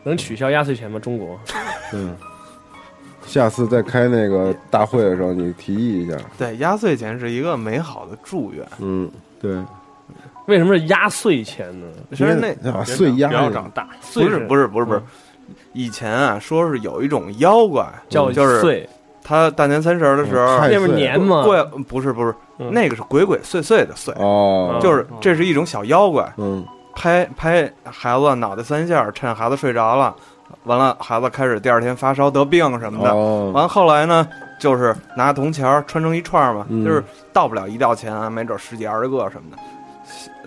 [SPEAKER 10] 能取消压岁钱吗？中国？
[SPEAKER 3] 嗯，下次再开那个大会的时候，你提议一下。
[SPEAKER 5] 对，压岁钱是一个美好的祝愿。
[SPEAKER 3] 嗯，对，
[SPEAKER 10] 为什么是压岁钱呢？
[SPEAKER 5] 其实那
[SPEAKER 3] 啊岁压
[SPEAKER 5] 不要长大，
[SPEAKER 10] 岁
[SPEAKER 5] 不是不是不是不是，以前啊说是有一种妖怪
[SPEAKER 10] 嗯叫
[SPEAKER 5] 就是
[SPEAKER 10] 岁
[SPEAKER 5] 他大年三十儿的时候，
[SPEAKER 10] 嗯太那不是岁年吗
[SPEAKER 5] 怪不是不是，
[SPEAKER 10] 嗯
[SPEAKER 5] 那个是鬼鬼祟祟的祟
[SPEAKER 3] 哦
[SPEAKER 5] 就是这是一种小妖怪，
[SPEAKER 3] 嗯，
[SPEAKER 5] 拍拍孩子脑袋三下，趁孩子睡着了，完了孩子开始第二天发烧得病什么的，
[SPEAKER 3] 哦
[SPEAKER 5] 完了后来呢，就是拿铜钱儿穿成一串儿嘛，
[SPEAKER 3] 嗯
[SPEAKER 5] 就是到不了一吊钱啊，没准十几二十个什么的，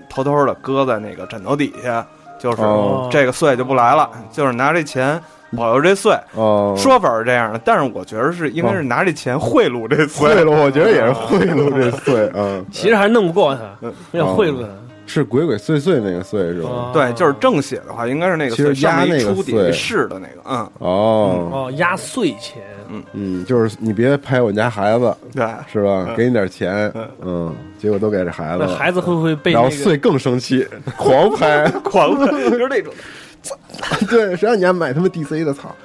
[SPEAKER 5] 偷偷的搁在那个枕头底下，就是
[SPEAKER 3] 哦
[SPEAKER 5] 这个岁就不来了，就是拿这钱保佑这岁。
[SPEAKER 3] 哦，
[SPEAKER 5] 说法是这样的，但是我觉得是应该是拿这钱贿赂这岁。
[SPEAKER 3] 贿赂，我觉得也是贿赂这岁啊，
[SPEAKER 10] 其实还是弄不过他，
[SPEAKER 5] 嗯
[SPEAKER 10] 要贿赂他。哦
[SPEAKER 3] 是鬼鬼祟祟那个岁是吧？
[SPEAKER 5] 对，就是正写的话，应该是那个
[SPEAKER 3] 其实
[SPEAKER 5] 岁上
[SPEAKER 3] 压
[SPEAKER 5] 面一
[SPEAKER 3] 那个
[SPEAKER 5] 出底
[SPEAKER 3] 岁
[SPEAKER 5] 一试的那个，嗯，
[SPEAKER 3] 哦，
[SPEAKER 10] 哦，压岁 钱，
[SPEAKER 5] 嗯
[SPEAKER 3] 嗯，就是你别拍我家孩子，
[SPEAKER 5] 对
[SPEAKER 3] 是吧？
[SPEAKER 10] 嗯
[SPEAKER 3] 给你点钱，嗯，结果都给这孩子
[SPEAKER 10] 那
[SPEAKER 3] 了，
[SPEAKER 10] 孩子会不会被
[SPEAKER 3] 然后
[SPEAKER 10] 那个
[SPEAKER 3] 岁 更生气，狂拍，
[SPEAKER 5] 狂拍，就是那种，
[SPEAKER 3] 对，谁让你家 买他妈 DC 的操，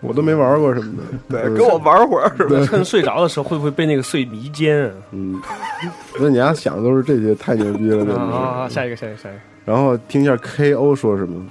[SPEAKER 3] 我都没玩过什么的，嗯
[SPEAKER 5] 玩会儿
[SPEAKER 3] 是吧
[SPEAKER 10] 趁睡着的时候会不会被那个碎迷奸啊？
[SPEAKER 3] 嗯，那你家想的都是这些，太牛逼了，真
[SPEAKER 10] 啊啊
[SPEAKER 3] 的
[SPEAKER 10] 啊！
[SPEAKER 3] 是。
[SPEAKER 10] 下一个，下一个，下一个。
[SPEAKER 3] 然后听一下 KO 说什么，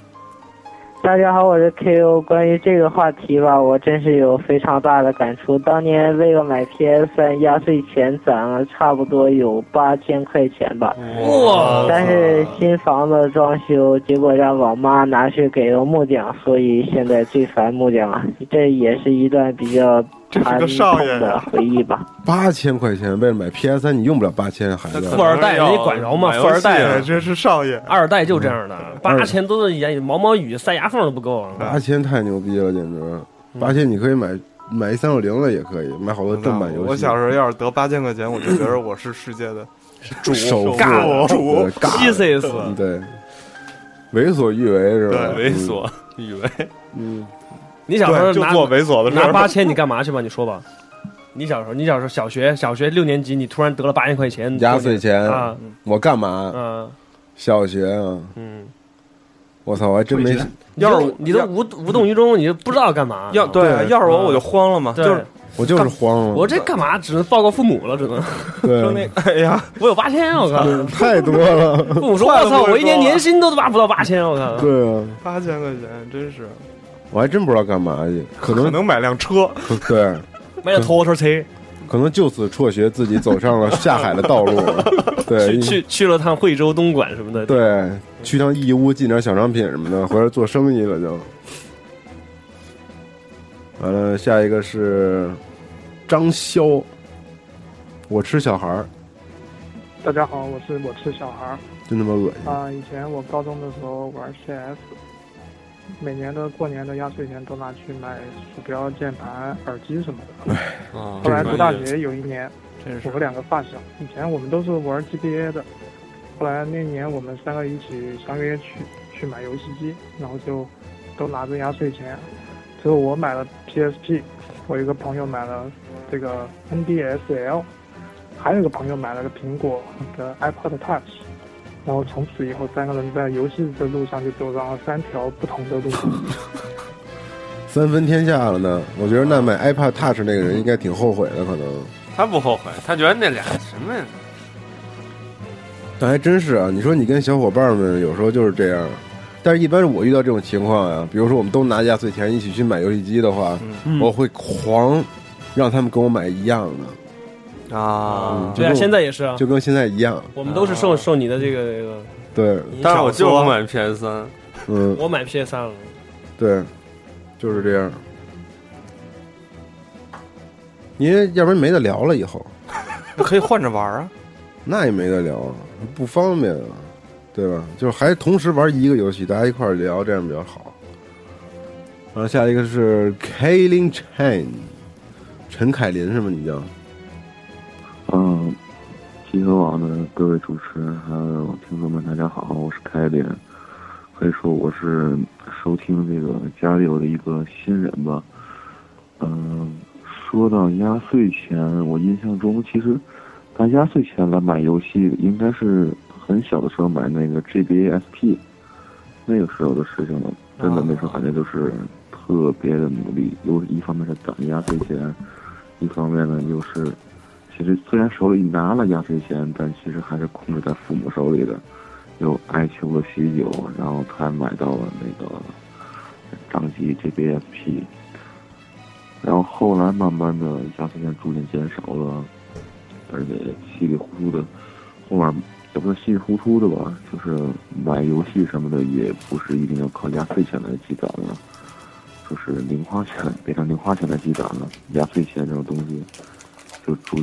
[SPEAKER 15] 大家好，我是 KO。关于这个话题吧，我真是有非常大的感触。当年为了买 PS 三，压岁钱攒了差不多有八千块钱吧。
[SPEAKER 10] 哇
[SPEAKER 15] 但是新房子装修，结果让老妈拿去给了木匠，所以现在最烦木匠了。这也是一段比较
[SPEAKER 5] 是
[SPEAKER 15] 惨
[SPEAKER 5] 个少爷
[SPEAKER 15] 痛的回忆 吧。
[SPEAKER 3] 八千块钱为了买 PS 三，你用不了八千，孩子。
[SPEAKER 10] 富二代你管着吗？
[SPEAKER 5] 啊
[SPEAKER 10] 富二
[SPEAKER 4] 啊
[SPEAKER 10] 代啊
[SPEAKER 5] 这是少爷，
[SPEAKER 10] 二代就这样
[SPEAKER 3] 嗯
[SPEAKER 10] 的，八千多的眼毛毛雨塞牙缝都不够啊！
[SPEAKER 3] 八千太牛逼了，简直！八千你可以买买一三六零了也可以，买好多正版游戏。
[SPEAKER 5] 我小时候要是得八千块钱，我就觉得我是世界的主
[SPEAKER 3] 首
[SPEAKER 5] 尬主
[SPEAKER 3] 主对，为所欲为是吧？
[SPEAKER 4] 对，猥琐以为
[SPEAKER 3] 嗯，
[SPEAKER 10] 你小时候
[SPEAKER 5] 对就
[SPEAKER 10] 拿
[SPEAKER 5] 做猥琐的事儿
[SPEAKER 10] 拿八千你干嘛去吧？你说吧。 你小时候，你小时候小学小学六年级，你突然得了八千块钱
[SPEAKER 3] 嗯，压岁钱
[SPEAKER 10] 啊，
[SPEAKER 3] 我干嘛？
[SPEAKER 10] 嗯
[SPEAKER 3] 小学啊，
[SPEAKER 10] 嗯，
[SPEAKER 3] 我操，我还真没。
[SPEAKER 10] 要是你都无无动于衷，你就不知道干嘛。
[SPEAKER 5] 要对
[SPEAKER 10] 啊
[SPEAKER 5] 要是我我就慌了嘛
[SPEAKER 10] 对
[SPEAKER 5] 就是
[SPEAKER 3] 我就是慌了，
[SPEAKER 10] 我这干嘛？只能报告父母了，只能。
[SPEAKER 3] 对
[SPEAKER 10] 说那
[SPEAKER 5] 哎 呀，
[SPEAKER 10] 我有八千，啊我靠！
[SPEAKER 3] 太多了。
[SPEAKER 10] 父 母说：“我操，我一年年薪都挖不到八千，我靠！”
[SPEAKER 3] 对啊，
[SPEAKER 5] 八千块钱真是
[SPEAKER 3] 我还真不知道干嘛去，可能可
[SPEAKER 5] 能买辆车，
[SPEAKER 3] 对，
[SPEAKER 10] 买辆摩托车，
[SPEAKER 3] 可能就此辍学，自己走上了下海的道路。 对，
[SPEAKER 10] 去去去了趟惠州、东莞什么的。
[SPEAKER 3] 对，去趟义乌进点小商品什么的，回来做生意了就。完了，下一个是张潇，我吃小孩儿，
[SPEAKER 16] 大家好，我是我吃小孩儿。
[SPEAKER 3] 真他妈恶心。
[SPEAKER 16] 啊、以前我高中的时候玩 CS，每年的过年的压岁钱都拿去买鼠标、键盘、耳机什么的。后来读大学有一年，我和两个发小，以前我们都是玩 GTA 的，后来那年我们三个一起相约去去买游戏机，然后就都拿着压岁钱，最后我买了 PSP，我有一个朋友买了这个 NDSL，还有一个朋友买了个苹果的 iPod Touch。然后从此以后，三个人在游戏的路上就走上了三条不同的路。
[SPEAKER 3] 三分天下了呢。我觉得那买 iPad Touch 那个人应该挺后悔的，可能。
[SPEAKER 4] 他不后悔，他觉得那俩什么呀？
[SPEAKER 3] 但还真是啊，你说你跟小伙伴们有时候就是这样，但是一般我遇到这种情况啊，比如说我们都拿压岁钱一起去买游戏机的话，
[SPEAKER 10] 嗯
[SPEAKER 3] 我会狂让他们跟我买一样的嗯
[SPEAKER 5] 啊
[SPEAKER 10] 对啊，现在也是啊，
[SPEAKER 3] 就跟现在一样。
[SPEAKER 10] 我们都是受受你的这个这个。
[SPEAKER 3] 对，
[SPEAKER 4] 但是我就是不买 PS 三，
[SPEAKER 3] 嗯，
[SPEAKER 10] 我买 PS 三了，
[SPEAKER 3] 对，就是这样。因为要不然没得聊了，以后
[SPEAKER 5] 可以换着玩啊。
[SPEAKER 3] 那也没得聊啊，不方便啊，对吧？就是还同时玩一个游戏，大家一块儿聊，这样比较好。然后下一个是 Kaylin Chen，陈凯琳是吗？你叫？
[SPEAKER 17] 嗯，集合网的各位主持人还有听众们，大家好，我是凯林。可以说我是收听这个家里有的一个新人吧。嗯，说到压岁钱，我印象中其实拿压岁钱来买游戏，应该是很小的时候买那个 GBA SP，那个时候的事情了。真的那时候感觉就是特别的努力，又一方面是攒压岁钱，一方面呢又是其实虽然手里拿了压岁钱，但其实还是控制在父母手里的。又爱求了许久，然后他买到了那个呃张机 GBSP，然后后来慢慢的压岁钱逐渐减少了，而且稀里糊涂的，后面也不是稀里糊涂的吧，就是买游戏什么的也不是一定要靠压岁钱来积攒了，就是零花钱变成零花钱来积攒了，压岁钱这种东西就逐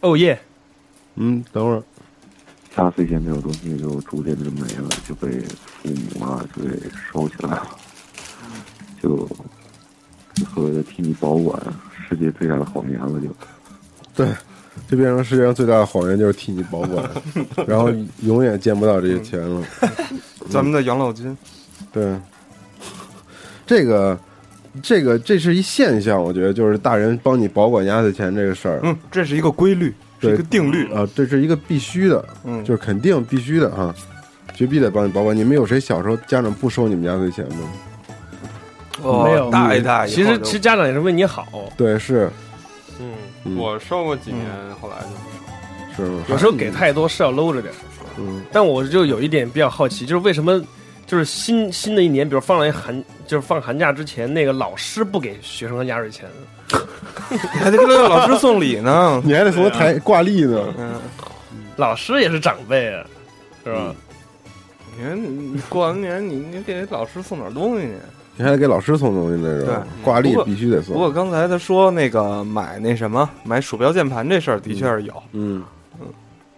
[SPEAKER 10] 哦耶！
[SPEAKER 3] 嗯，等会儿。
[SPEAKER 17] 压岁钱这种东西就逐渐就没了，就被父母啊就给收起来了，
[SPEAKER 3] 嗯
[SPEAKER 17] 就就所谓的替你保管世界最大的谎言了就。
[SPEAKER 3] 对，就变成世界上最大的谎言就是替你保管，然后永远见不到这些钱了。
[SPEAKER 5] 咱们的养老金，
[SPEAKER 3] 对，这个，这个，这是一现象，我觉得就是大人帮你保管压岁钱这个事儿，
[SPEAKER 5] 嗯，这是一个规律，是
[SPEAKER 3] 对
[SPEAKER 5] 一个定律。
[SPEAKER 3] 啊，这是一个必须的，
[SPEAKER 5] 嗯
[SPEAKER 3] 就是肯定必须的啊，绝逼得帮你保管。你们有谁小时候家长不收你们压岁钱吗？哦
[SPEAKER 10] 没有嗯
[SPEAKER 3] 大一大以后
[SPEAKER 10] 其实
[SPEAKER 3] 就
[SPEAKER 10] 其实家长也是为你好，
[SPEAKER 5] 哦
[SPEAKER 3] 对，是嗯
[SPEAKER 4] 嗯，我受过几年，后来就是
[SPEAKER 3] 吗？
[SPEAKER 10] 嗯有时候给太多是要搂着点儿。
[SPEAKER 3] 嗯，
[SPEAKER 10] 但我就有一点比较好奇，就是为什么就是新新的一年，比如放了一寒，就是放寒假之前，那个老师不给学生压岁钱，
[SPEAKER 5] 还得给老师送礼呢，
[SPEAKER 3] 你还得送台挂历呢。
[SPEAKER 5] 嗯，
[SPEAKER 10] 老师 也是长辈啊，是
[SPEAKER 3] 嗯
[SPEAKER 10] 吧？
[SPEAKER 5] 你看你你过完年你你给老师送点东西你。
[SPEAKER 3] 你还得给老师送东西那
[SPEAKER 5] 对
[SPEAKER 3] 种，挂历
[SPEAKER 5] 不过
[SPEAKER 3] 必须得
[SPEAKER 5] 不
[SPEAKER 3] 送。
[SPEAKER 5] 过刚才他说那个买那什么买鼠标键盘这事儿的确是有，
[SPEAKER 3] 嗯，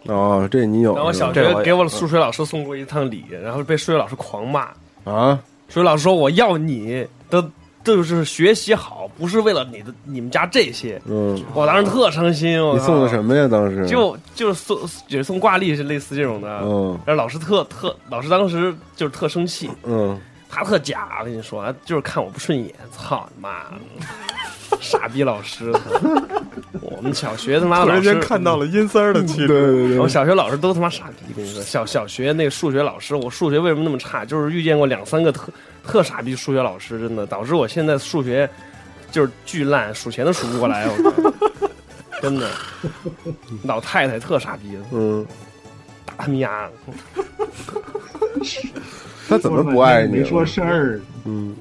[SPEAKER 3] 哦，这嗯你有
[SPEAKER 10] 然后
[SPEAKER 3] 是吧？
[SPEAKER 10] 小学给我数学老师送过一趟礼，然后被数学老师狂骂。
[SPEAKER 3] 啊，
[SPEAKER 10] 数学老师说我要你，都都就是学习好，不是为了你的你们家这些。
[SPEAKER 3] 嗯，
[SPEAKER 10] 我当时特伤心，我
[SPEAKER 3] 你
[SPEAKER 10] 靠
[SPEAKER 3] 送的什么呀？当时
[SPEAKER 10] 就就是送也是送挂历，是类似这种的。
[SPEAKER 3] 嗯
[SPEAKER 10] 然后老师特特，老师当时就是特生气，
[SPEAKER 3] 嗯，
[SPEAKER 10] 他特假，我跟你说，就是看我不顺眼，操你妈， 傻逼老师。 我们小学他妈
[SPEAKER 5] 突
[SPEAKER 10] 老
[SPEAKER 5] 然
[SPEAKER 10] 师
[SPEAKER 5] 间看到了阴三 儿的气质，
[SPEAKER 10] 我小学老师都他妈傻逼，跟你说，小小学那个数学老师，我数学为什么那么差？就是遇见过两三个特特傻逼数学老师，真的导致我现在数学就是巨烂，数钱都数不过来，我靠真的。老太太特傻逼，
[SPEAKER 3] 嗯，
[SPEAKER 10] 打他们丫，
[SPEAKER 3] 他怎么不爱你了？
[SPEAKER 10] 没说事
[SPEAKER 3] 儿，嗯，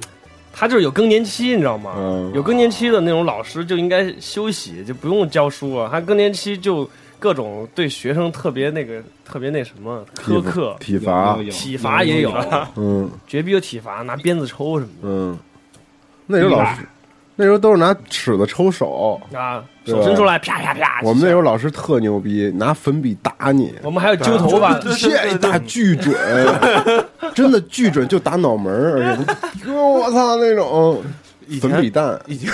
[SPEAKER 10] 他就是有更年期，你知道吗？有更年期的那种老师就应该休息，就不用教书啊。他更年期就各种对学生特别那个特别那什么苛刻，
[SPEAKER 3] 体罚，
[SPEAKER 10] 体罚也有，
[SPEAKER 3] 嗯
[SPEAKER 10] 绝逼有体罚，拿鞭子抽什么
[SPEAKER 3] 嗯，那时候老师，那时候都是拿尺子抽手，
[SPEAKER 10] 的啊，
[SPEAKER 3] 对吧
[SPEAKER 10] 手伸出来啪啪啪。
[SPEAKER 3] 我们那时候老师特牛逼，拿粉笔打你，啊
[SPEAKER 10] 我们还有揪头 发对对对对
[SPEAKER 3] 这一打巨准，真的巨准，就打脑门儿，而 且我操那种粉笔弹，
[SPEAKER 5] 以前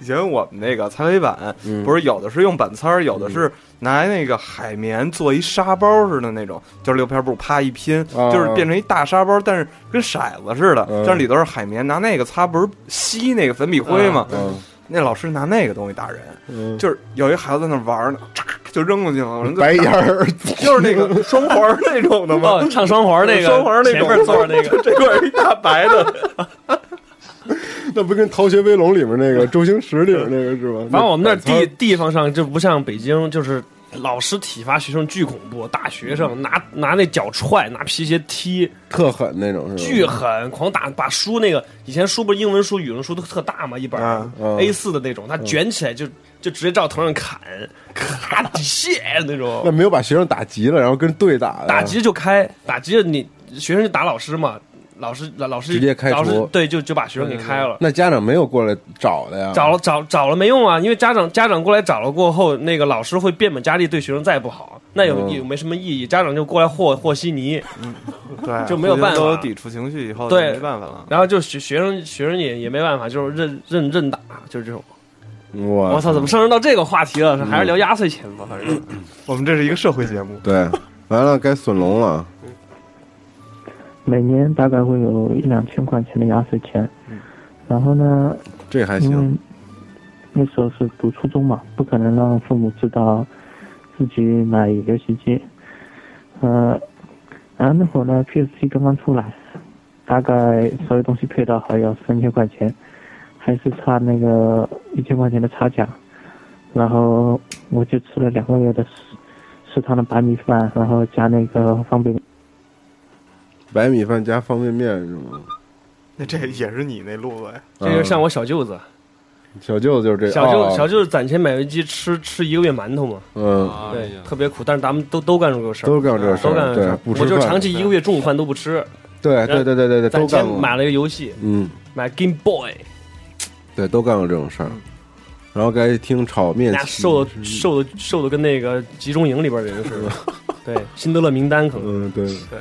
[SPEAKER 5] 以前我们那个擦黑板，
[SPEAKER 3] 嗯
[SPEAKER 5] 不是有的是用板擦儿，有的是拿那个海绵做一沙包似的那种，就是六片布啪一拼，
[SPEAKER 3] 啊
[SPEAKER 5] 就是变成一大沙包，但是跟骰子似的，
[SPEAKER 3] 嗯
[SPEAKER 5] 但是里头是海绵，拿那个擦不是吸那个粉笔灰吗？
[SPEAKER 10] 啊
[SPEAKER 3] 嗯
[SPEAKER 5] 那老师拿那个东西打人，就是有一孩子在那玩儿呢，嚓就扔过去了，人就
[SPEAKER 3] 白
[SPEAKER 5] 打
[SPEAKER 3] 眼儿，
[SPEAKER 5] 就是那个双环儿那种的嘛，
[SPEAKER 10] 哦唱双环儿那个
[SPEAKER 5] 双环儿那种，
[SPEAKER 10] 前面坐着那个
[SPEAKER 5] 这块儿一大白的，
[SPEAKER 3] 那不跟《逃学威龙》里面那个周星驰里面那个是吧？
[SPEAKER 10] 反正我们那儿地
[SPEAKER 3] 板
[SPEAKER 10] 地方上就不像北京，就是老师体罚学生巨恐怖，打学生拿拿那脚踹，拿皮鞋踢，
[SPEAKER 3] 擦嗯特狠那种是吧？
[SPEAKER 10] 巨狠，狂打把书那个以前书不是英文书、语文书都特大嘛，一本
[SPEAKER 3] 啊啊
[SPEAKER 10] A 四的那种，他卷起来就就直接照头上砍，咔底线那
[SPEAKER 3] 那
[SPEAKER 10] 种，
[SPEAKER 3] 没有啊把学生打急了，然后跟对打的，
[SPEAKER 10] 打急就开，打急了你学生就打老师嘛，老师老老师
[SPEAKER 3] 直接开除
[SPEAKER 10] 老师对就就把学生给开了。
[SPEAKER 3] 那家长没有过来找
[SPEAKER 5] 啊
[SPEAKER 3] 的呀？
[SPEAKER 10] 找了找找了没用啊，因为家长家长过来找了过后，那个老师会变本加厉对学生再不好，那有、
[SPEAKER 5] 嗯
[SPEAKER 10] 有没什么意义，家长就过来和和稀泥，
[SPEAKER 5] 对，
[SPEAKER 10] 就没有办法
[SPEAKER 5] 互相都有抵触情绪以后，
[SPEAKER 10] 对，
[SPEAKER 5] 没办法了。
[SPEAKER 10] 然后就学学生学生也也没办法，就是认认认打，就是这种。
[SPEAKER 5] 嗯
[SPEAKER 3] 我
[SPEAKER 10] 我操，怎么上升到这个话题了？还是聊压岁钱吧，反正。
[SPEAKER 5] 我们这是一个社会节目，
[SPEAKER 3] 对，完了该损龙了，
[SPEAKER 15] 每年大概会有一两千块钱的压岁钱。然后呢，
[SPEAKER 3] 这还
[SPEAKER 15] 因为
[SPEAKER 3] 行，
[SPEAKER 15] 那时候是读初中嘛，不可能让父母知道自己买游戏机。呃，然后那会儿呢，PSP 刚刚出来，大概所有东西配套还要三千块钱，还是差那个一千块钱的差价。然后我就吃了两个月的食食堂的白米饭，然后加那个方便面。
[SPEAKER 3] 白米饭加方便面是吗？
[SPEAKER 5] 那这也是你那路子呀？
[SPEAKER 10] 这就像我小舅子，
[SPEAKER 3] 小舅子就是这个，
[SPEAKER 10] 小舅
[SPEAKER 3] 哦
[SPEAKER 10] 小舅子攒钱买游戏机，吃吃一个月馒头嘛，
[SPEAKER 3] 嗯，
[SPEAKER 10] 对，特别苦。但是咱们都都干过这个事儿，
[SPEAKER 3] 都干过这个事儿
[SPEAKER 10] 都干过这个事儿
[SPEAKER 3] 对不吃
[SPEAKER 10] 我就
[SPEAKER 3] 饭
[SPEAKER 10] 长期一个月中午饭都不吃。
[SPEAKER 3] 对对对对对对，
[SPEAKER 10] 攒
[SPEAKER 3] 都
[SPEAKER 10] 钱
[SPEAKER 3] 干过，
[SPEAKER 10] 买了一个游戏，
[SPEAKER 3] 嗯，
[SPEAKER 10] 买 Game Boy，
[SPEAKER 3] 对，都干过这种事儿。然后该听炒面
[SPEAKER 10] 那
[SPEAKER 3] 期，
[SPEAKER 10] 瘦的瘦的瘦的跟那个集中营里边的 人似的。对，辛德勒名单可
[SPEAKER 3] 能。
[SPEAKER 10] 嗯，
[SPEAKER 3] 对。
[SPEAKER 10] 对。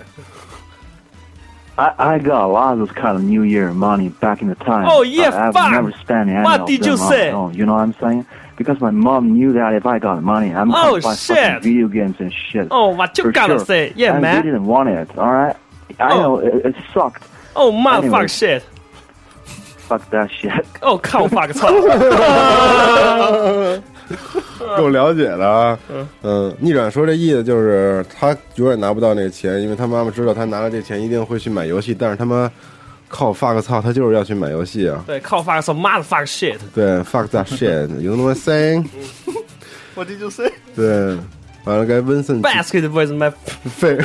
[SPEAKER 18] I, I got a lot of this kind of New Year money back in the time.
[SPEAKER 10] Oh, yeah,
[SPEAKER 18] but I've
[SPEAKER 10] fuck.
[SPEAKER 18] never spent any
[SPEAKER 10] What
[SPEAKER 18] of
[SPEAKER 10] did
[SPEAKER 18] them
[SPEAKER 10] you
[SPEAKER 18] on
[SPEAKER 10] say?
[SPEAKER 18] my own, you know what I'm saying? Because my mom knew that if I got money, I'm
[SPEAKER 10] Oh,
[SPEAKER 18] gonna buy
[SPEAKER 10] shit.
[SPEAKER 18] fucking video games and shit.
[SPEAKER 10] Oh, what you
[SPEAKER 18] For
[SPEAKER 10] gotta
[SPEAKER 18] sure.
[SPEAKER 10] say? Yeah,
[SPEAKER 18] and
[SPEAKER 10] man.
[SPEAKER 18] They didn't want it. All right. I
[SPEAKER 10] Oh.
[SPEAKER 18] know it, it sucked.
[SPEAKER 10] Oh my
[SPEAKER 18] Anyway.
[SPEAKER 10] fuck shit！
[SPEAKER 18] Fuck that shit.
[SPEAKER 10] 哦，看我 fuck 操！
[SPEAKER 3] 够了解了啊
[SPEAKER 10] 嗯。
[SPEAKER 3] 嗯，逆转说这意思就是他永远拿不到那个钱，因为他妈妈知道他拿了这钱一定会去买游戏，但是他妈靠 fuck 操，他就是要去买游戏啊。
[SPEAKER 10] 对，靠 fuck 操，mother fuck shit！
[SPEAKER 3] 对，fuck that shit，you know what I'm saying？
[SPEAKER 5] 我这就 say
[SPEAKER 3] 对，完了该温森
[SPEAKER 10] Basket with my
[SPEAKER 3] 废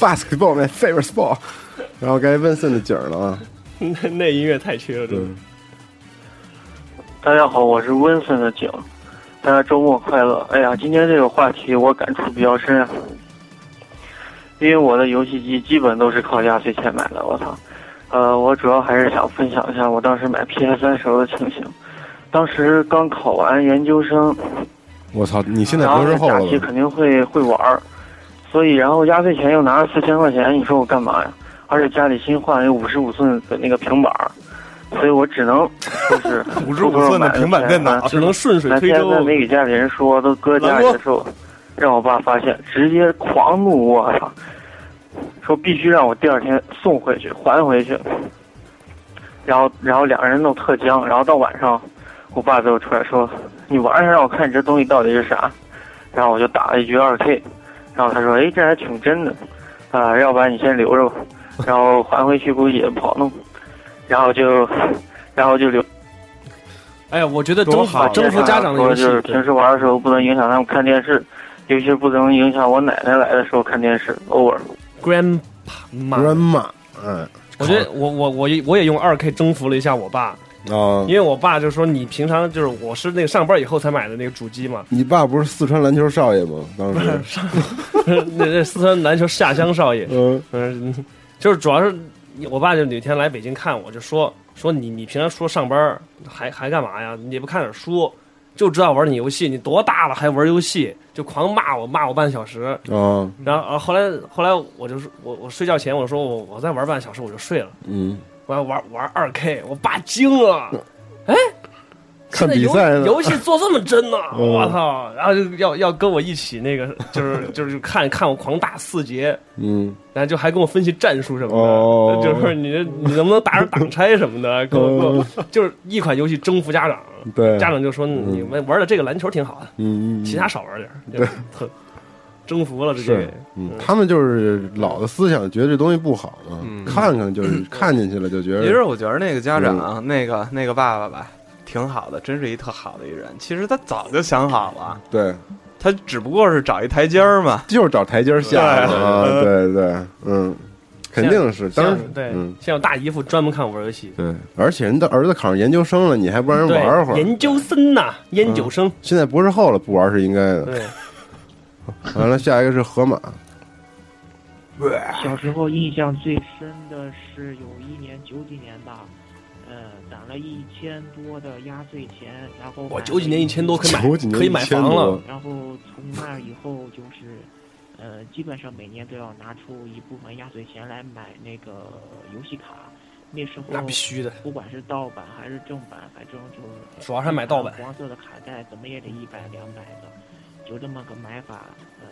[SPEAKER 3] basketball my favorite sport，然后该温森的景儿了啊。
[SPEAKER 10] 那 那音乐太缺了，真的。
[SPEAKER 19] 大家好，我是温森的景，大家周末快乐。哎呀，今天这个话题我感触比较深，啊因为我的游戏机基本都是靠压岁钱买的，我操。呃，我主要还是想分享一下我当时买 PS 三时候的情形。当时刚考完研究生，
[SPEAKER 3] 我操，你现在
[SPEAKER 19] 然后
[SPEAKER 3] 博士
[SPEAKER 19] 这
[SPEAKER 3] 后
[SPEAKER 19] 假
[SPEAKER 3] 了
[SPEAKER 19] 期
[SPEAKER 3] 吧？
[SPEAKER 19] 肯定会会玩儿，所以然后压岁钱又拿了四千块钱，你说我干嘛呀？而且家里新换了一个五十五寸的那个平板儿，所以我只能 就是
[SPEAKER 5] 55寸的平板电脑只能顺水推舟
[SPEAKER 19] 那天在没给家里人说，都搁家里的时候，让我爸发现，直接狂怒，我操！说必须让我第二天送回去还回去。然后，然后两个人弄特僵，然后到晚上，我爸最后出来说：“你玩一下，让我看你这东西到底是啥。”然后我就打了一局二 K，然后他说：“哎，这还挺真的，啊、要不然你先留着吧。”然后还回去估计也不好弄，然后就，然后就留。
[SPEAKER 10] 哎呀，我觉得征服征服家长的游
[SPEAKER 19] 说
[SPEAKER 10] 戏，
[SPEAKER 19] 就是平时玩的时候不能影响他们看电视，尤其是不能影响我奶奶来的时候看电视。偶尔，
[SPEAKER 10] grandma
[SPEAKER 3] grandma，嗯，
[SPEAKER 10] 我觉得我我我也我也用二 K 征服了一下我爸，
[SPEAKER 19] 嗯
[SPEAKER 3] 啊
[SPEAKER 10] 因为我爸就说你平常就是我是那个上班以后才买的那个主机嘛，
[SPEAKER 3] 你爸不是四川篮球少爷吗？当时
[SPEAKER 10] 那那四川篮球下乡少爷，
[SPEAKER 3] 嗯
[SPEAKER 10] 就是主要是我爸就哪天来北京看我就说说你你平常除了上班儿还还干嘛呀？你也不看点书，就知道玩你游戏，你多大了还玩游戏？就狂骂我骂我半小时，
[SPEAKER 3] 啊，
[SPEAKER 10] 然后啊后来后来我就说我我睡觉前我说我我再玩半小时我就睡了。
[SPEAKER 3] 嗯，
[SPEAKER 10] 我要玩玩二 K，我爸惊了，哎，
[SPEAKER 3] 看
[SPEAKER 10] 现在
[SPEAKER 3] 比
[SPEAKER 10] 游
[SPEAKER 3] 赛呢
[SPEAKER 10] 游戏做这么真呢、
[SPEAKER 3] 嗯
[SPEAKER 10] 我操！然后就要要跟我一起那个，就是就是看看我狂打四节，
[SPEAKER 3] 嗯，
[SPEAKER 10] 然后就还跟我分析战术什么的，
[SPEAKER 3] 哦嗯
[SPEAKER 10] 就是你这你能不能打上挡拆什么的，跟我跟我、就是一款游戏征服家长，
[SPEAKER 3] 对嗯
[SPEAKER 10] 家长就说你们玩的这个篮球挺好的，
[SPEAKER 3] 嗯，嗯
[SPEAKER 10] 其他少玩点儿，
[SPEAKER 3] 对
[SPEAKER 10] 就是特征服了这
[SPEAKER 3] 是
[SPEAKER 10] 些，，
[SPEAKER 3] 嗯，他们就是老的思想，觉得这东西不好嘛，
[SPEAKER 10] 嗯
[SPEAKER 3] 看看 就是看进去了就觉得。
[SPEAKER 5] 其实我觉得那个家长，
[SPEAKER 3] 嗯
[SPEAKER 5] 那个那个爸爸吧，挺好的，真是一特好的一人。其实他早就想好了，
[SPEAKER 3] 对，
[SPEAKER 5] 他只不过是找一台阶儿嘛，
[SPEAKER 3] 嗯就是找台阶下
[SPEAKER 5] 对
[SPEAKER 3] 啊，
[SPEAKER 5] 嗯
[SPEAKER 3] 对对，嗯，肯定是，
[SPEAKER 10] 像
[SPEAKER 3] 当时
[SPEAKER 10] 对，
[SPEAKER 3] 嗯，
[SPEAKER 10] 像我大姨夫专门看我玩游戏，
[SPEAKER 3] 对，而且人的儿子考上研究生了，你还不让人
[SPEAKER 10] 对
[SPEAKER 3] 玩会儿？嗯
[SPEAKER 10] 研究生呐，研究生，
[SPEAKER 3] 现在博士后了，不玩是应该的。
[SPEAKER 10] 对，
[SPEAKER 3] 完了，下一个是河马，
[SPEAKER 20] 小时候印象最 深的是有一年九几年吧，呃，攒了一千多的压岁钱，然后
[SPEAKER 10] 我
[SPEAKER 20] 买
[SPEAKER 10] 九几年一千多可以买
[SPEAKER 3] 九几年
[SPEAKER 10] 可以买房了
[SPEAKER 3] 1000多，
[SPEAKER 20] 然后从那以后就是，呃，基本上每年都要拿出一部分压岁钱来买那个游戏卡。那时候
[SPEAKER 10] 那必须的，
[SPEAKER 20] 不管是盗版还是正版，反正就是
[SPEAKER 10] 主要是买盗版
[SPEAKER 20] 嗯黄色的卡带怎么也得一百两百的，就这么个买法。呃，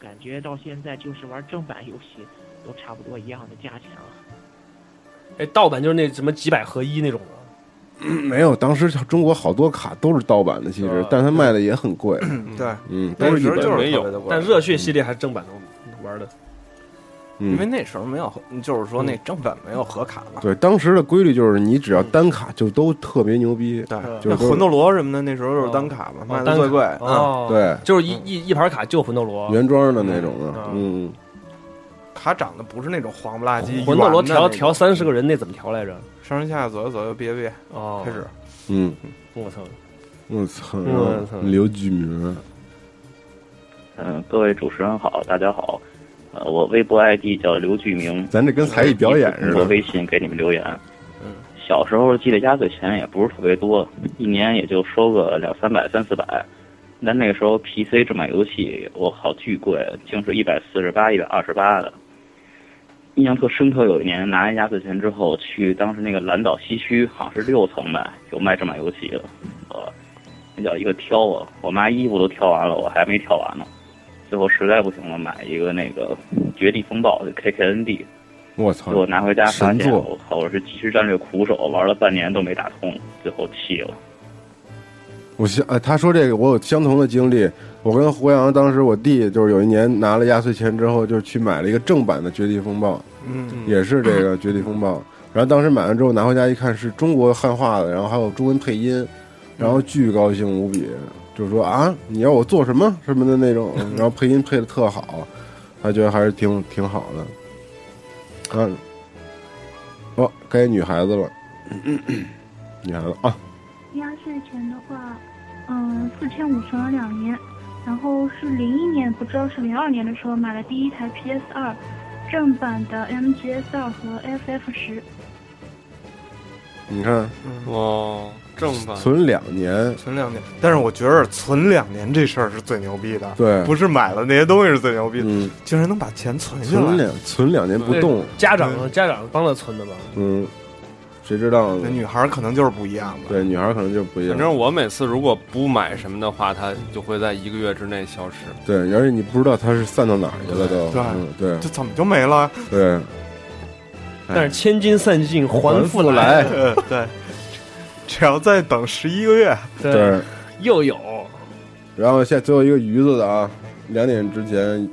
[SPEAKER 20] 感觉到现在就是玩正版游戏都差不多一样的价钱了。
[SPEAKER 10] 哎，盗版就是那什么几百合一那种的，
[SPEAKER 5] 嗯
[SPEAKER 3] 没有，当时中国好多卡都是盗版的，其实，但它卖的也很贵。
[SPEAKER 5] 对，
[SPEAKER 3] 嗯，
[SPEAKER 5] 那
[SPEAKER 3] 都是
[SPEAKER 5] 时候
[SPEAKER 3] 一本
[SPEAKER 5] 就是
[SPEAKER 3] 没有
[SPEAKER 5] 特别的贵
[SPEAKER 10] 但热血系列还是正版的玩的，
[SPEAKER 3] 嗯
[SPEAKER 5] 因为那时候没有，就是说那正版没有盒卡嘛。
[SPEAKER 3] 对，当时的规律就是，你只要单卡就都特别牛逼，对就
[SPEAKER 5] 那
[SPEAKER 3] 是都
[SPEAKER 5] 魂斗罗什么的，那时候就是单卡嘛，嗯卖的最贵。嗯
[SPEAKER 10] 哦，
[SPEAKER 3] 对嗯
[SPEAKER 10] 就是一一一盘卡就魂斗罗，
[SPEAKER 3] 原装的那种的，嗯，
[SPEAKER 5] 卡长得不是那种黄不拉几，
[SPEAKER 10] 魂斗罗调
[SPEAKER 5] 圆的那种
[SPEAKER 10] 调三十个人那怎么调来着？
[SPEAKER 5] 上上下下左右左右别别哦，开始
[SPEAKER 3] 嗯，
[SPEAKER 10] 我操，
[SPEAKER 3] 我操，
[SPEAKER 5] 嗯
[SPEAKER 10] 我操
[SPEAKER 3] 刘举明，
[SPEAKER 21] 嗯，各位主持人好，大家好，呃，我微博 ID 叫刘巨明，
[SPEAKER 3] 咱这跟才艺表演似
[SPEAKER 21] 我
[SPEAKER 3] 的，嗯
[SPEAKER 21] 微信给你们留言。小时候记得压岁钱也不是特别多，一年也就收个两三百、三四百。但那个时候 PC 正版游戏，我靠，巨贵，竟是一百四十八、一百二十八的。印象特深刻，有一年拿完压岁钱之后，去当时那个蓝岛西区，好像是六层吧，有卖正版游戏的，呃，那叫一个挑啊！我妈衣服都挑完了，我还没挑完呢。最后实在不行了，买一个那个《绝地风暴》就 KKND，
[SPEAKER 3] 我操，
[SPEAKER 21] 给我拿回家发
[SPEAKER 3] 神
[SPEAKER 21] 现，
[SPEAKER 3] 作，
[SPEAKER 21] 我靠，我是即时战略苦手，玩了半年都没打通，最后弃了。
[SPEAKER 3] 我相呃，他说这个我有相同的经历。我跟胡杨当时我弟就是有一年拿了压岁钱之后，就去买了一个正版的《绝地风暴》，
[SPEAKER 5] 嗯
[SPEAKER 3] 也是这个《绝地风暴》。然后当时买完之后拿回家一看，是中国汉化的，然后还有中文配音，然
[SPEAKER 5] 嗯
[SPEAKER 3] 后巨高兴无比，就是说啊，你要我做什么什么的那 种，然后配音配的特好，他觉得还是挺挺好的。嗯，哦，该女孩子了， 女孩子啊，
[SPEAKER 22] 压岁钱的话，嗯，四千五存了两年，然后是零一年，不知道是零二年的时候买了第一台 PS 二，正版的 MGS 二和 FF 十。
[SPEAKER 3] 你看，
[SPEAKER 5] 哦，正版
[SPEAKER 3] 存两年，
[SPEAKER 5] 存两年。但是我觉得存两年这事儿是最牛逼的，
[SPEAKER 3] 对嗯
[SPEAKER 5] 不是买了那些东西是最牛逼的，竟然能把钱存下来。
[SPEAKER 3] 存两存两年不动，
[SPEAKER 10] 家长家长帮他存的吧？
[SPEAKER 3] 嗯，谁知道呢？
[SPEAKER 5] 那女孩可能就是不一样吧。
[SPEAKER 3] 对，女孩可能就不一样
[SPEAKER 4] 反。正我每次如果不买什么的话，它就会在一个月之内消失。
[SPEAKER 3] 对，而且你不知道它是散到哪儿去了都。
[SPEAKER 4] 对
[SPEAKER 3] 嗯对，
[SPEAKER 5] 这怎么就没了？
[SPEAKER 3] 对，
[SPEAKER 10] 但是千金散尽还
[SPEAKER 5] 复
[SPEAKER 10] 复来，
[SPEAKER 5] 呃 对，只要再等十一个月，
[SPEAKER 3] 对，
[SPEAKER 10] 又有
[SPEAKER 3] 然后现在最后一个鱼子的啊，两点之前，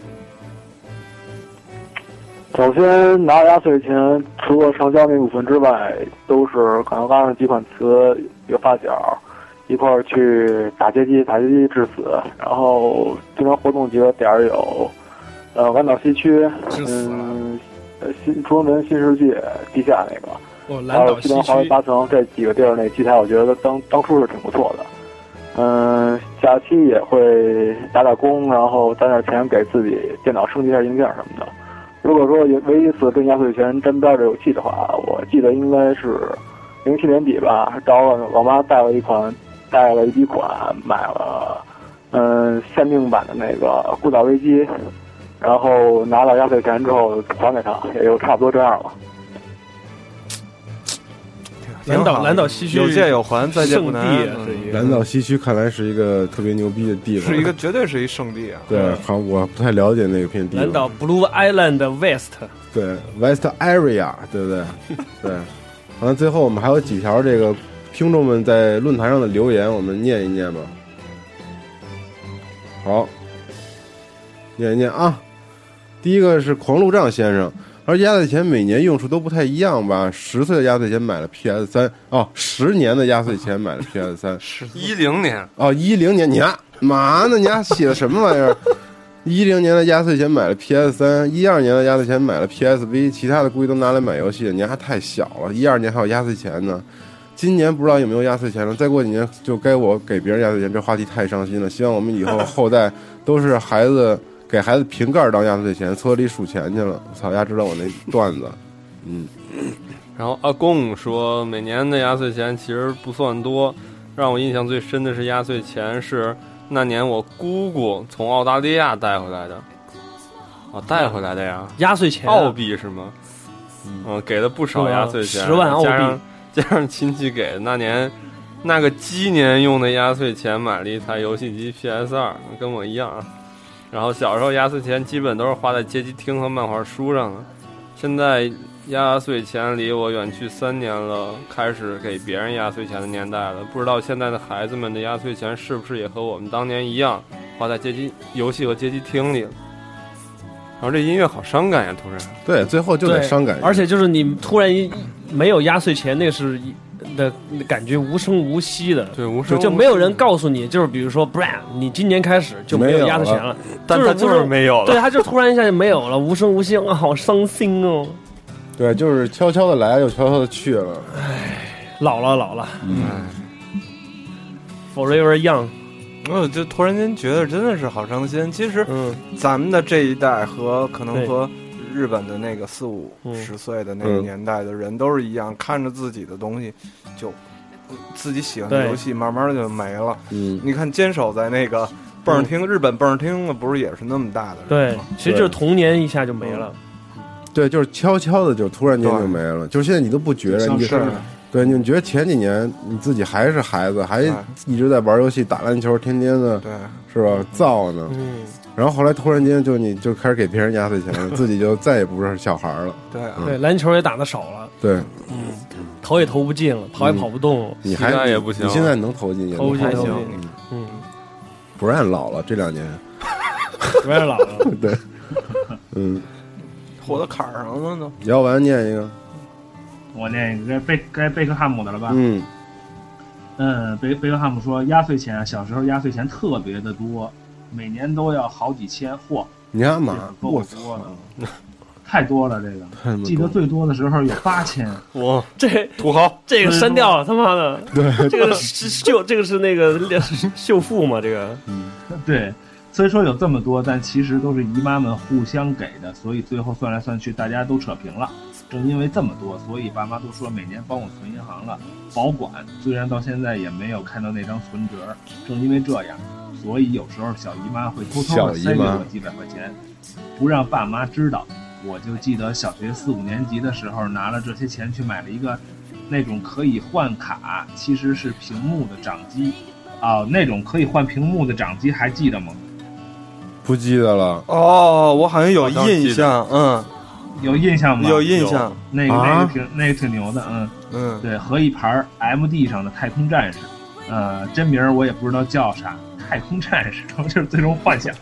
[SPEAKER 1] 首先拿压岁钱，除了上交那部分之外，都是可能拉上几款词，一个发小，一块儿去打街机，打街机致死。然后经常活动几个点儿有，呃，万岛西区，嗯，呃新中关门新世界地下那个，
[SPEAKER 10] 哦，
[SPEAKER 1] 还
[SPEAKER 10] 蓝
[SPEAKER 1] 有
[SPEAKER 10] 岛
[SPEAKER 1] 西
[SPEAKER 10] 西
[SPEAKER 1] 单华为
[SPEAKER 10] 区
[SPEAKER 1] 八层这几个地儿那机台，我觉得当当初是挺不错的。嗯、假期也会打打工，然后攒点钱给自己电脑升级一下硬件什么的。如果说有唯一一次跟压岁钱沾边儿的游戏的话，我记得应该是零七年底吧，找我我妈带了一款，带了一笔款买了，嗯、限定版的那个《孤岛危机》，然后拿到压岁钱之后还给她，也就差不多这样了。
[SPEAKER 10] 蓝岛蓝岛西区
[SPEAKER 5] 有借有还，再借不难。
[SPEAKER 10] 圣地啊
[SPEAKER 5] 嗯
[SPEAKER 10] 是一
[SPEAKER 3] 蓝岛西区看来是一个特别牛逼的地方，
[SPEAKER 5] 是一个绝对是一圣地啊。
[SPEAKER 3] 对，嗯好，我不太了解那个片地方。
[SPEAKER 10] 蓝岛 Blue Island West，
[SPEAKER 3] 对 West Area，对不对？对。完了，最后我们还有几条这个听众们在论坛上的留言，我们念一念吧。好，念一念啊。第一个是狂路障先生，而压岁钱每年用处都不太一样吧？十岁的压岁钱买了 PS 三，哦，十年的压岁钱买了 PS 三，
[SPEAKER 4] 一零年，
[SPEAKER 3] 哦，一零年你丫嘛呢？你丫写的什么玩意儿？ 一零年的压岁钱买了 PS 三，一二年的压岁钱买了 PSV，其他的估计都拿来买游戏了。你丫太小了，一二年还有压岁钱呢。今年不知道有没有压岁钱了，再过几年就该我给别人压岁钱，这话题太伤心了。希望我们以后后代都是孩子给孩子瓶盖当压岁钱，村里数钱去了。操，丫知道我那段子，嗯，
[SPEAKER 4] 然后阿公说，每年的压岁钱其实不算多，让我印象最深的是压岁钱是那年我姑姑从澳大利亚带回来的，哦，带回来的呀，
[SPEAKER 10] 压岁钱啊
[SPEAKER 4] 澳币是吗？嗯，给了不少压岁钱，
[SPEAKER 10] 是吧10万澳币
[SPEAKER 4] 加上加上亲戚给的，那年那个鸡年用的压岁钱买了一台游戏机 PS 二，跟我一样啊。然后小时候压岁钱基本都是花在街机厅和漫画书上的，现在压岁钱离我远去三年了，开始给别人压岁钱的年代了。不知道现在的孩子们的压岁钱是不是也和我们当年一样，花在街机游戏和街机厅里了。然后这音乐好伤感呀，突然。
[SPEAKER 3] 对，最后就得
[SPEAKER 10] 对
[SPEAKER 3] 伤感一下。
[SPEAKER 10] 而且就是你突然一没有压岁钱，那是一的感觉无声无息的，
[SPEAKER 4] 对，无
[SPEAKER 10] 就就没有人告诉你，就是比如说 Brian，你今年开始就没有压岁钱了，
[SPEAKER 5] 但
[SPEAKER 10] 是
[SPEAKER 5] 他就是
[SPEAKER 10] 无声
[SPEAKER 5] 没有了
[SPEAKER 10] 对，他就突然一下就没有了，无声无息，啊，好伤心哦。
[SPEAKER 3] 对，就是悄悄的来，又悄悄的去了。
[SPEAKER 10] 老了老了
[SPEAKER 3] 嗯，
[SPEAKER 10] ，Forever Young。
[SPEAKER 5] 我嗯就突然间觉得真的是好伤心。其实，咱们的这一代和可能
[SPEAKER 10] 嗯对
[SPEAKER 5] 和日本的那个四五十岁的那个
[SPEAKER 10] 嗯
[SPEAKER 5] 年代的人都是一样，看着自己的东西就自己喜欢的
[SPEAKER 10] 对
[SPEAKER 5] 游戏慢慢就没了。
[SPEAKER 3] 嗯，
[SPEAKER 5] 你看坚守在那
[SPEAKER 10] 嗯
[SPEAKER 5] 个蹦儿厅，日本蹦儿厅不是也是那么大的人
[SPEAKER 10] 对
[SPEAKER 5] 吗？，
[SPEAKER 10] 其实就是童年一下就没了。
[SPEAKER 5] 嗯
[SPEAKER 3] 对，就是悄悄的，就突然间就没了。就是现在你都不觉着，
[SPEAKER 10] 像
[SPEAKER 3] 你
[SPEAKER 10] 是
[SPEAKER 3] 对，你觉得前几年你自己还是孩子，还一直在玩游戏、打篮球，天天的，
[SPEAKER 5] 对，
[SPEAKER 3] 是吧？造呢。
[SPEAKER 10] 嗯。
[SPEAKER 3] 然后后来突然间就你就开始给别人压岁钱 了，自己就再也不是小孩了。
[SPEAKER 5] 对啊
[SPEAKER 3] 嗯
[SPEAKER 10] 对，篮球也打的少了，嗯
[SPEAKER 3] 对，
[SPEAKER 10] 投也投不进了，跑也跑不动了，
[SPEAKER 3] 嗯你还你现在能投进去吗？
[SPEAKER 10] 投不进，投不进
[SPEAKER 3] 嗯
[SPEAKER 10] 嗯，
[SPEAKER 3] 不让老了这两 年。
[SPEAKER 10] 不让老了。
[SPEAKER 3] 对，嗯，
[SPEAKER 5] 活到坎儿上了都。
[SPEAKER 3] 姚完念一个，
[SPEAKER 11] 我念一个该贝该贝克汉姆的了吧？
[SPEAKER 3] 嗯，
[SPEAKER 11] 嗯，贝贝克汉姆说，压岁钱啊小时候压岁钱特别的多，每年都要好几千，嚯，
[SPEAKER 3] 你干嘛？
[SPEAKER 11] 这个
[SPEAKER 3] 我
[SPEAKER 11] 够
[SPEAKER 3] 操！
[SPEAKER 11] 多的，太多了这
[SPEAKER 3] 太他
[SPEAKER 11] 个，
[SPEAKER 3] 妈
[SPEAKER 11] 记得最多的时候有八千，
[SPEAKER 4] 我
[SPEAKER 10] 这
[SPEAKER 4] 土豪
[SPEAKER 10] 这个删掉了，
[SPEAKER 3] 嗯
[SPEAKER 10] 他妈的！
[SPEAKER 11] 对
[SPEAKER 10] 这个是秀，这个是那个秀富嘛？这个，
[SPEAKER 3] 嗯
[SPEAKER 11] 对，虽说有这么多，但其实都是姨妈们互相给的，所以最后算来算去，大家都扯平了。正因为这么多，所以爸妈都说每年帮我存银行了，保管。虽然到现在也没有看到那张存折，正因为这样，所以有时候小姨妈会偷偷
[SPEAKER 3] 小
[SPEAKER 11] 的
[SPEAKER 3] 姨
[SPEAKER 11] 塞给
[SPEAKER 3] 妈
[SPEAKER 11] 我几百块钱，不让爸妈知道。我就记得小学四五年级的时候，拿了这些钱去买了一个那种可以换卡，其实是屏幕的掌机，啊、那种可以换屏幕的掌机，还记得吗？
[SPEAKER 3] 不记得了。
[SPEAKER 5] 哦，我好像 有
[SPEAKER 11] 我倒是记得
[SPEAKER 5] 印象，嗯，
[SPEAKER 11] 有印象吗？
[SPEAKER 5] 有印象，
[SPEAKER 11] 那个那
[SPEAKER 5] 啊
[SPEAKER 11] 个挺那个挺牛的，嗯
[SPEAKER 5] 嗯，
[SPEAKER 11] 对，和一盘儿 MD 上的太空战士，呃，真名儿我也不知道叫啥，太空战士， 然后就是最终幻想，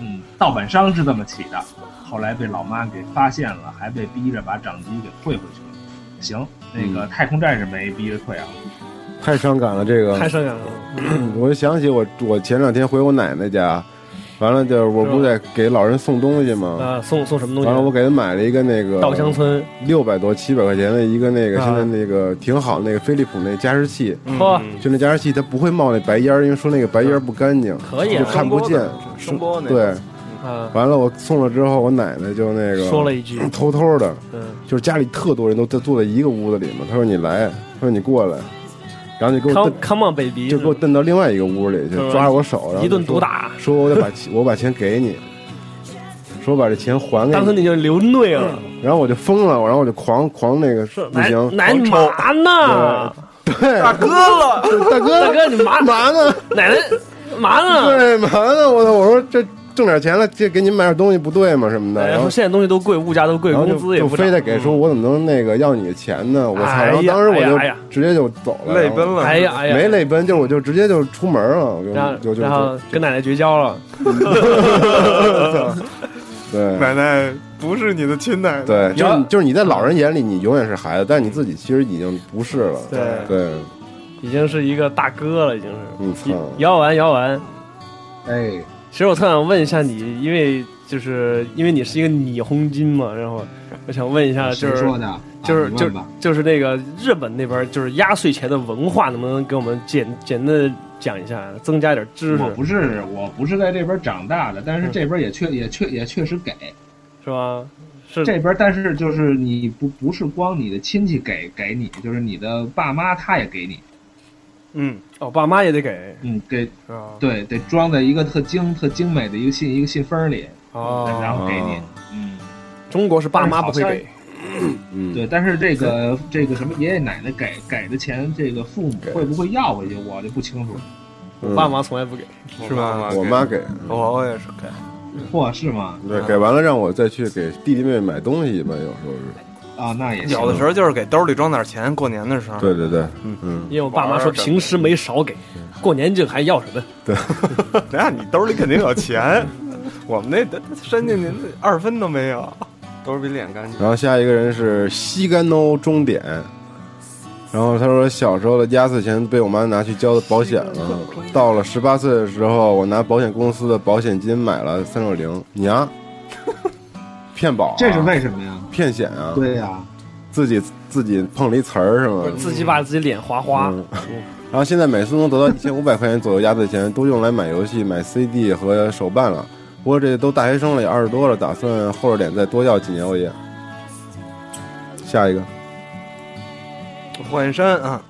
[SPEAKER 11] 嗯，盗版商是这么起的，后来被老妈给发现了，还被逼着把掌机给退回去了。行，那
[SPEAKER 5] 嗯
[SPEAKER 11] 个太空战士没逼着退啊，
[SPEAKER 3] 太伤感了，这个
[SPEAKER 10] 太伤感了。
[SPEAKER 3] 我就想起我我前两天回我奶奶家，完了就是我不得给老人送东西吗？
[SPEAKER 10] 啊，送送什么东西？
[SPEAKER 3] 完了我给她买了一个那个
[SPEAKER 10] 稻香村
[SPEAKER 3] 六百多七百块钱的一个那个
[SPEAKER 10] 啊嗯
[SPEAKER 3] 现在那个挺好那个飞利浦那加湿器，
[SPEAKER 10] 嚯
[SPEAKER 3] 就那加湿器它不会冒那白烟儿，因为说那个白烟儿不干净，
[SPEAKER 10] 可以啊
[SPEAKER 3] 就看不见，
[SPEAKER 5] 声波那
[SPEAKER 3] 对
[SPEAKER 5] 个。
[SPEAKER 10] 啊，
[SPEAKER 3] 完了，我送了之后，我奶奶就那个
[SPEAKER 10] 说了一句
[SPEAKER 3] 偷偷的，
[SPEAKER 10] 嗯
[SPEAKER 3] 就是家里特多人都在坐在一个屋子里嘛。她说你来，她说你过来，然后就给我
[SPEAKER 10] Come
[SPEAKER 3] 蹬
[SPEAKER 10] Come on baby，
[SPEAKER 3] 就给我蹬到另外一个屋里去
[SPEAKER 10] 是吧，
[SPEAKER 3] 抓着我手，然后
[SPEAKER 10] 嗯一顿
[SPEAKER 3] 就说
[SPEAKER 10] 毒打，
[SPEAKER 3] 说我得把钱我把钱给你，说我把这钱还给
[SPEAKER 10] 嗯当时
[SPEAKER 3] 你。
[SPEAKER 10] 你就流泪了，
[SPEAKER 3] 然后我就疯了，然后我就狂狂那个不
[SPEAKER 10] 奶
[SPEAKER 3] 行，
[SPEAKER 10] 奶嘛呢？
[SPEAKER 3] 对，
[SPEAKER 10] 大哥了，
[SPEAKER 3] 大哥，
[SPEAKER 10] 大哥你嘛
[SPEAKER 3] 嘛呢？
[SPEAKER 10] 奶奶嘛呢？
[SPEAKER 3] 对嘛呢？我操！我说这挣点钱了，这给你买点东西不对吗？什么的。然
[SPEAKER 10] 然
[SPEAKER 3] 后
[SPEAKER 10] 后哎现在东西都贵，物价都贵，
[SPEAKER 3] 然后就
[SPEAKER 10] 工资也
[SPEAKER 3] 就
[SPEAKER 10] 不涨
[SPEAKER 3] 非得给说，我怎么能那个要你的钱呢？我操！
[SPEAKER 10] 哎呀
[SPEAKER 3] 然后当时我就
[SPEAKER 10] 哎呀哎呀
[SPEAKER 3] 直接就走了，
[SPEAKER 10] 泪奔了哎呀哎呀
[SPEAKER 3] 没泪奔，就是我就直接就出门了，我
[SPEAKER 10] 嗯然
[SPEAKER 3] 就就
[SPEAKER 10] 后
[SPEAKER 3] 就
[SPEAKER 10] 然后跟奶奶绝交了。
[SPEAKER 3] 对
[SPEAKER 5] 奶奶 不是你的亲 奶奶，
[SPEAKER 3] 对，就是你就是你在老人眼里你永远是孩子，但你自己其实已经不是了，
[SPEAKER 10] 对
[SPEAKER 3] 对，
[SPEAKER 10] 已经是一个大哥了，已经
[SPEAKER 3] 嗯
[SPEAKER 10] 是。
[SPEAKER 3] 操
[SPEAKER 10] 摇完摇完，
[SPEAKER 6] 哎，
[SPEAKER 10] 其实我特想问一下你，因为就是因为你是一个拟红巾嘛，然后我想问一下，就是
[SPEAKER 6] 谁说的啊
[SPEAKER 10] 就是
[SPEAKER 6] 你
[SPEAKER 10] 就
[SPEAKER 6] 问
[SPEAKER 10] 是
[SPEAKER 6] 吧
[SPEAKER 10] 就是那个日本那边就是压岁钱的文化，能不能给我们简简单的讲一下，增加点知识？
[SPEAKER 6] 我不是我不是在这边长大的，但是这边也确也确也确实给，
[SPEAKER 10] 嗯是吧？是
[SPEAKER 6] 这边，但是就是你不不是光你的亲戚给给你，就是你的爸妈他也给你，
[SPEAKER 10] 嗯，哦，爸妈也得给，
[SPEAKER 6] 嗯，给
[SPEAKER 10] 是吧？
[SPEAKER 6] 对，得装在一个特精特精美的一个信一个信封里，
[SPEAKER 10] 哦
[SPEAKER 6] 然后给你
[SPEAKER 10] 哦，
[SPEAKER 6] 嗯，
[SPEAKER 10] 中国是爸妈不会
[SPEAKER 6] 但是
[SPEAKER 10] 给
[SPEAKER 6] 好，
[SPEAKER 3] 嗯，
[SPEAKER 6] 对，但是这个这个什么爷爷奶奶给给的钱，这个父母会不会要回去，我就不清楚。
[SPEAKER 3] 嗯
[SPEAKER 10] 我爸妈从来不给，嗯
[SPEAKER 5] 是吧？
[SPEAKER 3] 我妈给，
[SPEAKER 5] 哦我我也是给，
[SPEAKER 6] 嚯，是吗？
[SPEAKER 3] 对，给完了让我再去给弟弟妹妹买东西吧，有时候是，
[SPEAKER 6] 啊，那也
[SPEAKER 5] 有的时候就是给兜里装点钱，过年的时候。
[SPEAKER 3] 对对对，
[SPEAKER 10] 啊因
[SPEAKER 3] 嗯，
[SPEAKER 10] 为我爸妈说平时没少给，过年这还要什么？
[SPEAKER 3] 对，
[SPEAKER 5] 那你兜里肯定有钱， 我们那得伸进去那二分都没有，
[SPEAKER 4] 兜儿比脸干净。
[SPEAKER 3] 然后下一个人是西干欧终点，然后他说小时候的压岁钱被我妈拿去交保险了，到了十八岁的时候，我拿保险公司的保险金买了三六零，娘，骗保、啊，
[SPEAKER 6] 这是为什么呀？
[SPEAKER 3] 骗险啊，
[SPEAKER 6] 对呀、
[SPEAKER 3] 自己自己碰了一词儿是吗？
[SPEAKER 10] 自己把自己脸嗯划花，
[SPEAKER 5] 嗯
[SPEAKER 3] 然后现在每次能得到一千五百块钱左右压岁钱，都用来买游戏、买 CD 和手办了。不过这都大学生了，也二十多了，打算厚着脸再多要几年熬夜。下一个，
[SPEAKER 5] 火焰山啊。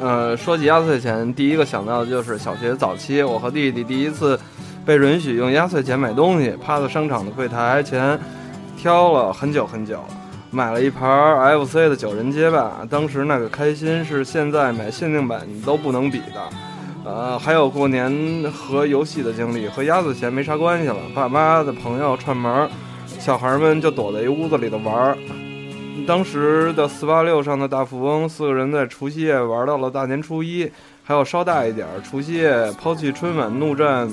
[SPEAKER 5] 呃，说起压岁钱，第一个想到的就是小学早期，我和弟弟第一次被允许用压岁钱买东西，趴在商场的柜台前挑了很久很久，买了一盘儿 FC 的九人街霸，当时那个开心是现在买限定版你们都不能比的。呃，还有过年和游戏的经历，和压岁钱没啥关系了。爸妈的朋友串门儿，小孩儿们就躲在一屋子里头玩儿，当时的四八六上的大富翁，四个人在除夕夜玩到了大年初一，还有稍大一点儿，除夕夜抛弃春晚怒战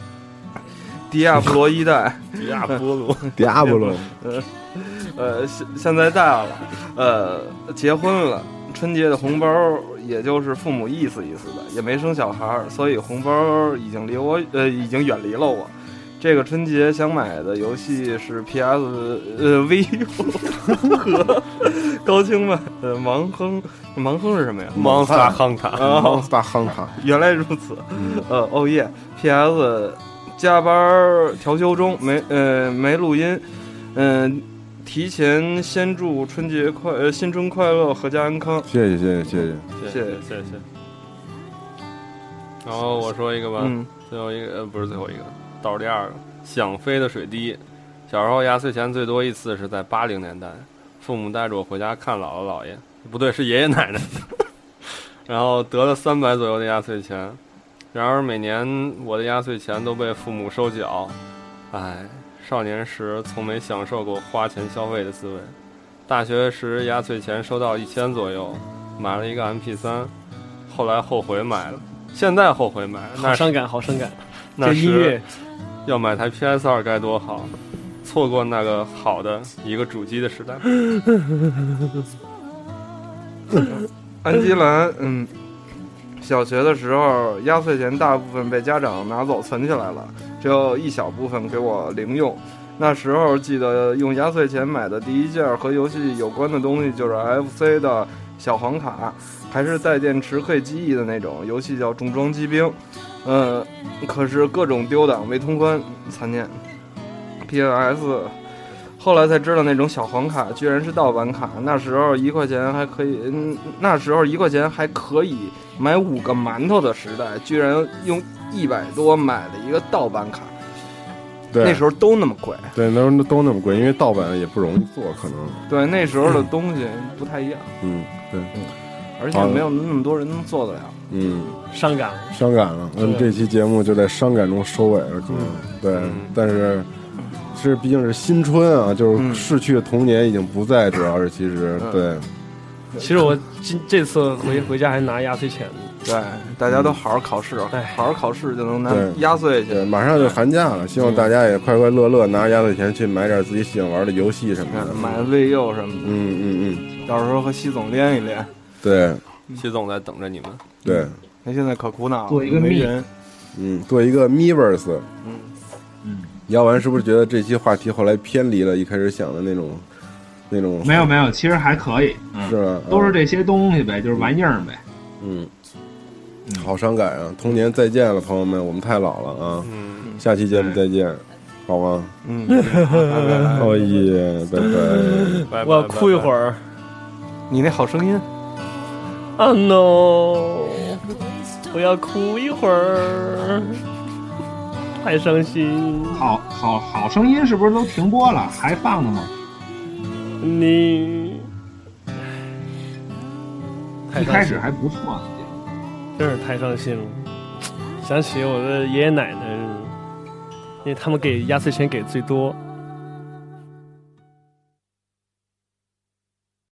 [SPEAKER 5] 迪亚布罗一代，
[SPEAKER 4] 迪亚波 罗，
[SPEAKER 3] 迪亚波罗，
[SPEAKER 5] 呃 呃，现现在大了，呃，结婚了，春节的红包也就是父母意思意思的，也没生小孩儿，所以红包已经离我呃已经远离了我。这个春节想买的游戏是 PS 呃 vivo 和 高清版呃盲哼，盲哼是什么呀？
[SPEAKER 4] Monster Hunter
[SPEAKER 5] 啊
[SPEAKER 3] Monster Hunter
[SPEAKER 5] 原来如此，呃，哦耶，PS 加班儿调休中没呃没录音，嗯、提前先祝春节快呃新春快乐，阖家安康。
[SPEAKER 3] 谢谢谢谢谢谢。
[SPEAKER 4] 谢谢谢谢。然后我说一个吧，
[SPEAKER 5] 嗯
[SPEAKER 4] 最后一个呃不是最后一个，倒数第二个，想飞的水滴。小时候压岁钱最多一次是在八零年代，父母带着我回家看姥姥姥爷，不对，是爷爷奶奶。 然后得了三百左右的压岁钱，然而每年我的压岁钱都被父母收缴，唉，少年时从没享受过花钱消费的滋味。大学时压岁钱收到一千左右，买了一个 MP 三，后来后悔买了，现在后悔买了，那
[SPEAKER 10] 好
[SPEAKER 4] 是
[SPEAKER 10] 伤感，好伤感。
[SPEAKER 4] 那
[SPEAKER 10] 这
[SPEAKER 4] 时
[SPEAKER 10] 音乐，
[SPEAKER 4] 要买台 PS 二该多好，错过那个好的一个主机的时代。
[SPEAKER 5] 安吉兰，嗯，小学的时候压岁钱大部分被家长拿走存起来了，只有一小部分给我零用。那时候记得用压岁钱买的第一件和游戏有关的东西就是 FC 的小黄卡，还是带电池可以记忆的那种，游戏叫《重装机兵》。呃，可是各种丢档没通关，残念。PS 后来才知道那种小黄卡居然是盗版卡，那时候一块钱还可以，嗯，那时候一块钱还可以买五个馒头的时代，居然用一百多买了一个盗版卡，
[SPEAKER 3] 对，
[SPEAKER 5] 那时候都那么贵。
[SPEAKER 3] 对，那时候都那么贵，因为盗版也不容易做，可能。
[SPEAKER 5] 对，那时候的东西不太一样，
[SPEAKER 3] 嗯，对。
[SPEAKER 5] 而且
[SPEAKER 3] 好的
[SPEAKER 5] 没有那么多人能做得了。
[SPEAKER 3] 嗯，
[SPEAKER 10] 伤感。
[SPEAKER 3] 伤感了。那么
[SPEAKER 5] 对
[SPEAKER 3] 这期节目就在伤感中收尾了，可能。对，但是是毕竟是新春啊，就是逝去的童年已经不在，主要是其实
[SPEAKER 10] 嗯
[SPEAKER 3] 对。
[SPEAKER 10] 其实我今这次回回家还拿压岁钱呢。嗯哎
[SPEAKER 5] 对，大家都好好考试，啊好好考试就能拿
[SPEAKER 3] 对
[SPEAKER 5] 压岁钱。
[SPEAKER 3] 对，马上就寒假了，希望大家也快快乐乐，拿压岁钱去买点自己喜欢玩的游戏什么的，
[SPEAKER 5] 买 V 柚什么的，
[SPEAKER 3] 嗯嗯嗯，
[SPEAKER 5] 到时候和习总连一连。
[SPEAKER 3] 对
[SPEAKER 4] 习总在等着你们。
[SPEAKER 3] 对，
[SPEAKER 5] 那现在可苦恼了，
[SPEAKER 3] 做一个
[SPEAKER 5] 没
[SPEAKER 3] 蜜
[SPEAKER 5] 人。
[SPEAKER 3] 嗯，做一个 Miiverse。嗯
[SPEAKER 6] 嗯，
[SPEAKER 3] 姚文是不是觉得这期话题后来偏离了一开始想的那种那种？
[SPEAKER 6] 没有没有，其实还可以，嗯，
[SPEAKER 3] 是吧？
[SPEAKER 6] 都是这些东西呗，就是玩意儿呗。
[SPEAKER 3] 嗯，好伤感啊！童年再见了，朋友们，我们太老了啊！下期节目再见，好吗？
[SPEAKER 5] 嗯，
[SPEAKER 3] 哦耶，拜拜。
[SPEAKER 10] 我要哭一会儿。
[SPEAKER 5] 你那好声音，
[SPEAKER 10] 啊 no！我要哭一会儿，太伤心。
[SPEAKER 6] 好好好声音是不是都停播了？还放呢吗？
[SPEAKER 10] 你
[SPEAKER 6] 一开始还不错，啊
[SPEAKER 10] 真是太伤心了。想起我的爷爷奶奶，因为他们给压岁钱给最多，